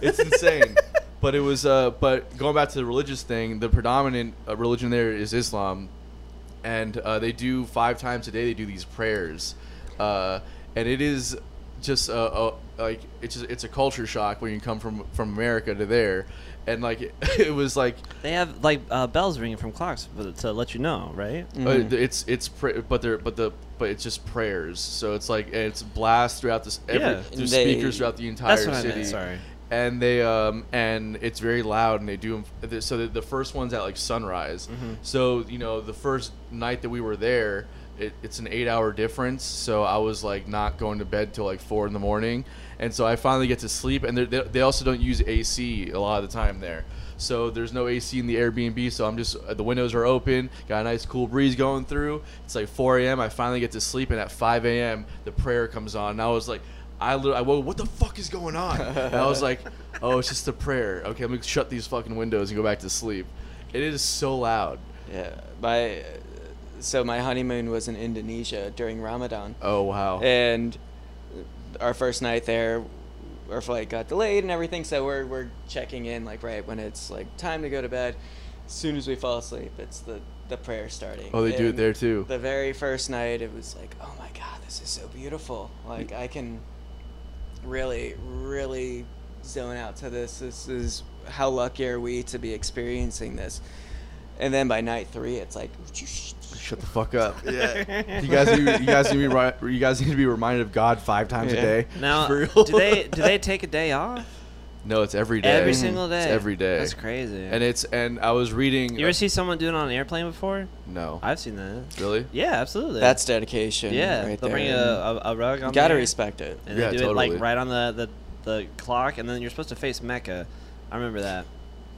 Speaker 1: it's insane. But it was. Uh, but going back to the religious thing, the predominant uh, religion there is Islam, and uh, they do five times a day. They do these prayers, uh, and it is just uh, uh, like it's just, it's a culture shock when you come from from America to there, and like it, was like
Speaker 3: they have like uh, bells ringing from clocks for- to let you know, right?
Speaker 1: Uh,
Speaker 2: Mhm.
Speaker 1: it's it's pra- but they're but the but it's just prayers. So it's like it's blast throughout this every,
Speaker 3: Yeah.
Speaker 1: through
Speaker 2: They-
Speaker 1: speakers throughout the entire
Speaker 3: That's what I
Speaker 1: city.
Speaker 3: meant, sorry.
Speaker 1: And they um and it's very loud and they do 'em- so the, the first one's at like sunrise. So you know the first night that we were there, it, it's an eight hour difference. So I was like not going to bed till like four in the morning, and so I finally get to sleep. And they're- they they also don't use AC a lot of the time there. So there's no AC in the Airbnb, so I'm just the windows are open, got a nice cool breeze going through. It's like 4 a.m. I finally get to sleep, and at 5 a.m. the prayer comes on, and I was like, I literally, I woke, what the fuck is going on? And I was like, oh, it's just a prayer. Okay, let me shut these fucking windows and go back to sleep. It is so loud.
Speaker 2: Yeah. My so my honeymoon was in Indonesia during Ramadan.
Speaker 1: Oh wow.
Speaker 2: and our first night there our flight got delayed and everything so we're, we're checking in like right when it's like time to go to bed as soon as we fall asleep it's the the prayer starting
Speaker 1: Oh, they do it
Speaker 2: And
Speaker 1: there, too.
Speaker 2: the very first night it was like oh my god this is so beautiful like i can really really zone out to this this is how lucky are we to be experiencing this and then by night three it's like
Speaker 1: Shut the fuck up. Yeah. You guys, need, you guys need to be ri- you guys need to be reminded of God five times
Speaker 2: Yeah.
Speaker 1: a day.
Speaker 3: Now,
Speaker 1: For
Speaker 3: do
Speaker 1: real.
Speaker 3: they do they take a day off
Speaker 1: No, it's every day.
Speaker 3: every single day?
Speaker 1: It's every day.
Speaker 3: That's crazy.
Speaker 1: And it's and I was reading. uh,
Speaker 3: you ever see someone doing it on an airplane before?
Speaker 1: No.
Speaker 3: I've seen that.
Speaker 1: really?
Speaker 3: Yeah, absolutely.
Speaker 2: that's dedication
Speaker 3: yeah.
Speaker 2: right
Speaker 3: they'll
Speaker 2: there.
Speaker 3: bring a, a, a rug on.
Speaker 2: you gotta
Speaker 3: there,
Speaker 2: respect it
Speaker 3: And they
Speaker 1: Yeah,
Speaker 3: do it
Speaker 1: totally.
Speaker 3: like right on the, the the clock, and then you're supposed to face Mecca. I remember that.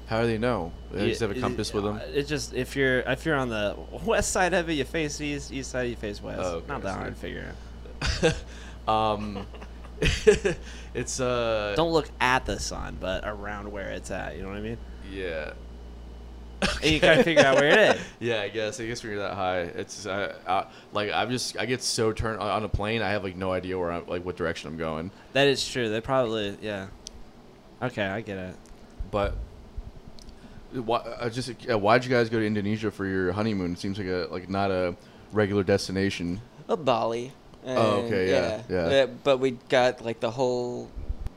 Speaker 1: How do they know? They
Speaker 3: You-
Speaker 1: just have a
Speaker 3: it- uh,
Speaker 1: compass with them.
Speaker 3: It's just if you're if you're on the west side of it, you face east. East side, you face west.
Speaker 1: Oh, okay,
Speaker 3: Not
Speaker 1: I
Speaker 3: that
Speaker 1: see.
Speaker 3: hard to figure. out.
Speaker 1: um, it's uh.
Speaker 3: Don't look at the sun, but around where it's at. You know what I mean?
Speaker 1: Yeah.
Speaker 3: And you gotta figure out where it is.
Speaker 1: Yeah, I guess. I guess when you're that high, it's uh, uh, like I'm just I get so turned on on a plane. I have like no idea where I'm like what direction I'm going.
Speaker 3: That is true. They probably yeah. Okay, I get it.
Speaker 1: But why? I just uh, why'd you guys go to Indonesia for your honeymoon? It seems like a like not a regular destination.
Speaker 2: a Bali.
Speaker 1: Oh, okay,
Speaker 2: and
Speaker 1: yeah, yeah.
Speaker 2: Uh, But we got like the whole.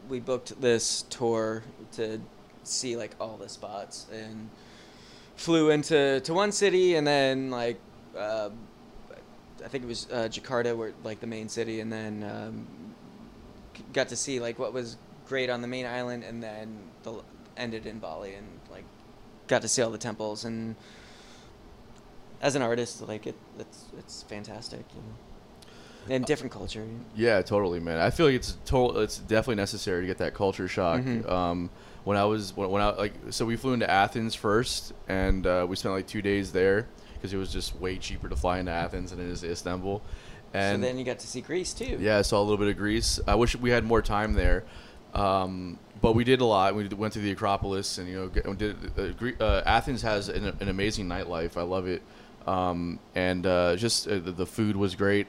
Speaker 2: We booked this tour to see like all the spots and flew into to one city and then like uh, I think it was uh, Jakarta, where like the main city, and then um, g- got to see like what was great on the main island, and then the l- ended in Bali and like got to see all the temples and. As an artist, like it, it's it's fantastic, you know and different culture.
Speaker 1: Yeah, totally, man. I feel like it's total. It's definitely necessary to get that culture shock.
Speaker 2: Mhm.
Speaker 1: Um, when I was when, when I like so we flew into Athens first, and uh, we spent like two days there because it was just way cheaper to fly into Athens than it is to Istanbul. And
Speaker 2: so then you got to see Greece too.
Speaker 1: Yeah, I saw a little bit of Greece. I wish we had more time there, um, but we did a lot. We went to the Acropolis, and you know, get- did, uh, Gre- uh, Athens has an, an amazing nightlife. I love it, um, and uh, just uh, the, the food was great.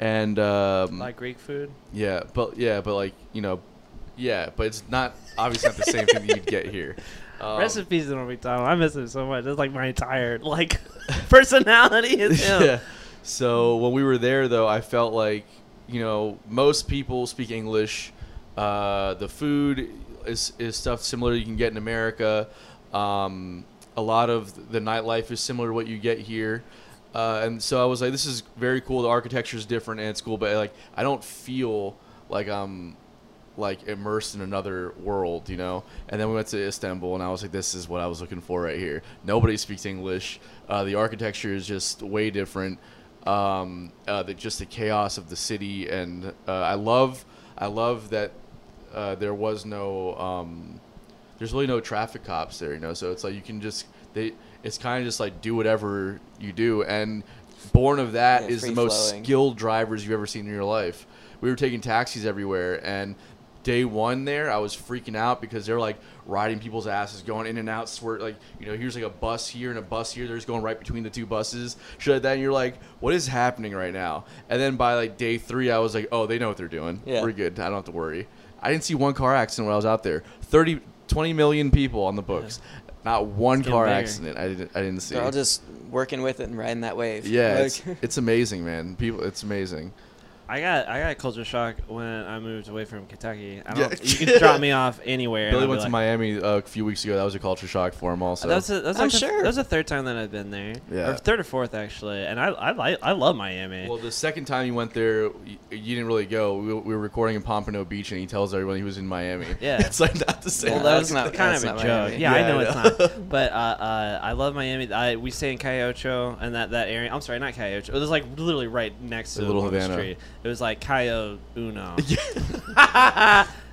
Speaker 1: And um,
Speaker 4: Like Greek food.
Speaker 1: yeah, but yeah, but like you know, yeah, but it's not obviously not the same thing that you'd get here. Um,
Speaker 3: Recipes don't be time. I miss him so much. That's like my entire like personality is him.
Speaker 1: yeah. So when we were there, though, I felt like you know most people speak English. Uh, the food is is stuff similar you can get in America. Um, a lot of the nightlife is similar to what you get here. Uh, and so I was like, this is very cool. The architecture is different and it's cool, but like I don't feel like I'm like immersed in another world, you know. And then we went to Istanbul, and I was like, "This is what I was looking for right here." Nobody speaks English. Uh, the architecture is just way different. Um, uh, the, just the chaos of the city, and uh, I love, I love that uh, there was no, um, there's really no traffic cops there, you know. So it's like you can just they, it's kind of just like do whatever you do, and born of that is
Speaker 2: Yeah,
Speaker 1: the most skill
Speaker 2: free-flowing.
Speaker 1: skilled drivers you've ever seen in your life. We were taking taxis everywhere, and day one there, I was freaking out because they're like riding people's asses, going in and out, swerve like you know, here's like a bus here and a bus here. They're just going right between the two buses, shit like that. And you're like, what is happening right now? And then by like day three, I was like, oh, they know what they're doing.
Speaker 2: Yeah.
Speaker 1: We're good. I don't have to worry. I didn't see one car accident when I was out there. 30, 20 million people on the books. Not one
Speaker 3: getting
Speaker 1: car
Speaker 3: bigger.
Speaker 1: accident. I didn't. I didn't see.
Speaker 2: They're all just working with it and riding that wave.
Speaker 1: yeah,
Speaker 2: Like-
Speaker 1: it's, it's amazing, man. People, it's amazing.
Speaker 3: I got I got culture shock when I moved away from Kentucky. I
Speaker 1: Yeah.
Speaker 3: don't, You can drop me off anywhere.
Speaker 1: Billy
Speaker 3: and I'll
Speaker 1: went
Speaker 3: be
Speaker 1: to Miami
Speaker 3: like,
Speaker 1: uh, a few weeks ago. That was a culture shock for him, also.
Speaker 3: That's a, that's
Speaker 2: I'm
Speaker 3: like the-
Speaker 2: sure.
Speaker 3: That's the third time that I've been there.
Speaker 1: Yeah.
Speaker 3: Or third or fourth actually, and I I like I love Miami.
Speaker 1: well, the second time you went there, you, you didn't really go. We, we were recording in Pompano Beach, and he tells everyone he was in Miami.
Speaker 3: Yeah.
Speaker 1: it's like not the same.
Speaker 2: Well,
Speaker 3: that
Speaker 2: that
Speaker 3: was
Speaker 2: was not-
Speaker 3: kind
Speaker 2: that's
Speaker 3: of a
Speaker 2: not
Speaker 3: joke.
Speaker 2: Miami.
Speaker 3: Yeah,
Speaker 1: Yeah,
Speaker 3: I know
Speaker 1: I
Speaker 3: it's not. But uh, uh, I love Miami. I, we stay in Cayocho and that, that area. I'm sorry, not Cayocho. It was like literally right next to
Speaker 1: The Little
Speaker 3: on the
Speaker 1: Havana.
Speaker 3: street. It was like Cayo Uno.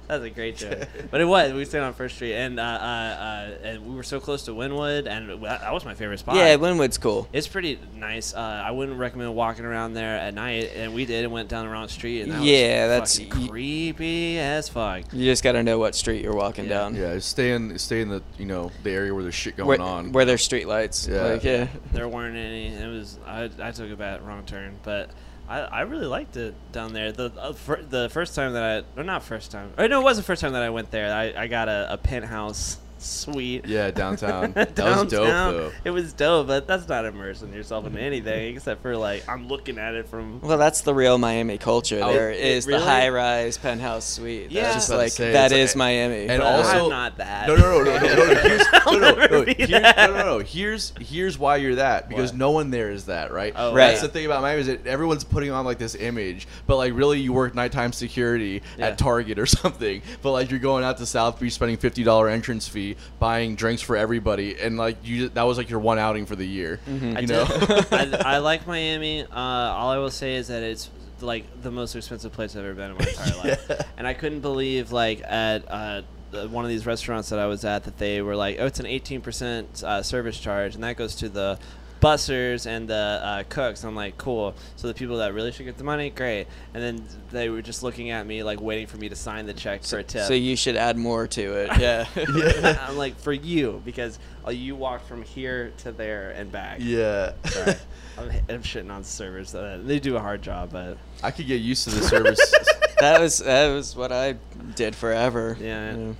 Speaker 3: That's a great joke. But it was. We stayed on First Street, and uh, uh, uh, and we were so close to Wynwood, and that, that was my favorite spot.
Speaker 2: yeah, Winwood's cool.
Speaker 3: It's pretty nice. Uh, I wouldn't recommend walking around there at night, and we did and went down the wrong street, and that
Speaker 2: Yeah, that's-
Speaker 3: was fucking creepy as fuck.
Speaker 2: You just got to know what street you're walking
Speaker 3: Yeah.
Speaker 2: down.
Speaker 1: yeah, stay in stay in the you know the area where there's shit going
Speaker 2: Where,
Speaker 1: on.
Speaker 2: where there's street lights.
Speaker 1: Yeah.
Speaker 2: Like, yeah.
Speaker 3: there weren't any. It was I, I took a bad wrong turn, but I, I really liked it down there. The uh, fir- the first time that I or not first time or no it was the first time that I went there. I, I got a, a penthouse suite.
Speaker 1: yeah, downtown. That was dope
Speaker 3: Downtown.
Speaker 1: though.
Speaker 3: It was dope, but that's not immersing yourself in anything except for like I'm looking at it from.
Speaker 2: Well, that's the real Miami culture.
Speaker 1: Oh,
Speaker 2: There
Speaker 1: it-
Speaker 2: is
Speaker 3: really?
Speaker 2: the high-rise penthouse suite.
Speaker 3: Yeah. I
Speaker 2: That's
Speaker 3: was just
Speaker 2: just
Speaker 1: about to
Speaker 2: like
Speaker 1: say,
Speaker 2: that
Speaker 1: it's-
Speaker 2: is Miami.
Speaker 1: and
Speaker 2: but-
Speaker 3: but
Speaker 1: also-
Speaker 3: I'm not that.
Speaker 1: No, no, no, no, no, no, no. Here's,
Speaker 3: I'll
Speaker 1: no, no,
Speaker 3: never
Speaker 1: no,
Speaker 3: be
Speaker 1: here's,
Speaker 3: that.
Speaker 1: no, no, no. Here's here's why you're that because
Speaker 3: What?
Speaker 1: no one there is that, right?
Speaker 3: Oh,
Speaker 2: Right.
Speaker 1: That's the thing about Miami is that everyone's putting on like this image, but like really you work nighttime security
Speaker 3: Yeah.
Speaker 1: at Target or something, but like you're going out to South Beach spending fifty dollar entrance fee, buying drinks for everybody, and like you that was like your one outing for the year, you know?
Speaker 3: Mm-hmm. I, I like Miami. Uh, all I will say is that it's like the most expensive place I've ever been in my entire life, and I couldn't believe like at uh, the- one of these restaurants that I was at that they were like, "Oh, it's an eighteen percent uh, service charge, and that goes to the." bussers and the uh, cooks. I'm like, cool. So the people that really should get the money, great. And then they were just looking at me, like waiting for me to sign the check for a tip.
Speaker 2: So you should add more to it. Yeah.
Speaker 3: I'm like, for you, because uh, you walked from here to there and back.
Speaker 1: Yeah.
Speaker 3: Sorry. I'm, I'm shitting on servers. Uh, they do a hard job, but
Speaker 1: I could get used to the service.
Speaker 2: that was that was what I did forever.
Speaker 3: Yeah.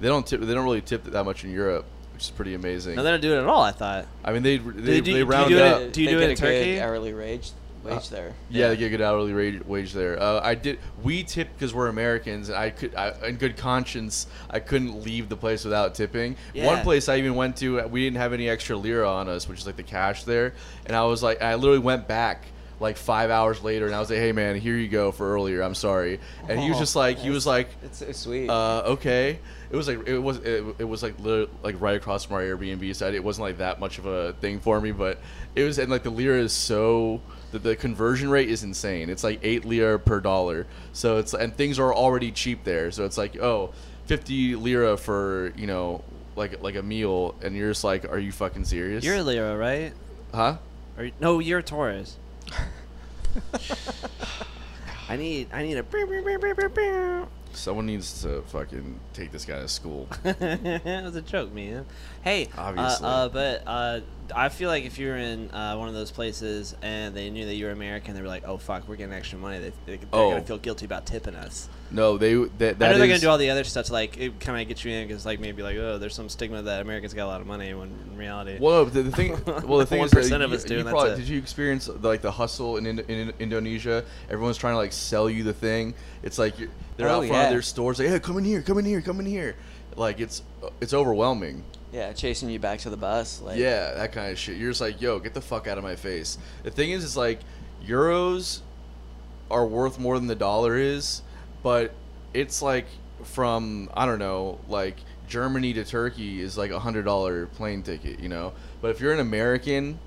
Speaker 1: they don't tip. They don't really tip that much in Europe, which is pretty amazing.
Speaker 3: no, they don't do it at all. I thought.
Speaker 1: I mean, they they,
Speaker 3: do- do
Speaker 1: they
Speaker 3: you
Speaker 1: round
Speaker 3: do it
Speaker 1: up.
Speaker 3: at- Do you
Speaker 2: They
Speaker 3: do it
Speaker 2: get
Speaker 3: in
Speaker 2: a good
Speaker 3: Turkey?
Speaker 2: Hourly wage wage
Speaker 1: Uh,
Speaker 2: there.
Speaker 1: Yeah, they get a good hourly rate, wage there. Uh, I did. We tipped because we're Americans, and I could, I, in good conscience, I couldn't leave the place without tipping. One
Speaker 3: Yeah.
Speaker 1: place I even went to, uh, we didn't have any extra lira on us, which is like the cash there, and I was like, I literally went back like five hours later, and I was like, Hey man, here you go for earlier. I'm sorry. And he was
Speaker 2: Aw,
Speaker 1: just like, he was like,
Speaker 2: It's so sweet.
Speaker 1: uh, okay. It was like it was it, it was like lit, like right across from our Airbnb side. It wasn't like that much of a thing for me, but it was and like the lira is so the, the conversion rate is insane. It's like eight lira per dollar. So it's and things are already cheap there. So it's like oh, 50 lira for you know like like a meal, and you're just like, are you fucking serious?
Speaker 3: You're a Leo, right?
Speaker 1: huh?
Speaker 3: Or no, you're a Taurus. I need I need a beow, beow, beow, beow, beow, beow.
Speaker 1: Someone needs to fucking take this guy to school.
Speaker 3: it was a joke, man. Hey, uh,
Speaker 1: Obviously.
Speaker 3: Uh, but uh, I feel like if you were in uh, one of those places and they knew that you were American, they were like, "Oh fuck, we're getting extra money." They, they, they're
Speaker 1: Oh.
Speaker 3: gonna feel guilty about tipping us.
Speaker 1: No, they that
Speaker 3: I
Speaker 1: that
Speaker 3: know they're gonna
Speaker 1: is-
Speaker 3: do all the other stuff to like eh, kind of get you in because like maybe like oh, there's some stigma that Americans got a lot of money when in reality.
Speaker 1: Well, no, the, the thing. Well, the thing is, that
Speaker 3: 1% of
Speaker 1: you-
Speaker 3: us do,
Speaker 1: you
Speaker 3: and that's
Speaker 1: probably-
Speaker 3: it.
Speaker 1: did you experience the, like the hustle in, Indo- in Indonesia? Everyone's trying to like sell you the thing. It's like you're, they're
Speaker 2: Oh,
Speaker 1: out front of
Speaker 2: yeah.
Speaker 1: their stores, like, "Hey, come in here, come in here, come in here." Like it's it's overwhelming.
Speaker 2: yeah, chasing you back to the bus. Like,
Speaker 1: yeah, that kind of shit. You're just like, "Yo, get the fuck out of my face." The thing is, is like euros are worth more than the dollar is, but it's like from I don't know, like Germany to Turkey is like a hundred dollar plane ticket, you know. But if you're an American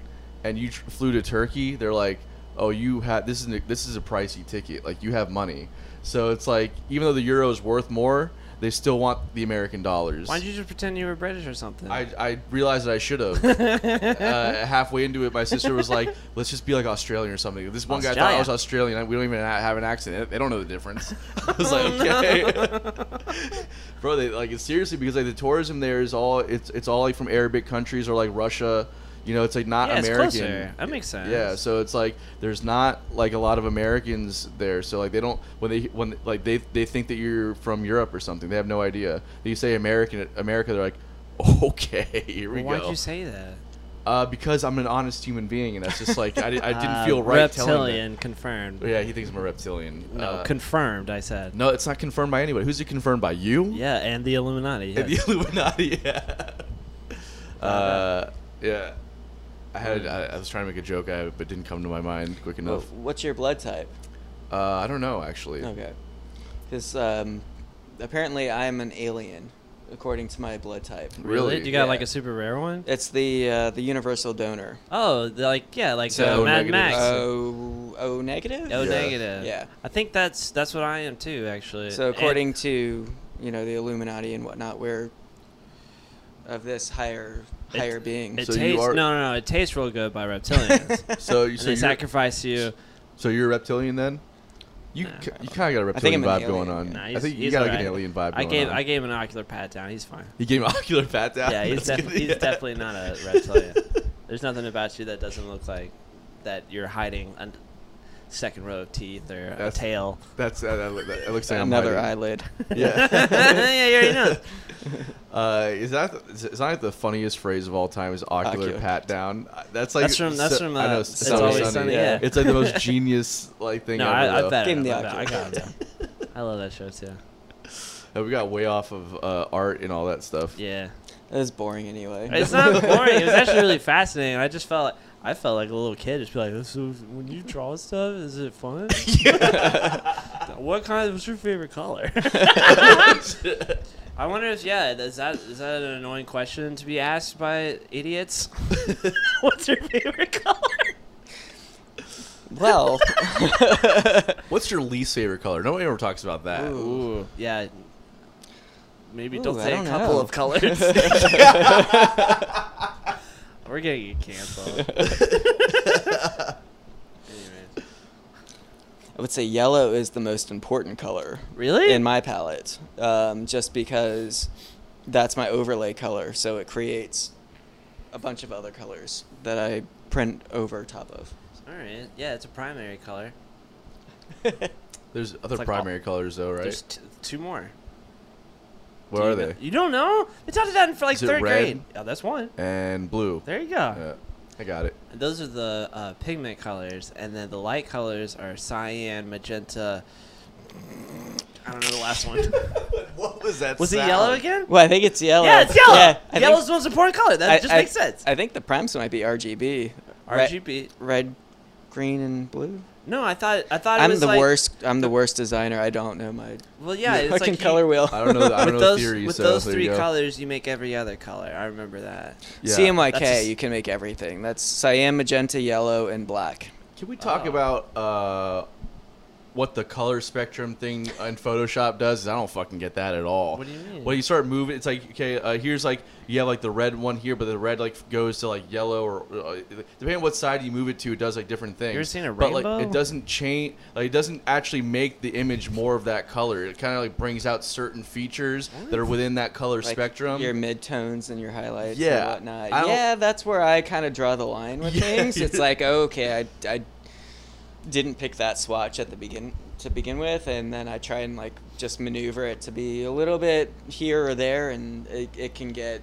Speaker 1: and you tr- flew to Turkey, they're like, oh, you had this is a, this is a pricey ticket, like you have money. So it's like even though the euro is worth more, they still want the American dollars.
Speaker 3: Why don't you just pretend you were British or something?
Speaker 1: I, I realized that I should have. uh, halfway into it, my sister was like, "Let's just be like Australian or something." This one guy thought I
Speaker 3: Australia.
Speaker 1: was Australian. I- We don't even ha- have an accent. They don't know the difference. I was like, "Okay, bro." They like it's seriously because like the tourism there is all it's it's all like from Arabic countries or like Russia. You know, it's like not
Speaker 3: Yeah, it's
Speaker 1: American.
Speaker 3: closer. That makes sense.
Speaker 1: Yeah, so it's like there's not like a lot of Americans there. So like they don't when they when like they they think that you're from Europe or something. They have no idea. You say American America, they're like, okay, here we
Speaker 3: Well, why'd
Speaker 1: go.
Speaker 3: you say that?
Speaker 1: uh, because I'm an honest human being, and that's just like I, di- I didn't feel right telling
Speaker 3: Uh, Reptilian
Speaker 1: them.
Speaker 3: confirmed.
Speaker 1: Yeah, he thinks I'm a reptilian.
Speaker 3: No,
Speaker 1: Uh,
Speaker 3: confirmed. I said.
Speaker 1: no, it's not confirmed by anybody. Who's it confirmed by? You?
Speaker 3: Yeah, and the Illuminati.
Speaker 1: And
Speaker 3: yes.
Speaker 1: the Illuminati. Yeah. Uh, yeah. I had I, I was trying to make a joke, I, but didn't come to my mind quick
Speaker 2: Well,
Speaker 1: enough.
Speaker 2: what's your blood type?
Speaker 3: Oh.
Speaker 1: Uh, I don't know actually.
Speaker 2: Okay. Because um, apparently I am an alien, according to my blood type.
Speaker 1: Really?
Speaker 3: You got
Speaker 2: Yeah.
Speaker 3: like a super rare one?
Speaker 2: It's the uh, the universal donor.
Speaker 3: Oh, the- like yeah, like
Speaker 1: So-
Speaker 3: uh, Mad
Speaker 1: negative.
Speaker 3: Max. Oh,
Speaker 2: O O negative.
Speaker 1: Yeah.
Speaker 3: negative.
Speaker 2: Yeah.
Speaker 3: I think that's that's what I am too, actually.
Speaker 2: So
Speaker 3: And-
Speaker 2: according to you know the Illuminati and whatnot, we're of this higher
Speaker 3: It-
Speaker 2: higher being.
Speaker 3: it
Speaker 1: So you
Speaker 3: tastes
Speaker 1: are-
Speaker 3: no, no, no. It tastes real good by reptilians.
Speaker 1: So you
Speaker 3: and
Speaker 1: so
Speaker 3: they
Speaker 1: you're,
Speaker 3: sacrifice you.
Speaker 1: so you're a reptilian then? You
Speaker 3: Nah,
Speaker 1: ki- you kind of got a reptilian
Speaker 2: think I'm an
Speaker 1: vibe
Speaker 2: alien,
Speaker 1: going on.
Speaker 2: yeah.
Speaker 3: Nah,
Speaker 1: I
Speaker 3: he's-
Speaker 1: think you
Speaker 3: he's
Speaker 1: got like an
Speaker 3: alright.
Speaker 1: alien vibe.
Speaker 3: I
Speaker 1: going
Speaker 3: gave
Speaker 1: on.
Speaker 3: I gave him an ocular pat down. He's fine.
Speaker 1: He gave him ocular pat down.
Speaker 3: Yeah, he's,
Speaker 1: That's
Speaker 3: def-
Speaker 1: good.
Speaker 3: he's
Speaker 1: Yeah.
Speaker 3: definitely not a Uh, reptilian. There's nothing about you that doesn't look like that you're hiding a second row of teeth or
Speaker 1: That's-
Speaker 3: a tail.
Speaker 1: That's uh, that, that, that looks like I'm
Speaker 2: Another
Speaker 1: hiding.
Speaker 2: eyelid.
Speaker 1: Yeah.
Speaker 3: yeah, you already know.
Speaker 1: Uh, is that is is that the funniest phrase of all time? Is ocular
Speaker 2: Ocular.
Speaker 1: pat down? Uh, That's like
Speaker 3: That's from- that's
Speaker 1: so-
Speaker 3: from,
Speaker 1: I know,
Speaker 3: uh,
Speaker 1: it's
Speaker 2: It's
Speaker 1: Always
Speaker 2: Always Sunny, yeah.
Speaker 1: It's like the most genius like thing
Speaker 3: No,
Speaker 1: ever.
Speaker 3: I, I
Speaker 1: though.
Speaker 3: bet.
Speaker 2: Give him the
Speaker 3: I, bet. I
Speaker 2: ocular.
Speaker 3: got him. I love that show too.
Speaker 1: Uh, We got way off of uh, art and all that stuff.
Speaker 3: Yeah,
Speaker 2: That was boring anyway.
Speaker 3: it's not boring. It was actually really fascinating. I just felt like I felt like a little kid, just be like, "This is- when you draw stuff, is it fun? what kind? What's your favorite color? I wonder if yeah, is that is that an annoying question to be asked by idiots? what's your favorite color?
Speaker 2: well,
Speaker 1: What's your least favorite color? Nobody ever talks about that.
Speaker 2: Ooh.
Speaker 3: Yeah. Maybe
Speaker 2: Ooh,
Speaker 3: don't
Speaker 2: I
Speaker 3: say
Speaker 2: don't
Speaker 3: a couple
Speaker 2: know.
Speaker 3: of colors. We're gonna get canceled. Anyways.
Speaker 2: I would say yellow is the most important color
Speaker 3: Really?
Speaker 2: in my palette, um, just because that's my overlay color, so it creates a bunch of other colors that I print over top of.
Speaker 3: All right. Yeah, it's a primary color.
Speaker 1: There's other
Speaker 3: like all-
Speaker 1: primary colors though, right?
Speaker 3: There's t- two more.
Speaker 1: What
Speaker 3: Do
Speaker 1: are
Speaker 3: you
Speaker 1: they?
Speaker 3: kn- You don't know? They taught us that in for like
Speaker 1: Is it
Speaker 3: third
Speaker 1: red?
Speaker 3: grade. Yeah, that's one.
Speaker 1: And blue.
Speaker 3: There you go.
Speaker 1: Yeah, I got it.
Speaker 3: And Those are the uh, pigment colors, and then the light colors are cyan, magenta. I don't know the last one.
Speaker 1: What was that?
Speaker 3: Was it yellow again?
Speaker 2: Well, I think it's yellow.
Speaker 3: Yeah, it's yellow.
Speaker 2: Yeah, I
Speaker 3: Yellow's
Speaker 2: think-
Speaker 3: the most important color. That
Speaker 2: I-
Speaker 3: just
Speaker 2: I-
Speaker 3: makes sense.
Speaker 2: I think the primes might be RGB. Re-
Speaker 3: RGB.
Speaker 2: red, green, and blue.
Speaker 3: No, I thought I thought it
Speaker 2: I'm
Speaker 3: was
Speaker 2: the
Speaker 3: like,
Speaker 2: worst. I'm the worst designer. I don't know my
Speaker 3: Well, yeah, it's
Speaker 2: fucking
Speaker 3: like you-
Speaker 2: color wheel.
Speaker 1: I don't know. I don't
Speaker 3: with
Speaker 1: know
Speaker 3: those
Speaker 1: theory.
Speaker 3: with
Speaker 1: so
Speaker 3: those
Speaker 1: there
Speaker 3: three
Speaker 1: you go.
Speaker 3: colors, you make every other color. I remember that.
Speaker 1: Yeah.
Speaker 2: CMYK,
Speaker 3: That's just-
Speaker 2: you can make everything. That's cyan, magenta, yellow, and black.
Speaker 1: Can we talk
Speaker 3: Oh.
Speaker 1: about uh, what the color spectrum thing in Photoshop does? 'Cause I don't fucking get that at all.
Speaker 3: What do you mean?
Speaker 1: When you start moving, it's like okay, uh, here's like you have like the red one here, but the red like goes to like yellow or uh, depending on what side you move it to, it does like different things.
Speaker 3: ever seen a
Speaker 1: But like
Speaker 3: rainbow?
Speaker 1: it doesn't change. Like it doesn't actually make the image more of that color. It kind of like brings out certain features that are within that color
Speaker 2: Like
Speaker 1: spectrum.
Speaker 2: Your midtones and your highlights
Speaker 1: Yeah,
Speaker 2: and whatnot.
Speaker 1: I don't-
Speaker 2: Yeah, that's where I kind of draw the line with
Speaker 1: Yeah.
Speaker 2: things. It's like, okay, I, I didn't pick that swatch at the begin to begin with, and then I try and like just maneuver it to be a little bit here or there, and it, it can get,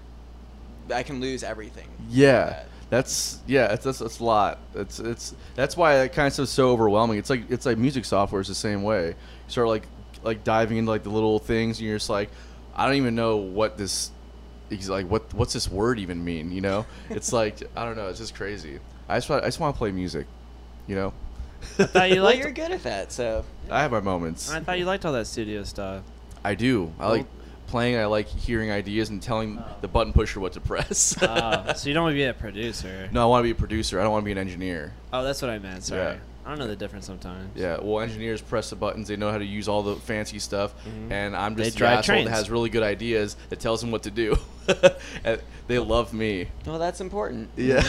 Speaker 2: I can lose everything.
Speaker 1: Yeah, that's yeah, that's that's, that's a lot. It's it's that's why that kind of stuff's so overwhelming. It's like it's like music software is the same way. You start like like diving into like the little things, and you're just like, I don't even know what this. He's like, what what's this word even mean? You know, it's like I don't know. It's just crazy. I just want, I just want to play music, you know.
Speaker 3: I thought you
Speaker 2: well,
Speaker 3: liked.
Speaker 2: you're good at that, so
Speaker 1: I have my moments.
Speaker 3: I thought you liked all that studio stuff.
Speaker 1: I do. I like playing. I like hearing ideas and telling
Speaker 3: Uh.
Speaker 1: the button pusher what to press.
Speaker 3: Oh, so you don't want to be a producer?
Speaker 1: no, I want to be a producer. I don't want to be an engineer.
Speaker 3: Oh, that's what I meant. Sorry.
Speaker 1: Yeah.
Speaker 3: I don't know the difference sometimes.
Speaker 1: Yeah, well, engineers press the buttons. They know how to use all the fancy stuff, and I'm
Speaker 3: Mm-hmm. They
Speaker 1: just the
Speaker 3: drive
Speaker 1: asshole
Speaker 3: trains.
Speaker 1: that has really good ideas that tells them what to do. And they love me.
Speaker 2: well, that's important.
Speaker 1: Yeah.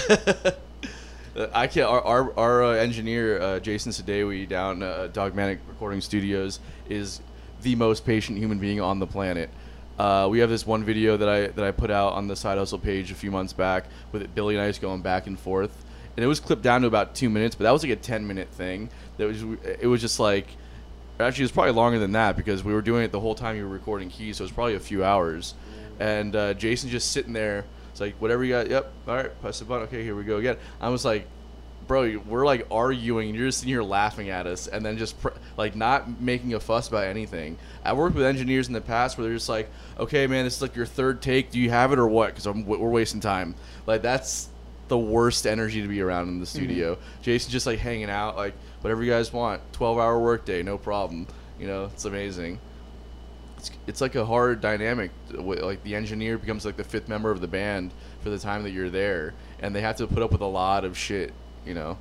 Speaker 1: Uh, I can't. Our our, our uh, engineer uh, Jason Sudewi down uh, Dogmatic Recording Studios is the most patient human being on the planet. Uh, we have this one video that I that I put out on the side hustle page a few months back with Billy and I just going back and forth, and it was clipped down to about two minutes, but that was like a ten minute thing. That was it was just like actually it was probably longer than that because we were doing it the whole time you were recording keys so it was probably a few hours and uh, jason just sitting there it's like whatever you got yep all right press the button okay here we go again i was like bro you- we're like arguing and you're just sitting here laughing at us and then just pr- like not making a fuss about anything i worked with engineers in the past where they're just like okay man this is like your third take do you have it or what because we're wasting time like that's the worst energy to be around in the studio. Jason's just like hanging out, like whatever you guys want. Twelve hour workday, no problem. You know, it's amazing. It's, it's like a hard dynamic. w- Like the engineer becomes like the fifth member of the band for the time that you're there, and they have to put up with a lot of shit. You know.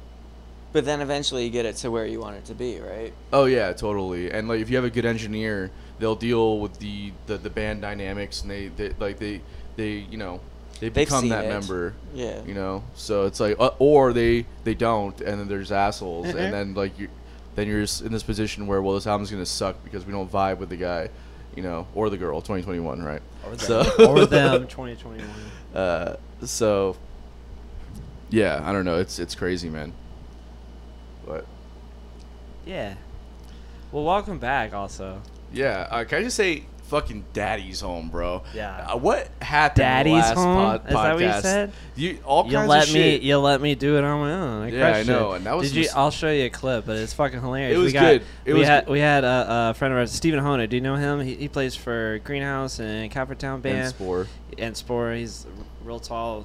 Speaker 2: But then eventually you get it to where you want it to be, right?
Speaker 1: Oh yeah, totally. And like if you have a good engineer, they'll deal with the the, the band dynamics, and they, they like they they you know they
Speaker 2: They've
Speaker 1: become
Speaker 2: seen
Speaker 1: that
Speaker 2: it.
Speaker 1: member
Speaker 2: Yeah.
Speaker 1: you know so it's like uh, or they they don't and then there's assholes
Speaker 4: Mm-hmm.
Speaker 1: and then like you then you're just in this position where well this album's gonna suck because we don't vibe with the guy you know or the girl 2021 right or so
Speaker 4: or them 2021.
Speaker 1: uh, so yeah i don't know it's it's crazy man but
Speaker 3: Yeah. Well, welcome back. Also,
Speaker 1: yeah uh, can i just say fucking daddy's home bro
Speaker 3: Yeah.
Speaker 1: Uh, what happened
Speaker 3: Daddy's
Speaker 1: last
Speaker 3: home?
Speaker 1: pod-
Speaker 3: Is that what you
Speaker 1: podcast?
Speaker 3: said?
Speaker 1: you all
Speaker 3: you
Speaker 1: kinds
Speaker 3: let
Speaker 1: of
Speaker 3: me
Speaker 1: shit
Speaker 3: you let me do it on my own. I
Speaker 1: Yeah, I
Speaker 3: crushed
Speaker 1: know,
Speaker 3: It.
Speaker 1: and that was
Speaker 3: Did you,
Speaker 1: just-
Speaker 3: I'll show you a clip, but it's fucking hilarious.
Speaker 1: It was
Speaker 3: we got,
Speaker 1: good. It
Speaker 3: we
Speaker 1: was
Speaker 3: had
Speaker 1: good.
Speaker 3: we had a, a friend of ours, Stephen Hona. Do you know him? He, he plays for Greenhouse and Coppertown Band.
Speaker 1: and Spore.
Speaker 3: and Spore, he's a real tall,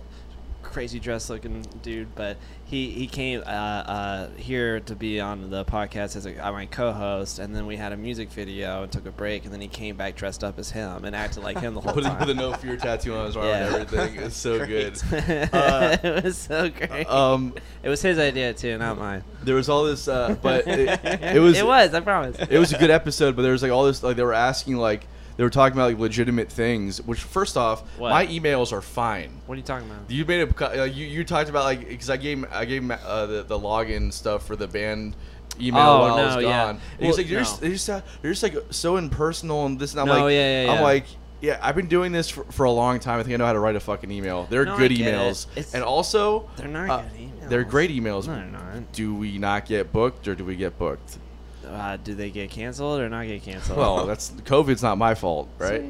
Speaker 3: crazy dress looking dude, but he he came uh, uh, here to be on the podcast as a, uh, my co-host, and then we had a music video and took a break, and then he came back dressed up as him and acted like him the whole
Speaker 1: Put,
Speaker 3: time.
Speaker 1: put a no fear tattoo on his arm
Speaker 3: Yeah.
Speaker 1: and everything. It's so good. Uh,
Speaker 3: it was so great.
Speaker 1: Um,
Speaker 3: it was his idea too, not mine.
Speaker 1: there was all this, uh, but it, it was
Speaker 3: It was. I promise.
Speaker 1: it was a good episode. But there was like all this, like they were asking like They were talking about like legitimate things. Which first off,
Speaker 3: What?
Speaker 1: my emails are fine.
Speaker 4: What are you talking about?
Speaker 1: You made a co- uh, you you talked about like because I gave I gave uh, the the login stuff for the band email
Speaker 3: Oh,
Speaker 1: while I was gone.
Speaker 3: no, yeah.
Speaker 1: And he's
Speaker 3: Well,
Speaker 1: like you're
Speaker 3: no.
Speaker 1: just, you're just uh, you're just like so impersonal and this and I'm
Speaker 3: No,
Speaker 1: like
Speaker 3: yeah, yeah,
Speaker 1: I'm
Speaker 3: yeah.
Speaker 1: like yeah I've been doing this for, for a long time. I think I know how to write a fucking email. They're
Speaker 3: No, I
Speaker 1: good
Speaker 3: get it.
Speaker 1: emails
Speaker 3: It's-
Speaker 1: and also
Speaker 3: They're not
Speaker 1: uh,
Speaker 3: good emails.
Speaker 1: They're great emails.
Speaker 3: No, they're not.
Speaker 1: Do we not get booked or do we get booked?
Speaker 3: Uh, do they get canceled or not get canceled?
Speaker 1: Well, that's COVID's not my fault, right?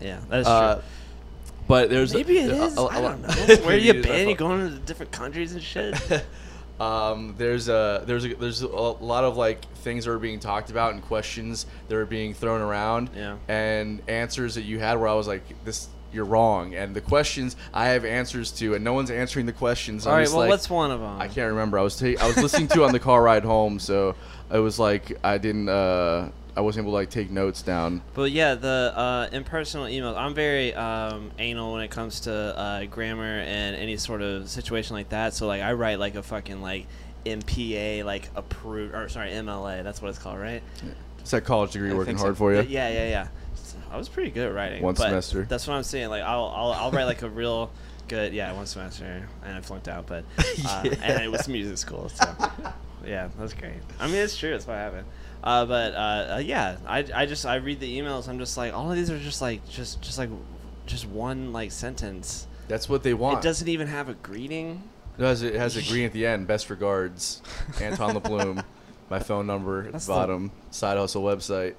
Speaker 3: yeah, that's
Speaker 1: Uh,
Speaker 3: true.
Speaker 1: but there's
Speaker 3: Maybe it
Speaker 1: a-
Speaker 3: is.
Speaker 1: a- a-
Speaker 3: I don't know. Where
Speaker 1: Maybe
Speaker 3: you
Speaker 1: it is my
Speaker 3: been? You
Speaker 1: fault.
Speaker 3: going to different countries and shit?
Speaker 1: um, there's a there's a, there's a lot of like things that are being talked about and questions that are being thrown around
Speaker 3: Yeah.
Speaker 1: and answers that you had where I was like this you're wrong and the questions I have answers to and no one's answering the questions.
Speaker 3: All
Speaker 1: I'm
Speaker 3: right.
Speaker 1: just
Speaker 3: Well,
Speaker 1: like,
Speaker 3: what's one of them?
Speaker 1: I can't remember. I was ta- I was listening to it on the car ride home, so it was like I didn't uh, I wasn't able to like take notes down.
Speaker 3: But yeah, the uh, impersonal emails. I'm very um, anal when it comes to uh, grammar and any sort of situation like that. So like, I write like a fucking like MPA, like approved, or sorry, MLA. That's what it's called, right?
Speaker 1: It's that college degree
Speaker 3: I
Speaker 1: working
Speaker 3: think so.
Speaker 1: hard for you.
Speaker 3: Th- Yeah, yeah, yeah. So I was pretty good at writing.
Speaker 1: One
Speaker 3: but
Speaker 1: semester.
Speaker 3: That's what I'm saying. Like I'll, I'll, I'll write like a real good. Yeah, one semester, and I flunked out, but uh, and it was music school, so yeah, that's great. I mean, it's true. That's what happened. Uh, but uh, uh, yeah, I, I just I read the emails. I'm just like all of these are just like just just like just one like sentence.
Speaker 1: That's what they want.
Speaker 3: It doesn't even have a greeting.
Speaker 1: It has, it has a green at the end. Best regards, Anton LeBloom. My phone number at the
Speaker 3: That's the-
Speaker 1: bottom. Side hustle website.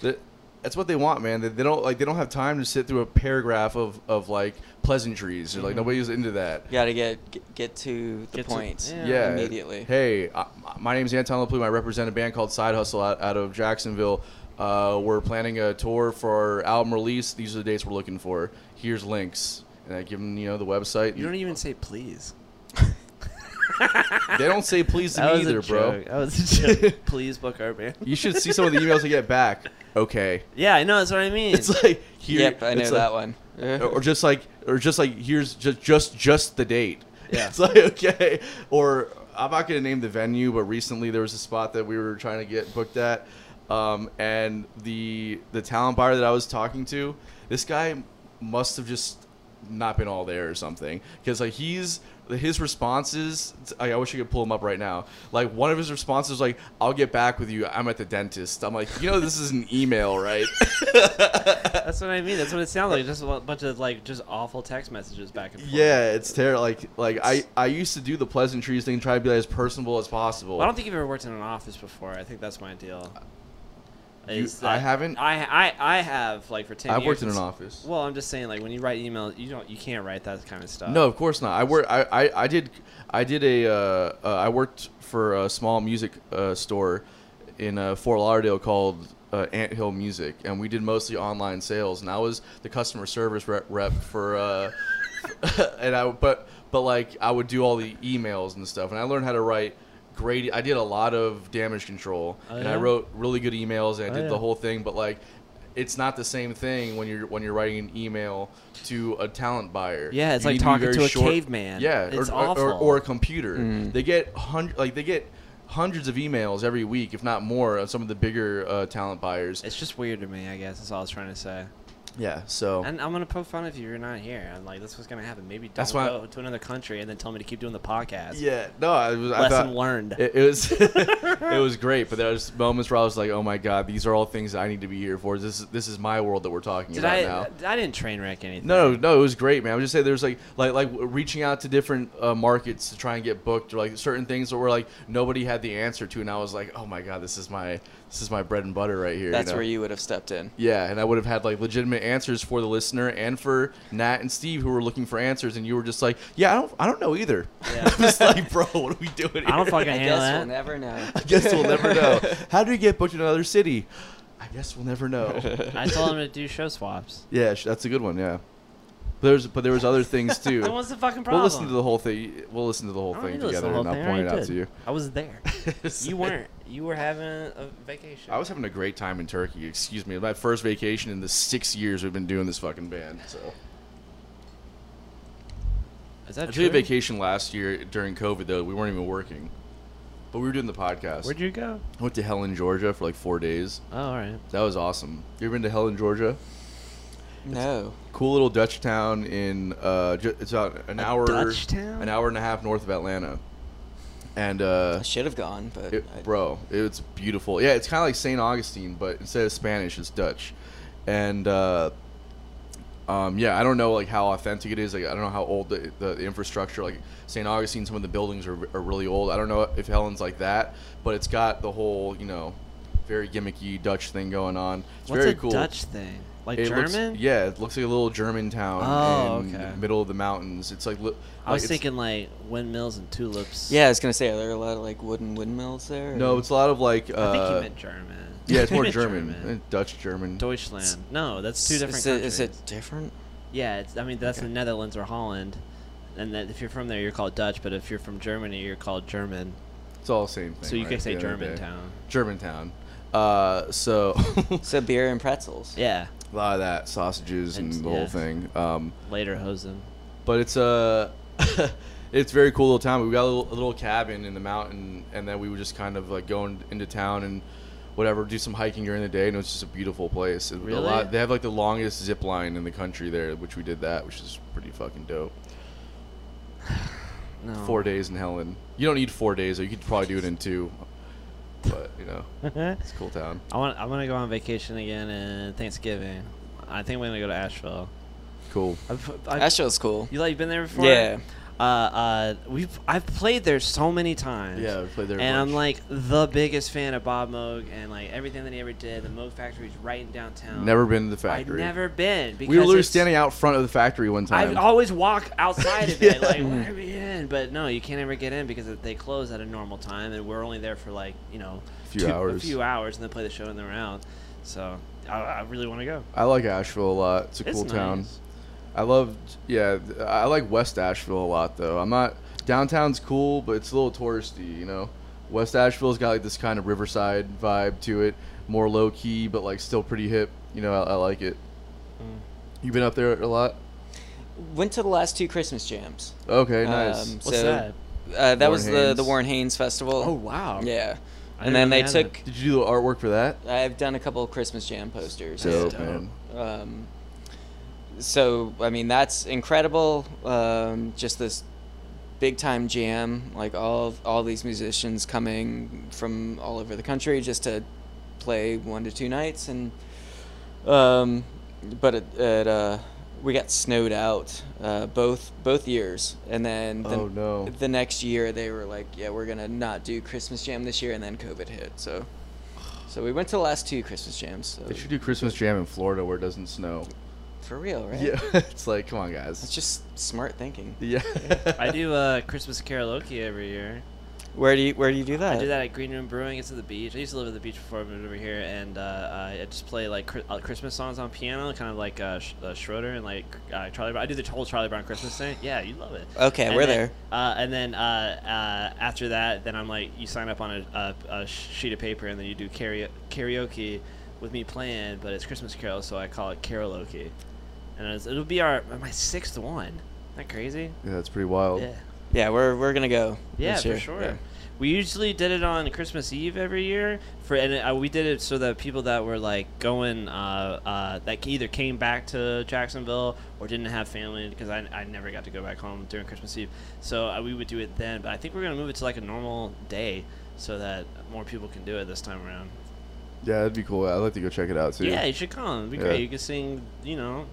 Speaker 1: Th- That's what they want, man. They, they don't like. They don't have time to sit through a paragraph of, of like pleasantries. They're Like
Speaker 3: Mm-hmm.
Speaker 1: nobody's into that.
Speaker 2: You gotta get get, get to the
Speaker 3: Get to-
Speaker 2: point
Speaker 3: yeah.
Speaker 1: Yeah.
Speaker 2: immediately.
Speaker 1: Hey, I, my name's Anton LaPlume. I represent a band called Side Hustle out, out of Jacksonville. Uh, we're planning a tour for our album release. These are the dates we're looking for. Here's links. And I give them, you know, the website.
Speaker 3: You don't even say please.
Speaker 1: they don't say please to
Speaker 3: That
Speaker 1: me
Speaker 3: was a
Speaker 1: either, bro.
Speaker 3: joke. That was a joke. please book our band.
Speaker 1: You should see some of the emails I get back. Okay,
Speaker 3: Yeah, I know. That's what I mean.
Speaker 1: it's like here.
Speaker 2: yep, I know
Speaker 1: it's
Speaker 2: that
Speaker 1: like-
Speaker 2: one.
Speaker 1: Or just like, or just like here's just just just the date.
Speaker 3: Yeah.
Speaker 1: it's like okay. Or I'm not gonna name the venue, but recently there was a spot that we were trying to get booked at, um, and the the talent buyer that I was talking to, this guy must have just not been all there or something because like he's his responses I, I wish i could pull him up right now like one of his responses was like i'll get back with you i'm at the dentist i'm like you know this is an email right
Speaker 3: That's what I mean. That's what it sounds like. Just a bunch of like just awful text messages back and forth.
Speaker 1: Yeah, it's terrible. Like, like I, I used to do the pleasantries thing, try to be like, as personable as possible.
Speaker 3: Well, I don't think you've ever worked in an office before. I think that's my deal.
Speaker 1: You-
Speaker 3: Is
Speaker 1: I
Speaker 3: that-
Speaker 1: haven't?
Speaker 3: I, I I have like for ten.
Speaker 1: I've
Speaker 3: years,
Speaker 1: worked in an
Speaker 3: it's-
Speaker 1: office.
Speaker 3: Well, I'm just saying like when you write emails, you don't you can't write that kind of stuff.
Speaker 1: no, of course not. I work. I, I, I did. I did a. Uh, uh, I worked for a small music uh, store in uh, Fort Lauderdale called uh, Ant Hill Music, and we did mostly online sales. And I was the customer service rep, rep for. Uh, and I but but like I would do all the emails and stuff, and I learned how to write great. I did a lot of damage control,
Speaker 3: Oh,
Speaker 1: and I
Speaker 3: yeah?
Speaker 1: wrote really good emails, and I
Speaker 3: Oh,
Speaker 1: did
Speaker 3: yeah.
Speaker 1: the whole thing. But like, it's not the same thing when you're when you're writing an email to a talent buyer.
Speaker 3: Yeah, it's
Speaker 1: You
Speaker 3: like
Speaker 1: need be
Speaker 3: talking
Speaker 1: very
Speaker 3: to a caveman.
Speaker 1: Yeah,
Speaker 3: It's
Speaker 1: or, or-
Speaker 3: awful. Mm.
Speaker 1: Or, or a computer. They get hundred like they get hundreds of emails every week, if not more, of some of the bigger uh, talent buyers.
Speaker 3: It's just weird to me. I guess that's all I was trying to say.
Speaker 1: Yeah, so.
Speaker 3: And I'm gonna poke fun if you're not here. I'm like, that's what's gonna happen. Maybe don't
Speaker 1: That's why-
Speaker 3: go to another country and then tell me to keep doing the podcast.
Speaker 1: yeah, no, I was. I
Speaker 3: Lesson
Speaker 1: thought,
Speaker 3: learned.
Speaker 1: It, it was it was great, but there was moments where I was like, "Oh my god, these are all things that I need to be here for. This is this is my world that we're talking
Speaker 3: Did
Speaker 1: about
Speaker 3: I?
Speaker 1: now."
Speaker 3: I didn't train wreck anything.
Speaker 1: No, no, it was great, man. I would just say there's like like like reaching out to different uh, markets to try and get booked, or like certain things that were like nobody had the answer to, and I was like, "Oh my god, this is my this is my bread and butter right here."
Speaker 2: That's
Speaker 1: know?
Speaker 2: where you would have stepped in.
Speaker 1: Yeah, and I would have had like legitimate answers for the listener and for Nat and Steve who were looking for answers, and you were just like, "Yeah, I don't, I don't know either."
Speaker 3: Yeah.
Speaker 1: I'm just like, bro, what are we doing? Here?
Speaker 3: I don't fucking
Speaker 2: I
Speaker 3: handle
Speaker 2: guess
Speaker 3: that.
Speaker 2: we'll never know.
Speaker 1: I guess we'll never know. How do we get booked in another city? I guess we'll never know.
Speaker 3: I told him to do show swaps.
Speaker 1: yeah, sh- that's a good one. Yeah, but there's but there was other things too.
Speaker 3: Then what's the fucking problem?
Speaker 1: we'll listen to the whole thing. We'll listen to the whole
Speaker 3: I don't
Speaker 1: thing
Speaker 3: need to listen to
Speaker 1: together,
Speaker 3: the whole
Speaker 1: and I'll
Speaker 3: thing. I
Speaker 1: point it
Speaker 3: already
Speaker 1: out to
Speaker 3: did.
Speaker 1: you.
Speaker 3: I was there. you weren't. You were having a vacation.
Speaker 1: I was having a great time in Turkey. Excuse me, my first vacation in the six years we've been doing this fucking band. So
Speaker 3: Is
Speaker 1: I
Speaker 3: that
Speaker 1: took
Speaker 3: true?
Speaker 1: a vacation last year during COVID though. We weren't even working. But we were doing the podcast.
Speaker 3: Where'd you go?
Speaker 1: I went to Helen, Georgia for like four days.
Speaker 3: Oh, all right.
Speaker 1: That was awesome. You ever been to Helen, Georgia?
Speaker 2: No.
Speaker 1: Cool little Dutch town in uh, ju- it's about an hour,
Speaker 3: Dutch town?
Speaker 1: an hour and a half north of Atlanta, and
Speaker 2: I
Speaker 1: uh,
Speaker 2: should have gone, but
Speaker 1: it,
Speaker 2: I,
Speaker 1: bro, it's beautiful. Yeah, it's kind of like St. Augustine, but instead of Spanish, it's Dutch, and uh, um, yeah, I don't know like how authentic it is. Like I don't know how old the, the, the infrastructure. Like St. Augustine, some of the buildings are, are really old. I don't know if Helen's like that, but it's got the whole you know very gimmicky Dutch thing going on. It's
Speaker 3: What's
Speaker 1: very
Speaker 3: a
Speaker 1: cool.
Speaker 3: Dutch thing? Like
Speaker 1: It looks-
Speaker 3: German?
Speaker 1: yeah, it looks like a little German town
Speaker 3: Oh,
Speaker 1: in
Speaker 3: okay.
Speaker 1: the middle of the mountains. It's like, li-
Speaker 3: I was
Speaker 1: like, it's-
Speaker 3: thinking like windmills and tulips.
Speaker 2: yeah, I was gonna say, are there a lot of like wooden windmills there?
Speaker 1: no, it's a lot of like. Uh,
Speaker 3: I think you meant German.
Speaker 1: yeah, it's more
Speaker 3: You meant
Speaker 1: German, Eh, Dutch German.
Speaker 3: Deutschland. No, that's two different
Speaker 2: Is it, is
Speaker 3: countries.
Speaker 2: it different?
Speaker 3: Yeah, it's, I mean that's
Speaker 2: Okay.
Speaker 3: the Netherlands or Holland, and that if you're from there, you're called Dutch. But if you're from Germany, you're called German.
Speaker 1: It's all the same thing.
Speaker 3: so you
Speaker 1: right,
Speaker 3: could
Speaker 1: at
Speaker 3: say
Speaker 1: the end of the day.
Speaker 3: Germantown.
Speaker 1: Germantown. Uh, so
Speaker 2: So beer and pretzels.
Speaker 3: Yeah,
Speaker 1: a lot of that sausages and
Speaker 3: It's-
Speaker 1: the whole
Speaker 3: yeah.
Speaker 1: thing. Um,
Speaker 3: later Hosen.
Speaker 1: but it's a it's a very cool little town. We got a little, a little cabin in the mountain, and then we would just kind of like go in, into town and whatever, do some hiking during the day, and it was just a beautiful place. It- A
Speaker 3: Really?
Speaker 1: lot, they have like the longest zip line in the country there, which we did that, which is pretty fucking dope.
Speaker 3: No.
Speaker 1: Four days in Helen. You don't need four days, or you could probably do it in two. But you know,
Speaker 3: I
Speaker 1: it's a cool town.
Speaker 3: want. I want to go on vacation again in Thanksgiving. I think I'm gonna go to Asheville.
Speaker 1: Cool.
Speaker 3: I've, I've-
Speaker 2: Asheville's cool.
Speaker 3: You like been there before?
Speaker 2: Yeah.
Speaker 3: Uh, uh, we've I've played there so many times.
Speaker 1: Yeah, we played there. a
Speaker 3: And I'm
Speaker 1: bunch.
Speaker 3: like the biggest fan of Bob Moog and like everything that he ever did. The Moog Factory's right in downtown.
Speaker 1: never been to the
Speaker 3: I've
Speaker 1: factory.
Speaker 3: never been. Because
Speaker 1: we were literally
Speaker 3: it's-
Speaker 1: standing out front of the factory one
Speaker 3: I
Speaker 1: time.
Speaker 3: always walk outside of it,
Speaker 1: Yeah.
Speaker 3: like where are we in? But no, you can't ever get in because they close at a normal time, and we're only there for like you know
Speaker 1: Few hours.
Speaker 3: a few hours, and then play the show and then we're out. So I, I really want to go.
Speaker 1: I like Asheville a lot. It's a
Speaker 3: It's
Speaker 1: cool
Speaker 3: nice.
Speaker 1: town. I love, yeah, th- I like West Asheville a lot though. I'm not downtown's cool, but it's a little touristy, you know. West Asheville's got like this kind of Riverside vibe to it, more low key, but like still pretty hip. You know, I, I like it.
Speaker 3: Mm.
Speaker 1: You've been up there a lot.
Speaker 2: Went to the last two Christmas jams.
Speaker 1: Okay, nice.
Speaker 2: Um,
Speaker 3: What's
Speaker 2: so,
Speaker 3: that?
Speaker 2: Uh, that
Speaker 1: Warren
Speaker 2: was the the
Speaker 1: Haynes.
Speaker 2: Warren Haynes Festival.
Speaker 3: Oh wow.
Speaker 2: Yeah.
Speaker 3: I
Speaker 2: and then
Speaker 3: didn't know
Speaker 2: they
Speaker 3: they had
Speaker 2: took.
Speaker 1: Did you do the artwork for that?
Speaker 2: I've done a couple of Christmas jam posters.
Speaker 1: Dope,
Speaker 3: dope.
Speaker 1: man.
Speaker 2: Um, so I mean that's incredible. Um, just this big time jam, like all all these musicians coming from all over the country just to play one to two nights, and um, but it, it uh, we got snowed out uh, both both years, and then the,
Speaker 1: Oh, no.
Speaker 2: the next year they were like, yeah, we're gonna not do Christmas jam this year, and then COVID hit, so. So we went to the last two Christmas jams. So
Speaker 1: They should do Christmas Jam in Florida where it doesn't snow.
Speaker 2: for real, right?
Speaker 1: Yeah, it's like, come on,
Speaker 2: It's
Speaker 1: guys.
Speaker 2: just smart thinking.
Speaker 1: Yeah.
Speaker 3: I do uh, Christmas karaoke every year.
Speaker 2: Where do you where do you do that?
Speaker 3: I do that at Green Room Brewing. It's at the beach. I used to live at the beach before I moved over here, and uh, I I just play like Chri- uh, Christmas songs on piano, kind of like uh, Sh- uh, Schroeder and like uh, Charlie. Brown. I do the whole Charlie Brown Christmas thing. Yeah, you love it.
Speaker 2: Okay,
Speaker 3: And
Speaker 2: we're
Speaker 3: then-
Speaker 2: there.
Speaker 3: Uh, and then uh, uh, after that, then I'm like, you sign up on a, a, a sheet of paper, and then you do karaoke, karaoke with me playing, but it's Christmas carols, so I call it karaoke, and it's, it'll be our my sixth one. Isn't that crazy?
Speaker 1: Yeah, that's pretty wild.
Speaker 3: Yeah.
Speaker 2: Yeah, we're we're gonna go.
Speaker 3: Yeah,
Speaker 2: this
Speaker 3: for
Speaker 2: year.
Speaker 3: sure.
Speaker 2: Yeah.
Speaker 3: We usually did it on Christmas Eve every year for, and uh, we did it so that people that were like going, uh, uh, that either came back to Jacksonville or didn't have family because I, I never got to go back home during Christmas Eve, so uh, we would do it then. But I think we're gonna move it to like a normal day so that more people can do it this time around.
Speaker 1: Yeah, that'd be cool. I'd like to go check it out too.
Speaker 3: Yeah, you should come. It'd be
Speaker 1: Yeah.
Speaker 3: great. You can sing, you know,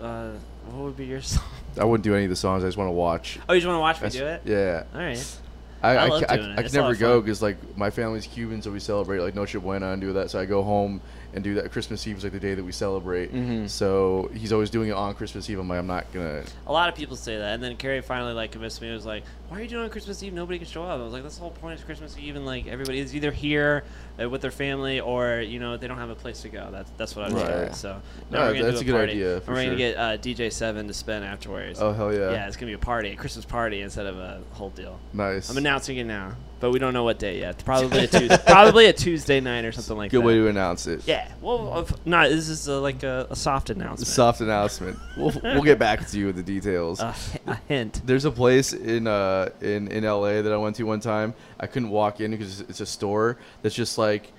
Speaker 3: uh, what would be your song?
Speaker 1: I wouldn't do any of the songs. I just want to watch.
Speaker 3: Oh, you just want to watch me
Speaker 1: That's-
Speaker 3: do it?
Speaker 1: Yeah.
Speaker 3: All right.
Speaker 1: I,
Speaker 3: I
Speaker 1: I,
Speaker 3: love
Speaker 1: ca- I,
Speaker 3: doing it.
Speaker 1: I can
Speaker 3: It's a lot
Speaker 1: never
Speaker 3: of
Speaker 1: go
Speaker 3: fun.
Speaker 1: because like my family's Cuban, so we celebrate like Noche Buena and do that. So I go home and do that. Christmas Eve is like the day that we celebrate.
Speaker 3: Mm-hmm.
Speaker 2: Mhm.
Speaker 1: So he's always doing it on Christmas Eve. I'm like, I'm not gonna.
Speaker 3: A lot of people say that, and then Carrie finally like convinced me. It was like, "Why are you doing it on Christmas Eve? Nobody can show up." I was like, "That's the whole point of Christmas Eve, and like everybody is either here uh, with their family, or you know they don't have a place to go." That's that's what I was
Speaker 1: Right.
Speaker 3: doing. So
Speaker 1: No,
Speaker 3: now we're gonna
Speaker 1: that's
Speaker 3: do
Speaker 1: a good
Speaker 3: party.
Speaker 1: idea,
Speaker 3: And
Speaker 1: for
Speaker 3: we're
Speaker 1: sure.
Speaker 3: gonna get uh, DJ Seven to spend afterwards.
Speaker 1: Oh hell yeah!
Speaker 3: yeah. it's gonna be a party, a Christmas party instead of a whole deal.
Speaker 1: Nice.
Speaker 3: I'm a announcing it now, but we don't know what day yet. Probably a Tuesday, probably a Tuesday night or something like
Speaker 1: Good
Speaker 3: that.
Speaker 1: way to announce it.
Speaker 3: yeah. Well, if not this is uh like a, a soft announcement.
Speaker 1: Soft announcement. We'll, we'll get back to you with the details.
Speaker 3: A h- a hint.
Speaker 1: There's a place in uh in in LA that I went to one time. I couldn't walk in because it's a store that's just like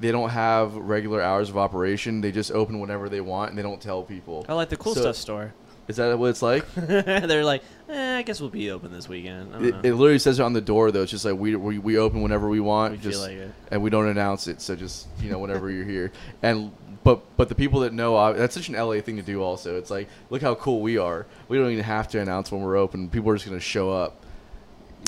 Speaker 1: they don't have regular hours of operation. They just open whenever they want and they don't tell people.
Speaker 3: I like the cool
Speaker 1: So-
Speaker 3: stuff store.
Speaker 1: Is that what it's like?
Speaker 3: They're like, eh, I guess we'll be open this weekend. I don't
Speaker 1: It,
Speaker 3: know.
Speaker 1: it literally says it on the door though. It's just like we we, we open whenever we want.
Speaker 3: We feel
Speaker 1: just
Speaker 3: like it.
Speaker 1: and we don't announce it. So just you know whenever you're here. And but but the people that know uh, that's such an LA thing to do. Also, it's like look how cool we are. We don't even have to announce when we're open. People are just gonna show up.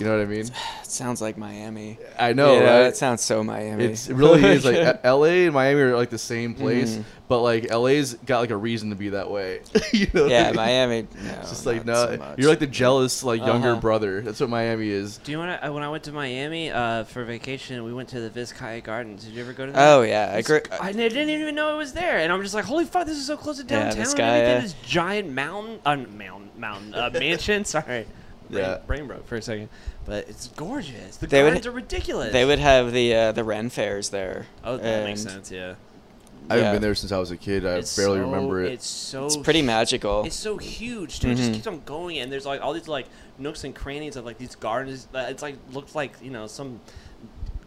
Speaker 1: You know what I mean?
Speaker 2: It sounds like Miami.
Speaker 1: I know.
Speaker 2: You know,
Speaker 1: right?
Speaker 2: It sounds so Miami.
Speaker 1: It's, it really is like uh, L.A. and Miami are like the same place,
Speaker 2: Mhm.
Speaker 1: but like L.A.'s got like a reason to be that way. you know? what I
Speaker 2: yeah,
Speaker 1: mean?
Speaker 2: Miami. No,
Speaker 1: It's just like
Speaker 2: not
Speaker 1: no,
Speaker 2: so much.
Speaker 1: you're like the jealous like younger
Speaker 2: Uh-huh.
Speaker 1: brother. That's what Miami is.
Speaker 3: Do you want to? When I went to Miami uh, for vacation, we went to the Vizcaya Gardens. Did you ever go to that?
Speaker 2: Oh yeah, I
Speaker 3: It's-
Speaker 2: grew.
Speaker 3: I I didn't even know it was there, and I'm just like, "Holy fuck! This is so close to
Speaker 2: Yeah,
Speaker 3: downtown."
Speaker 2: this
Speaker 3: and
Speaker 2: guy,
Speaker 3: everything,
Speaker 2: uh,
Speaker 3: this giant mountain, uh, mountain, mountain uh, mansion. Sorry, brain,
Speaker 1: Yeah.
Speaker 3: brain broke for a second, but it's gorgeous. The
Speaker 2: They would-
Speaker 3: gardens are ridiculous.
Speaker 2: They would have the uh, the Ren fairs there.
Speaker 3: Oh, that makes
Speaker 2: and
Speaker 3: sense. Yeah,
Speaker 1: I haven't
Speaker 2: Yeah.
Speaker 1: been there since I was a kid. I
Speaker 3: It's
Speaker 1: barely
Speaker 3: so-
Speaker 1: remember it.
Speaker 3: It's so
Speaker 2: It's pretty magical.
Speaker 3: Oh, It's so huge, dude. It just
Speaker 2: Mhm.
Speaker 3: keeps on going, and there's like all these like nooks and crannies of like these gardens. That it's like looks like you know some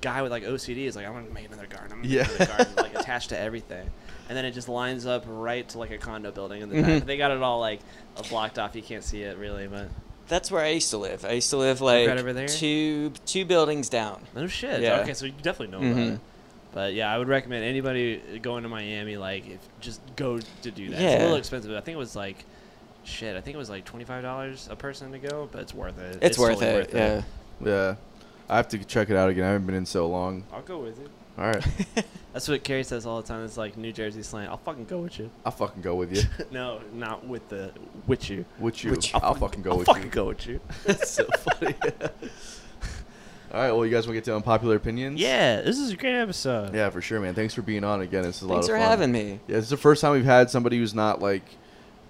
Speaker 3: guy with like OCD is like, I'm gonna make another garden. I'm gonna
Speaker 1: Yeah.
Speaker 3: make another garden, like attached to everything, and then it just lines up right to like a condo building in the back.
Speaker 2: Mhm.
Speaker 3: They got it all like blocked off. You can't see it really, but
Speaker 2: That's where I used to live. I used to live like
Speaker 3: right over there?
Speaker 2: two two buildings down.
Speaker 3: no shit.
Speaker 2: Yeah.
Speaker 3: Okay, so you definitely know about
Speaker 2: Mhm.
Speaker 3: it. But yeah, I would recommend anybody going to Miami, like, if just go to do that. It's a
Speaker 2: Yeah.
Speaker 3: little expensive. I think it was like, shit, I think it was like $25 a person to go, but it's worth it.
Speaker 2: It's, worth,
Speaker 3: totally
Speaker 2: it, Yeah.
Speaker 1: Yeah. I have to check it out again. I haven't been in so long.
Speaker 3: I'll go with it.
Speaker 1: All right.
Speaker 3: That's what Carrie says all the time. It's like New Jersey slang. I'll fucking go with you.
Speaker 1: I'll fucking go with you.
Speaker 3: no, not with the with you.
Speaker 1: With you.
Speaker 3: With you.
Speaker 1: I'll, fucking go
Speaker 3: I'll
Speaker 1: with
Speaker 3: fucking
Speaker 1: you.
Speaker 3: go with you.
Speaker 1: That's so funny. All right. Well, you guys want to get to unpopular opinions?
Speaker 3: yeah, this is a great episode.
Speaker 1: Yeah, for sure, man. Thanks for being on again. It's a lot
Speaker 2: Thanks
Speaker 1: of
Speaker 2: for
Speaker 1: fun.
Speaker 2: having me.
Speaker 1: Yeah, it's the first time we've had somebody who's not like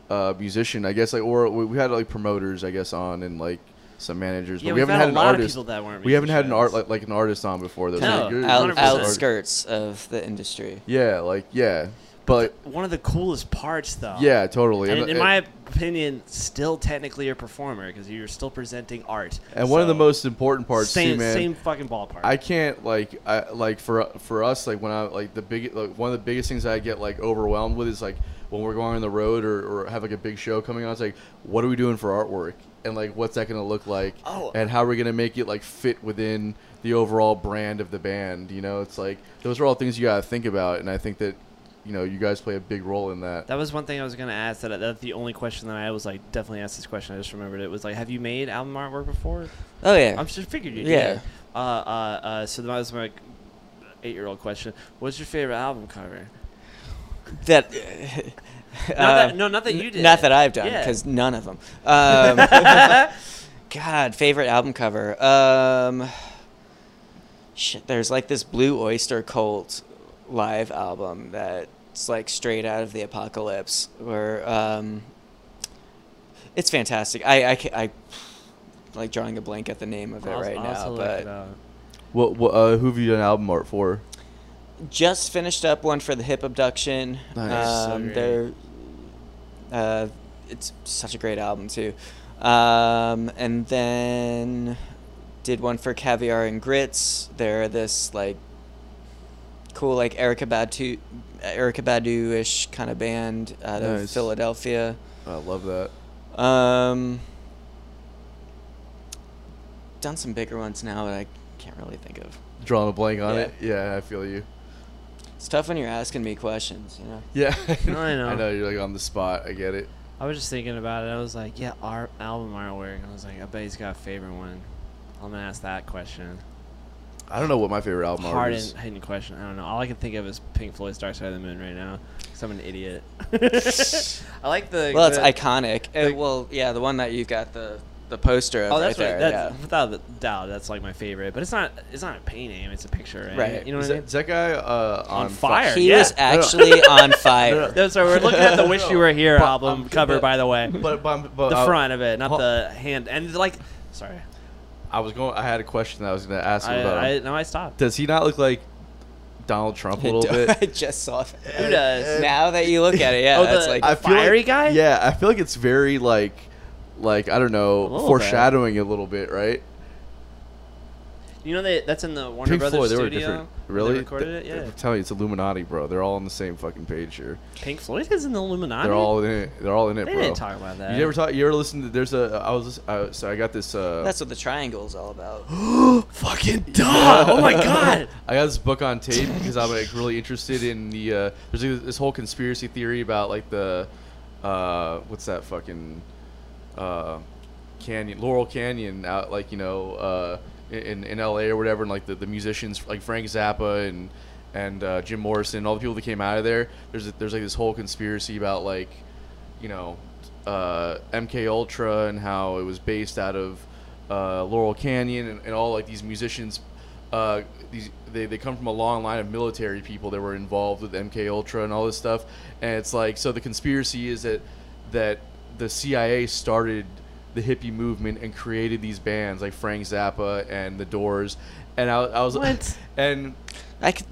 Speaker 1: a musician, I guess. Like, or we we had like promoters, I guess, on and like some managers.
Speaker 3: Yeah,
Speaker 1: but we
Speaker 3: we've
Speaker 1: haven't
Speaker 3: had
Speaker 1: had
Speaker 3: a
Speaker 1: an
Speaker 3: lot of
Speaker 1: artist.
Speaker 3: people that weren't.
Speaker 1: We haven't had an art
Speaker 3: musicians.
Speaker 1: like, like an artist on before though.
Speaker 3: No,
Speaker 1: like, you're-
Speaker 3: Out-
Speaker 1: you're
Speaker 2: Out,
Speaker 1: an artist.
Speaker 3: 100%.
Speaker 2: outskirts of the industry.
Speaker 1: Yeah, like yeah, but
Speaker 3: one of the coolest parts, though.
Speaker 1: yeah, totally.
Speaker 3: And
Speaker 1: And-
Speaker 3: in
Speaker 1: and-
Speaker 3: my opinion, still technically a performer because you're still presenting art.
Speaker 1: And one of the
Speaker 3: So,
Speaker 1: most important parts
Speaker 3: same
Speaker 1: too, man.
Speaker 3: same fucking ballpark.
Speaker 1: I can't like I like for for us like when I like the big like one of the biggest things I get like overwhelmed with is like when we're going on the road or, or have like a big show coming on. It's like what are we doing for artwork and like what's that going to look like
Speaker 3: Oh.
Speaker 1: and how are we going to make it like fit within the overall brand of the band. You know, it's like those are all things you got to think about, and I think that you know you guys play a big role in that.
Speaker 3: That was one thing I was gonna ask. That that's the only question that I was like definitely asked this question. I just remembered it was like, have you made album artwork before?
Speaker 2: Oh yeah.
Speaker 3: I'm sure figured you
Speaker 2: Yeah.
Speaker 3: did. Uh, uh, uh, so that was my eight-year-old question. What's your favorite album cover?
Speaker 2: that.
Speaker 3: Not
Speaker 2: uh,
Speaker 3: that, no, not that
Speaker 2: n-
Speaker 3: you did.
Speaker 2: Not that I've done,
Speaker 3: Yeah.
Speaker 2: because none of them. Um, God, favorite album cover. Um, shit, there's like this Blue Oyster Cult live album that's like straight out of the apocalypse, where um, it's fantastic. I, I, ca- I like drawing a blank at the name of it
Speaker 3: I'll-
Speaker 2: right
Speaker 3: I'll
Speaker 2: now,
Speaker 3: also look
Speaker 2: but
Speaker 3: it up.
Speaker 1: What, what uh, who have you done album art for?
Speaker 2: just finished up one for the hip abduction.
Speaker 1: Nice.
Speaker 3: So
Speaker 2: Um,
Speaker 3: great.
Speaker 2: they're, uh, it's such a great album too. Um, and then did one for Caviar and Grits. They're this like cool like Erica Badu Erica Badu ish kind of band out of
Speaker 1: Nice.
Speaker 2: Philadelphia.
Speaker 1: I love that.
Speaker 2: Um, done some bigger ones now that I can't really think of.
Speaker 1: Drawing a blank on
Speaker 2: Yeah.
Speaker 1: it. Yeah, I feel you.
Speaker 2: It's tough when you're asking me questions, you know.
Speaker 1: Yeah,
Speaker 3: No, I know.
Speaker 1: I know you're like on the spot. I get it.
Speaker 3: I was just thinking about it. I was like, yeah, our album artwork. And I was like, I bet he's got a favorite one. I'm gonna ask that question.
Speaker 1: I don't know what my favorite album
Speaker 3: Hard
Speaker 1: art
Speaker 3: and
Speaker 1: is.
Speaker 3: hidden question. I don't know. All I can think of is Pink Floyd's Dark Side of the Moon right now. Cause I'm an idiot. I like the.
Speaker 2: Well, it's
Speaker 3: the-
Speaker 2: iconic. Uh,
Speaker 3: the-
Speaker 2: well, yeah, the one that you've got the the poster of
Speaker 3: Oh, that's
Speaker 2: right there.
Speaker 3: right. That's,
Speaker 2: yeah.
Speaker 3: Without a doubt, that's like my favorite. But it's not. It's not a painting. It's a picture, right?
Speaker 2: Right.
Speaker 3: You know what
Speaker 1: Is
Speaker 3: I
Speaker 1: that,
Speaker 3: mean?
Speaker 1: is that guy uh, on,
Speaker 3: On fire.
Speaker 2: He
Speaker 3: yeah.
Speaker 2: was
Speaker 3: No,
Speaker 1: no.
Speaker 2: actually on fire.
Speaker 1: no.
Speaker 3: No, sorry, we're looking at the "Wish You Were Here"
Speaker 1: But,
Speaker 3: album
Speaker 1: um,
Speaker 3: cover,
Speaker 1: but-
Speaker 3: by the way.
Speaker 1: But, but, but
Speaker 3: the
Speaker 1: uh,
Speaker 3: front of it, not
Speaker 1: Huh.
Speaker 3: the hand. And like, sorry,
Speaker 1: I was going. I had a question that I was going to ask you about.
Speaker 3: I, I,
Speaker 1: him.
Speaker 3: no, I stopped.
Speaker 1: Does he not look like Donald Trump a little bit?
Speaker 2: I just saw that.
Speaker 3: Who does?
Speaker 2: Now that you look at it, yeah,
Speaker 3: Oh,
Speaker 2: that's
Speaker 3: the-
Speaker 2: like
Speaker 3: I- fiery
Speaker 1: like,
Speaker 3: guy?
Speaker 1: Yeah, I feel like it's very like, like I don't know,
Speaker 3: little bit.
Speaker 1: foreshadowing a little bit, right?
Speaker 3: You know they, that's in the Warner
Speaker 1: Pink
Speaker 3: Brothers
Speaker 1: Floyd, they were
Speaker 3: studio.
Speaker 1: different.
Speaker 3: They
Speaker 1: Really?
Speaker 3: recorded it.
Speaker 1: Th-
Speaker 3: Yeah.
Speaker 1: I'm telling you, it's Illuminati, bro. They're all on the same fucking page here.
Speaker 3: Pink Floyd is in the Illuminati.
Speaker 1: They're all in it. They're all in it,
Speaker 3: They
Speaker 1: bro.
Speaker 3: didn't talk about that.
Speaker 1: You ever talk? You ever listen to? There's a. I was. Uh, so I got this. Uh,
Speaker 2: that's what the triangle is all about.
Speaker 3: fucking dumb. oh my god.
Speaker 1: I got this book on tape because I'm like really interested in the. Uh, there's like, this whole conspiracy theory about like the, uh, what's that fucking, uh, canyon Laurel Canyon out like you know uh, in in L.A. or whatever, and like the, the musicians like Frank Zappa and and uh, Jim Morrison, all the people that came out of there. There's there's like this whole conspiracy about like, you know, uh, MK Ultra and how it was based out of uh, Laurel Canyon and, and all like these musicians uh, these they, they come from a long line of military people that were involved with MK Ultra and all this stuff, and it's like so the conspiracy is that that the CIA started the hippie movement and created these bands like Frank Zappa and The Doors, and I, I was
Speaker 3: What?
Speaker 1: and
Speaker 2: I could,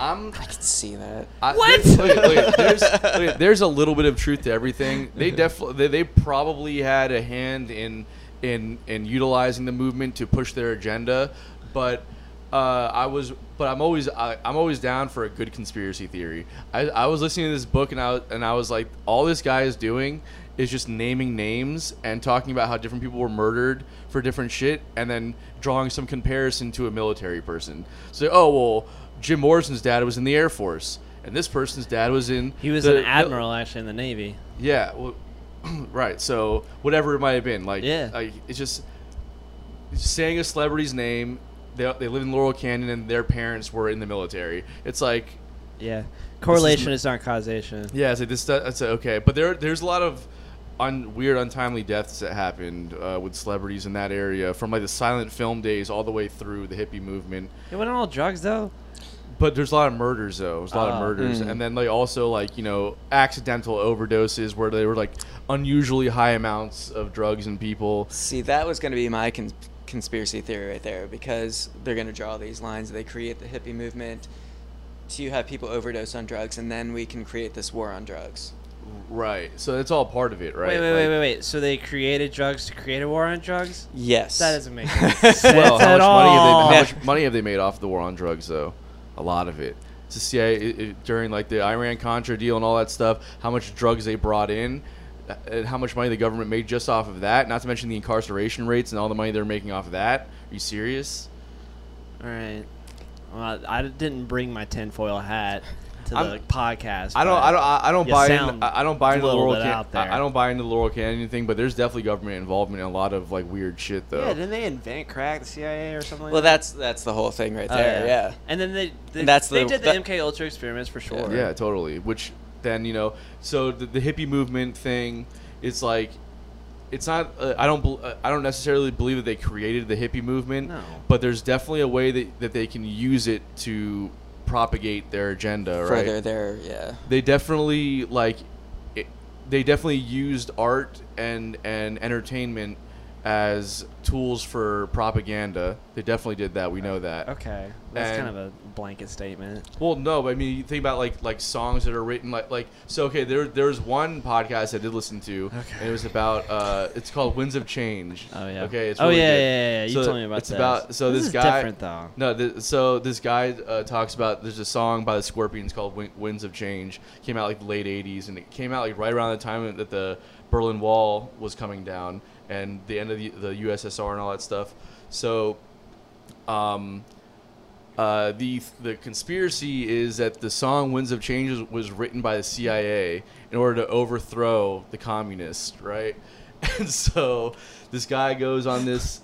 Speaker 1: I'm
Speaker 2: I could see that.
Speaker 1: I, what? There's, look, look, there's, look, there's a little bit of truth to everything. They definitely they, they probably had a hand in in in utilizing the movement to push their agenda, but uh, I was but I'm always I, I'm always down for a good conspiracy theory. I, I was listening to this book and I was- and I was like, all this guy is doing is just naming names and talking about how different people were murdered for different shit and then drawing some comparison to a military person. So, oh, well, Jim Morrison's dad was in the Air Force and this person's dad was in
Speaker 3: He was
Speaker 1: the-
Speaker 3: an admiral actually in the Navy.
Speaker 1: yeah, well, right. So whatever it might have been, like,
Speaker 3: Yeah.
Speaker 1: like, it's just saying a celebrity's name. They, they live in Laurel Canyon, and their parents were in the military. It's like,
Speaker 3: Yeah. Correlation
Speaker 1: my-
Speaker 3: is not causation.
Speaker 1: yeah, it's like this. stu- It's like, okay, but there there's a lot of un, weird, untimely deaths that happened uh, with celebrities in that area, from like the silent film days all the way through the hippie movement.
Speaker 3: It went on all drugs though.
Speaker 1: But there's a lot of murders though. There's a lot of
Speaker 3: Ah.
Speaker 1: murders,
Speaker 2: Mm.
Speaker 1: and then like also like you know accidental overdoses where they were like unusually high amounts of drugs in people.
Speaker 2: See, that was going to be my con- conspiracy theory right there because they're going to draw these lines. They create the hippie movement to have people overdose on drugs, and then we can create this war on drugs.
Speaker 1: Right. So it's all part of it, right?
Speaker 3: Wait, wait, wait,
Speaker 1: Like,
Speaker 3: wait, wait. So they created drugs to create a war on drugs?
Speaker 2: Yes.
Speaker 3: That doesn't make any sense
Speaker 1: Well, how
Speaker 3: at
Speaker 1: much, money have
Speaker 3: all.
Speaker 1: they, how much money have they made off the war on drugs though? A lot of it. It's the CIA it, it- during like the Iran Contra deal and all that stuff. How much drugs they brought in. uh, And how much money the government made just off of that? Not to mention the incarceration rates and all the money they're making off of that. Are you serious?
Speaker 3: All right. Well, I didn't bring my tinfoil hat to
Speaker 1: I'm-
Speaker 3: the podcast.
Speaker 1: I don't,
Speaker 3: but
Speaker 1: I don't, I I don't
Speaker 3: you
Speaker 1: buy. In,
Speaker 3: sound
Speaker 1: I I don't buy
Speaker 3: a
Speaker 1: into the
Speaker 3: little
Speaker 1: Laurel.
Speaker 3: bit
Speaker 1: Can-
Speaker 3: out there.
Speaker 1: I I don't buy into the Laurel Canyon thing, but there's definitely government involvement in a lot of like weird shit, though.
Speaker 3: Yeah, didn't they invent crack, the CIA or something?
Speaker 2: Well,
Speaker 3: like
Speaker 2: that's that's the whole thing right
Speaker 3: that?
Speaker 2: there.
Speaker 3: Oh,
Speaker 2: yeah.
Speaker 3: And then they, they
Speaker 2: That's
Speaker 3: they
Speaker 2: the-
Speaker 3: did the
Speaker 2: that-
Speaker 3: MK Ultra experiments for sure.
Speaker 1: Yeah, totally. Which then you know, so the, the hippie movement thing, it's like, it's not. Uh, I don't. bel uh, I don't necessarily believe that they created the hippie movement.
Speaker 3: No.
Speaker 1: But there's definitely a way that, that they can use it to propagate their agenda. right.
Speaker 2: Further there, yeah.
Speaker 1: they definitely like it, they definitely used art and and entertainment as tools for propaganda they definitely did that we know that
Speaker 3: Okay. That's
Speaker 1: And-
Speaker 3: kind of a blanket statement.
Speaker 1: well no but i mean you think about like like songs that are written like like so okay there there's one podcast i did listen to and it was about uh it's called winds of change
Speaker 3: Oh yeah.
Speaker 1: okay it's
Speaker 3: oh
Speaker 1: really
Speaker 3: yeah,
Speaker 1: good.
Speaker 3: yeah, yeah, yeah. You
Speaker 1: So
Speaker 3: told me about
Speaker 1: it's
Speaker 3: this.
Speaker 1: about so this,
Speaker 3: is
Speaker 1: guy
Speaker 3: different though.
Speaker 1: no, th- so this guy uh, talks about there's a song by the Scorpions called Win- "Winds of Change." Came out like the late '80s, and it came out like right around the time that the Berlin Wall was coming down and the end of the, the USSR and all that stuff. So, um, uh, the the conspiracy is that the song "Winds of Change" was, was written by the CIA in order to overthrow the communists, right? And so this guy goes on this.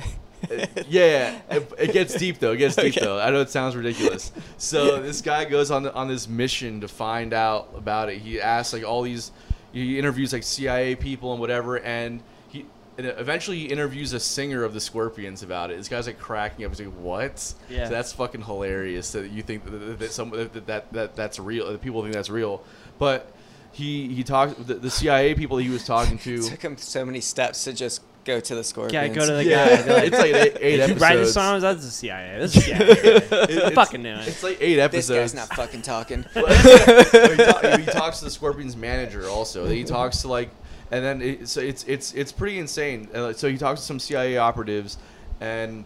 Speaker 1: yeah, it, it gets deep though. It gets deep though. I know it sounds ridiculous. So this guy goes on on this mission to find out about it. He asks like all these, he interviews like CIA people and whatever, and he and eventually he interviews a singer of the Scorpions about it. This guy's like cracking up. He's like, "What?
Speaker 3: Yeah.
Speaker 1: So that's fucking hilarious that you think that, that, some, that, that, that that's real. That people think that's real, but." He, he talked the, the CIA people he was talking to.
Speaker 2: It took him so many steps to just go to the Scorpions.
Speaker 3: Yeah, go to the guy.
Speaker 1: Yeah,
Speaker 3: and be like,
Speaker 1: it's like eight, eight
Speaker 3: Did you
Speaker 1: episodes.
Speaker 3: write the songs? That's the CIA. That's the CIA.
Speaker 1: It- it's-
Speaker 3: fucking knew it.
Speaker 1: It's like eight
Speaker 2: This
Speaker 1: episodes.
Speaker 2: guy's not fucking talking.
Speaker 1: he, ta- he talks to the Scorpions manager also. He talks to like, and then it, so it's it's it's pretty insane. Uh, so he talks to some CIA operatives, and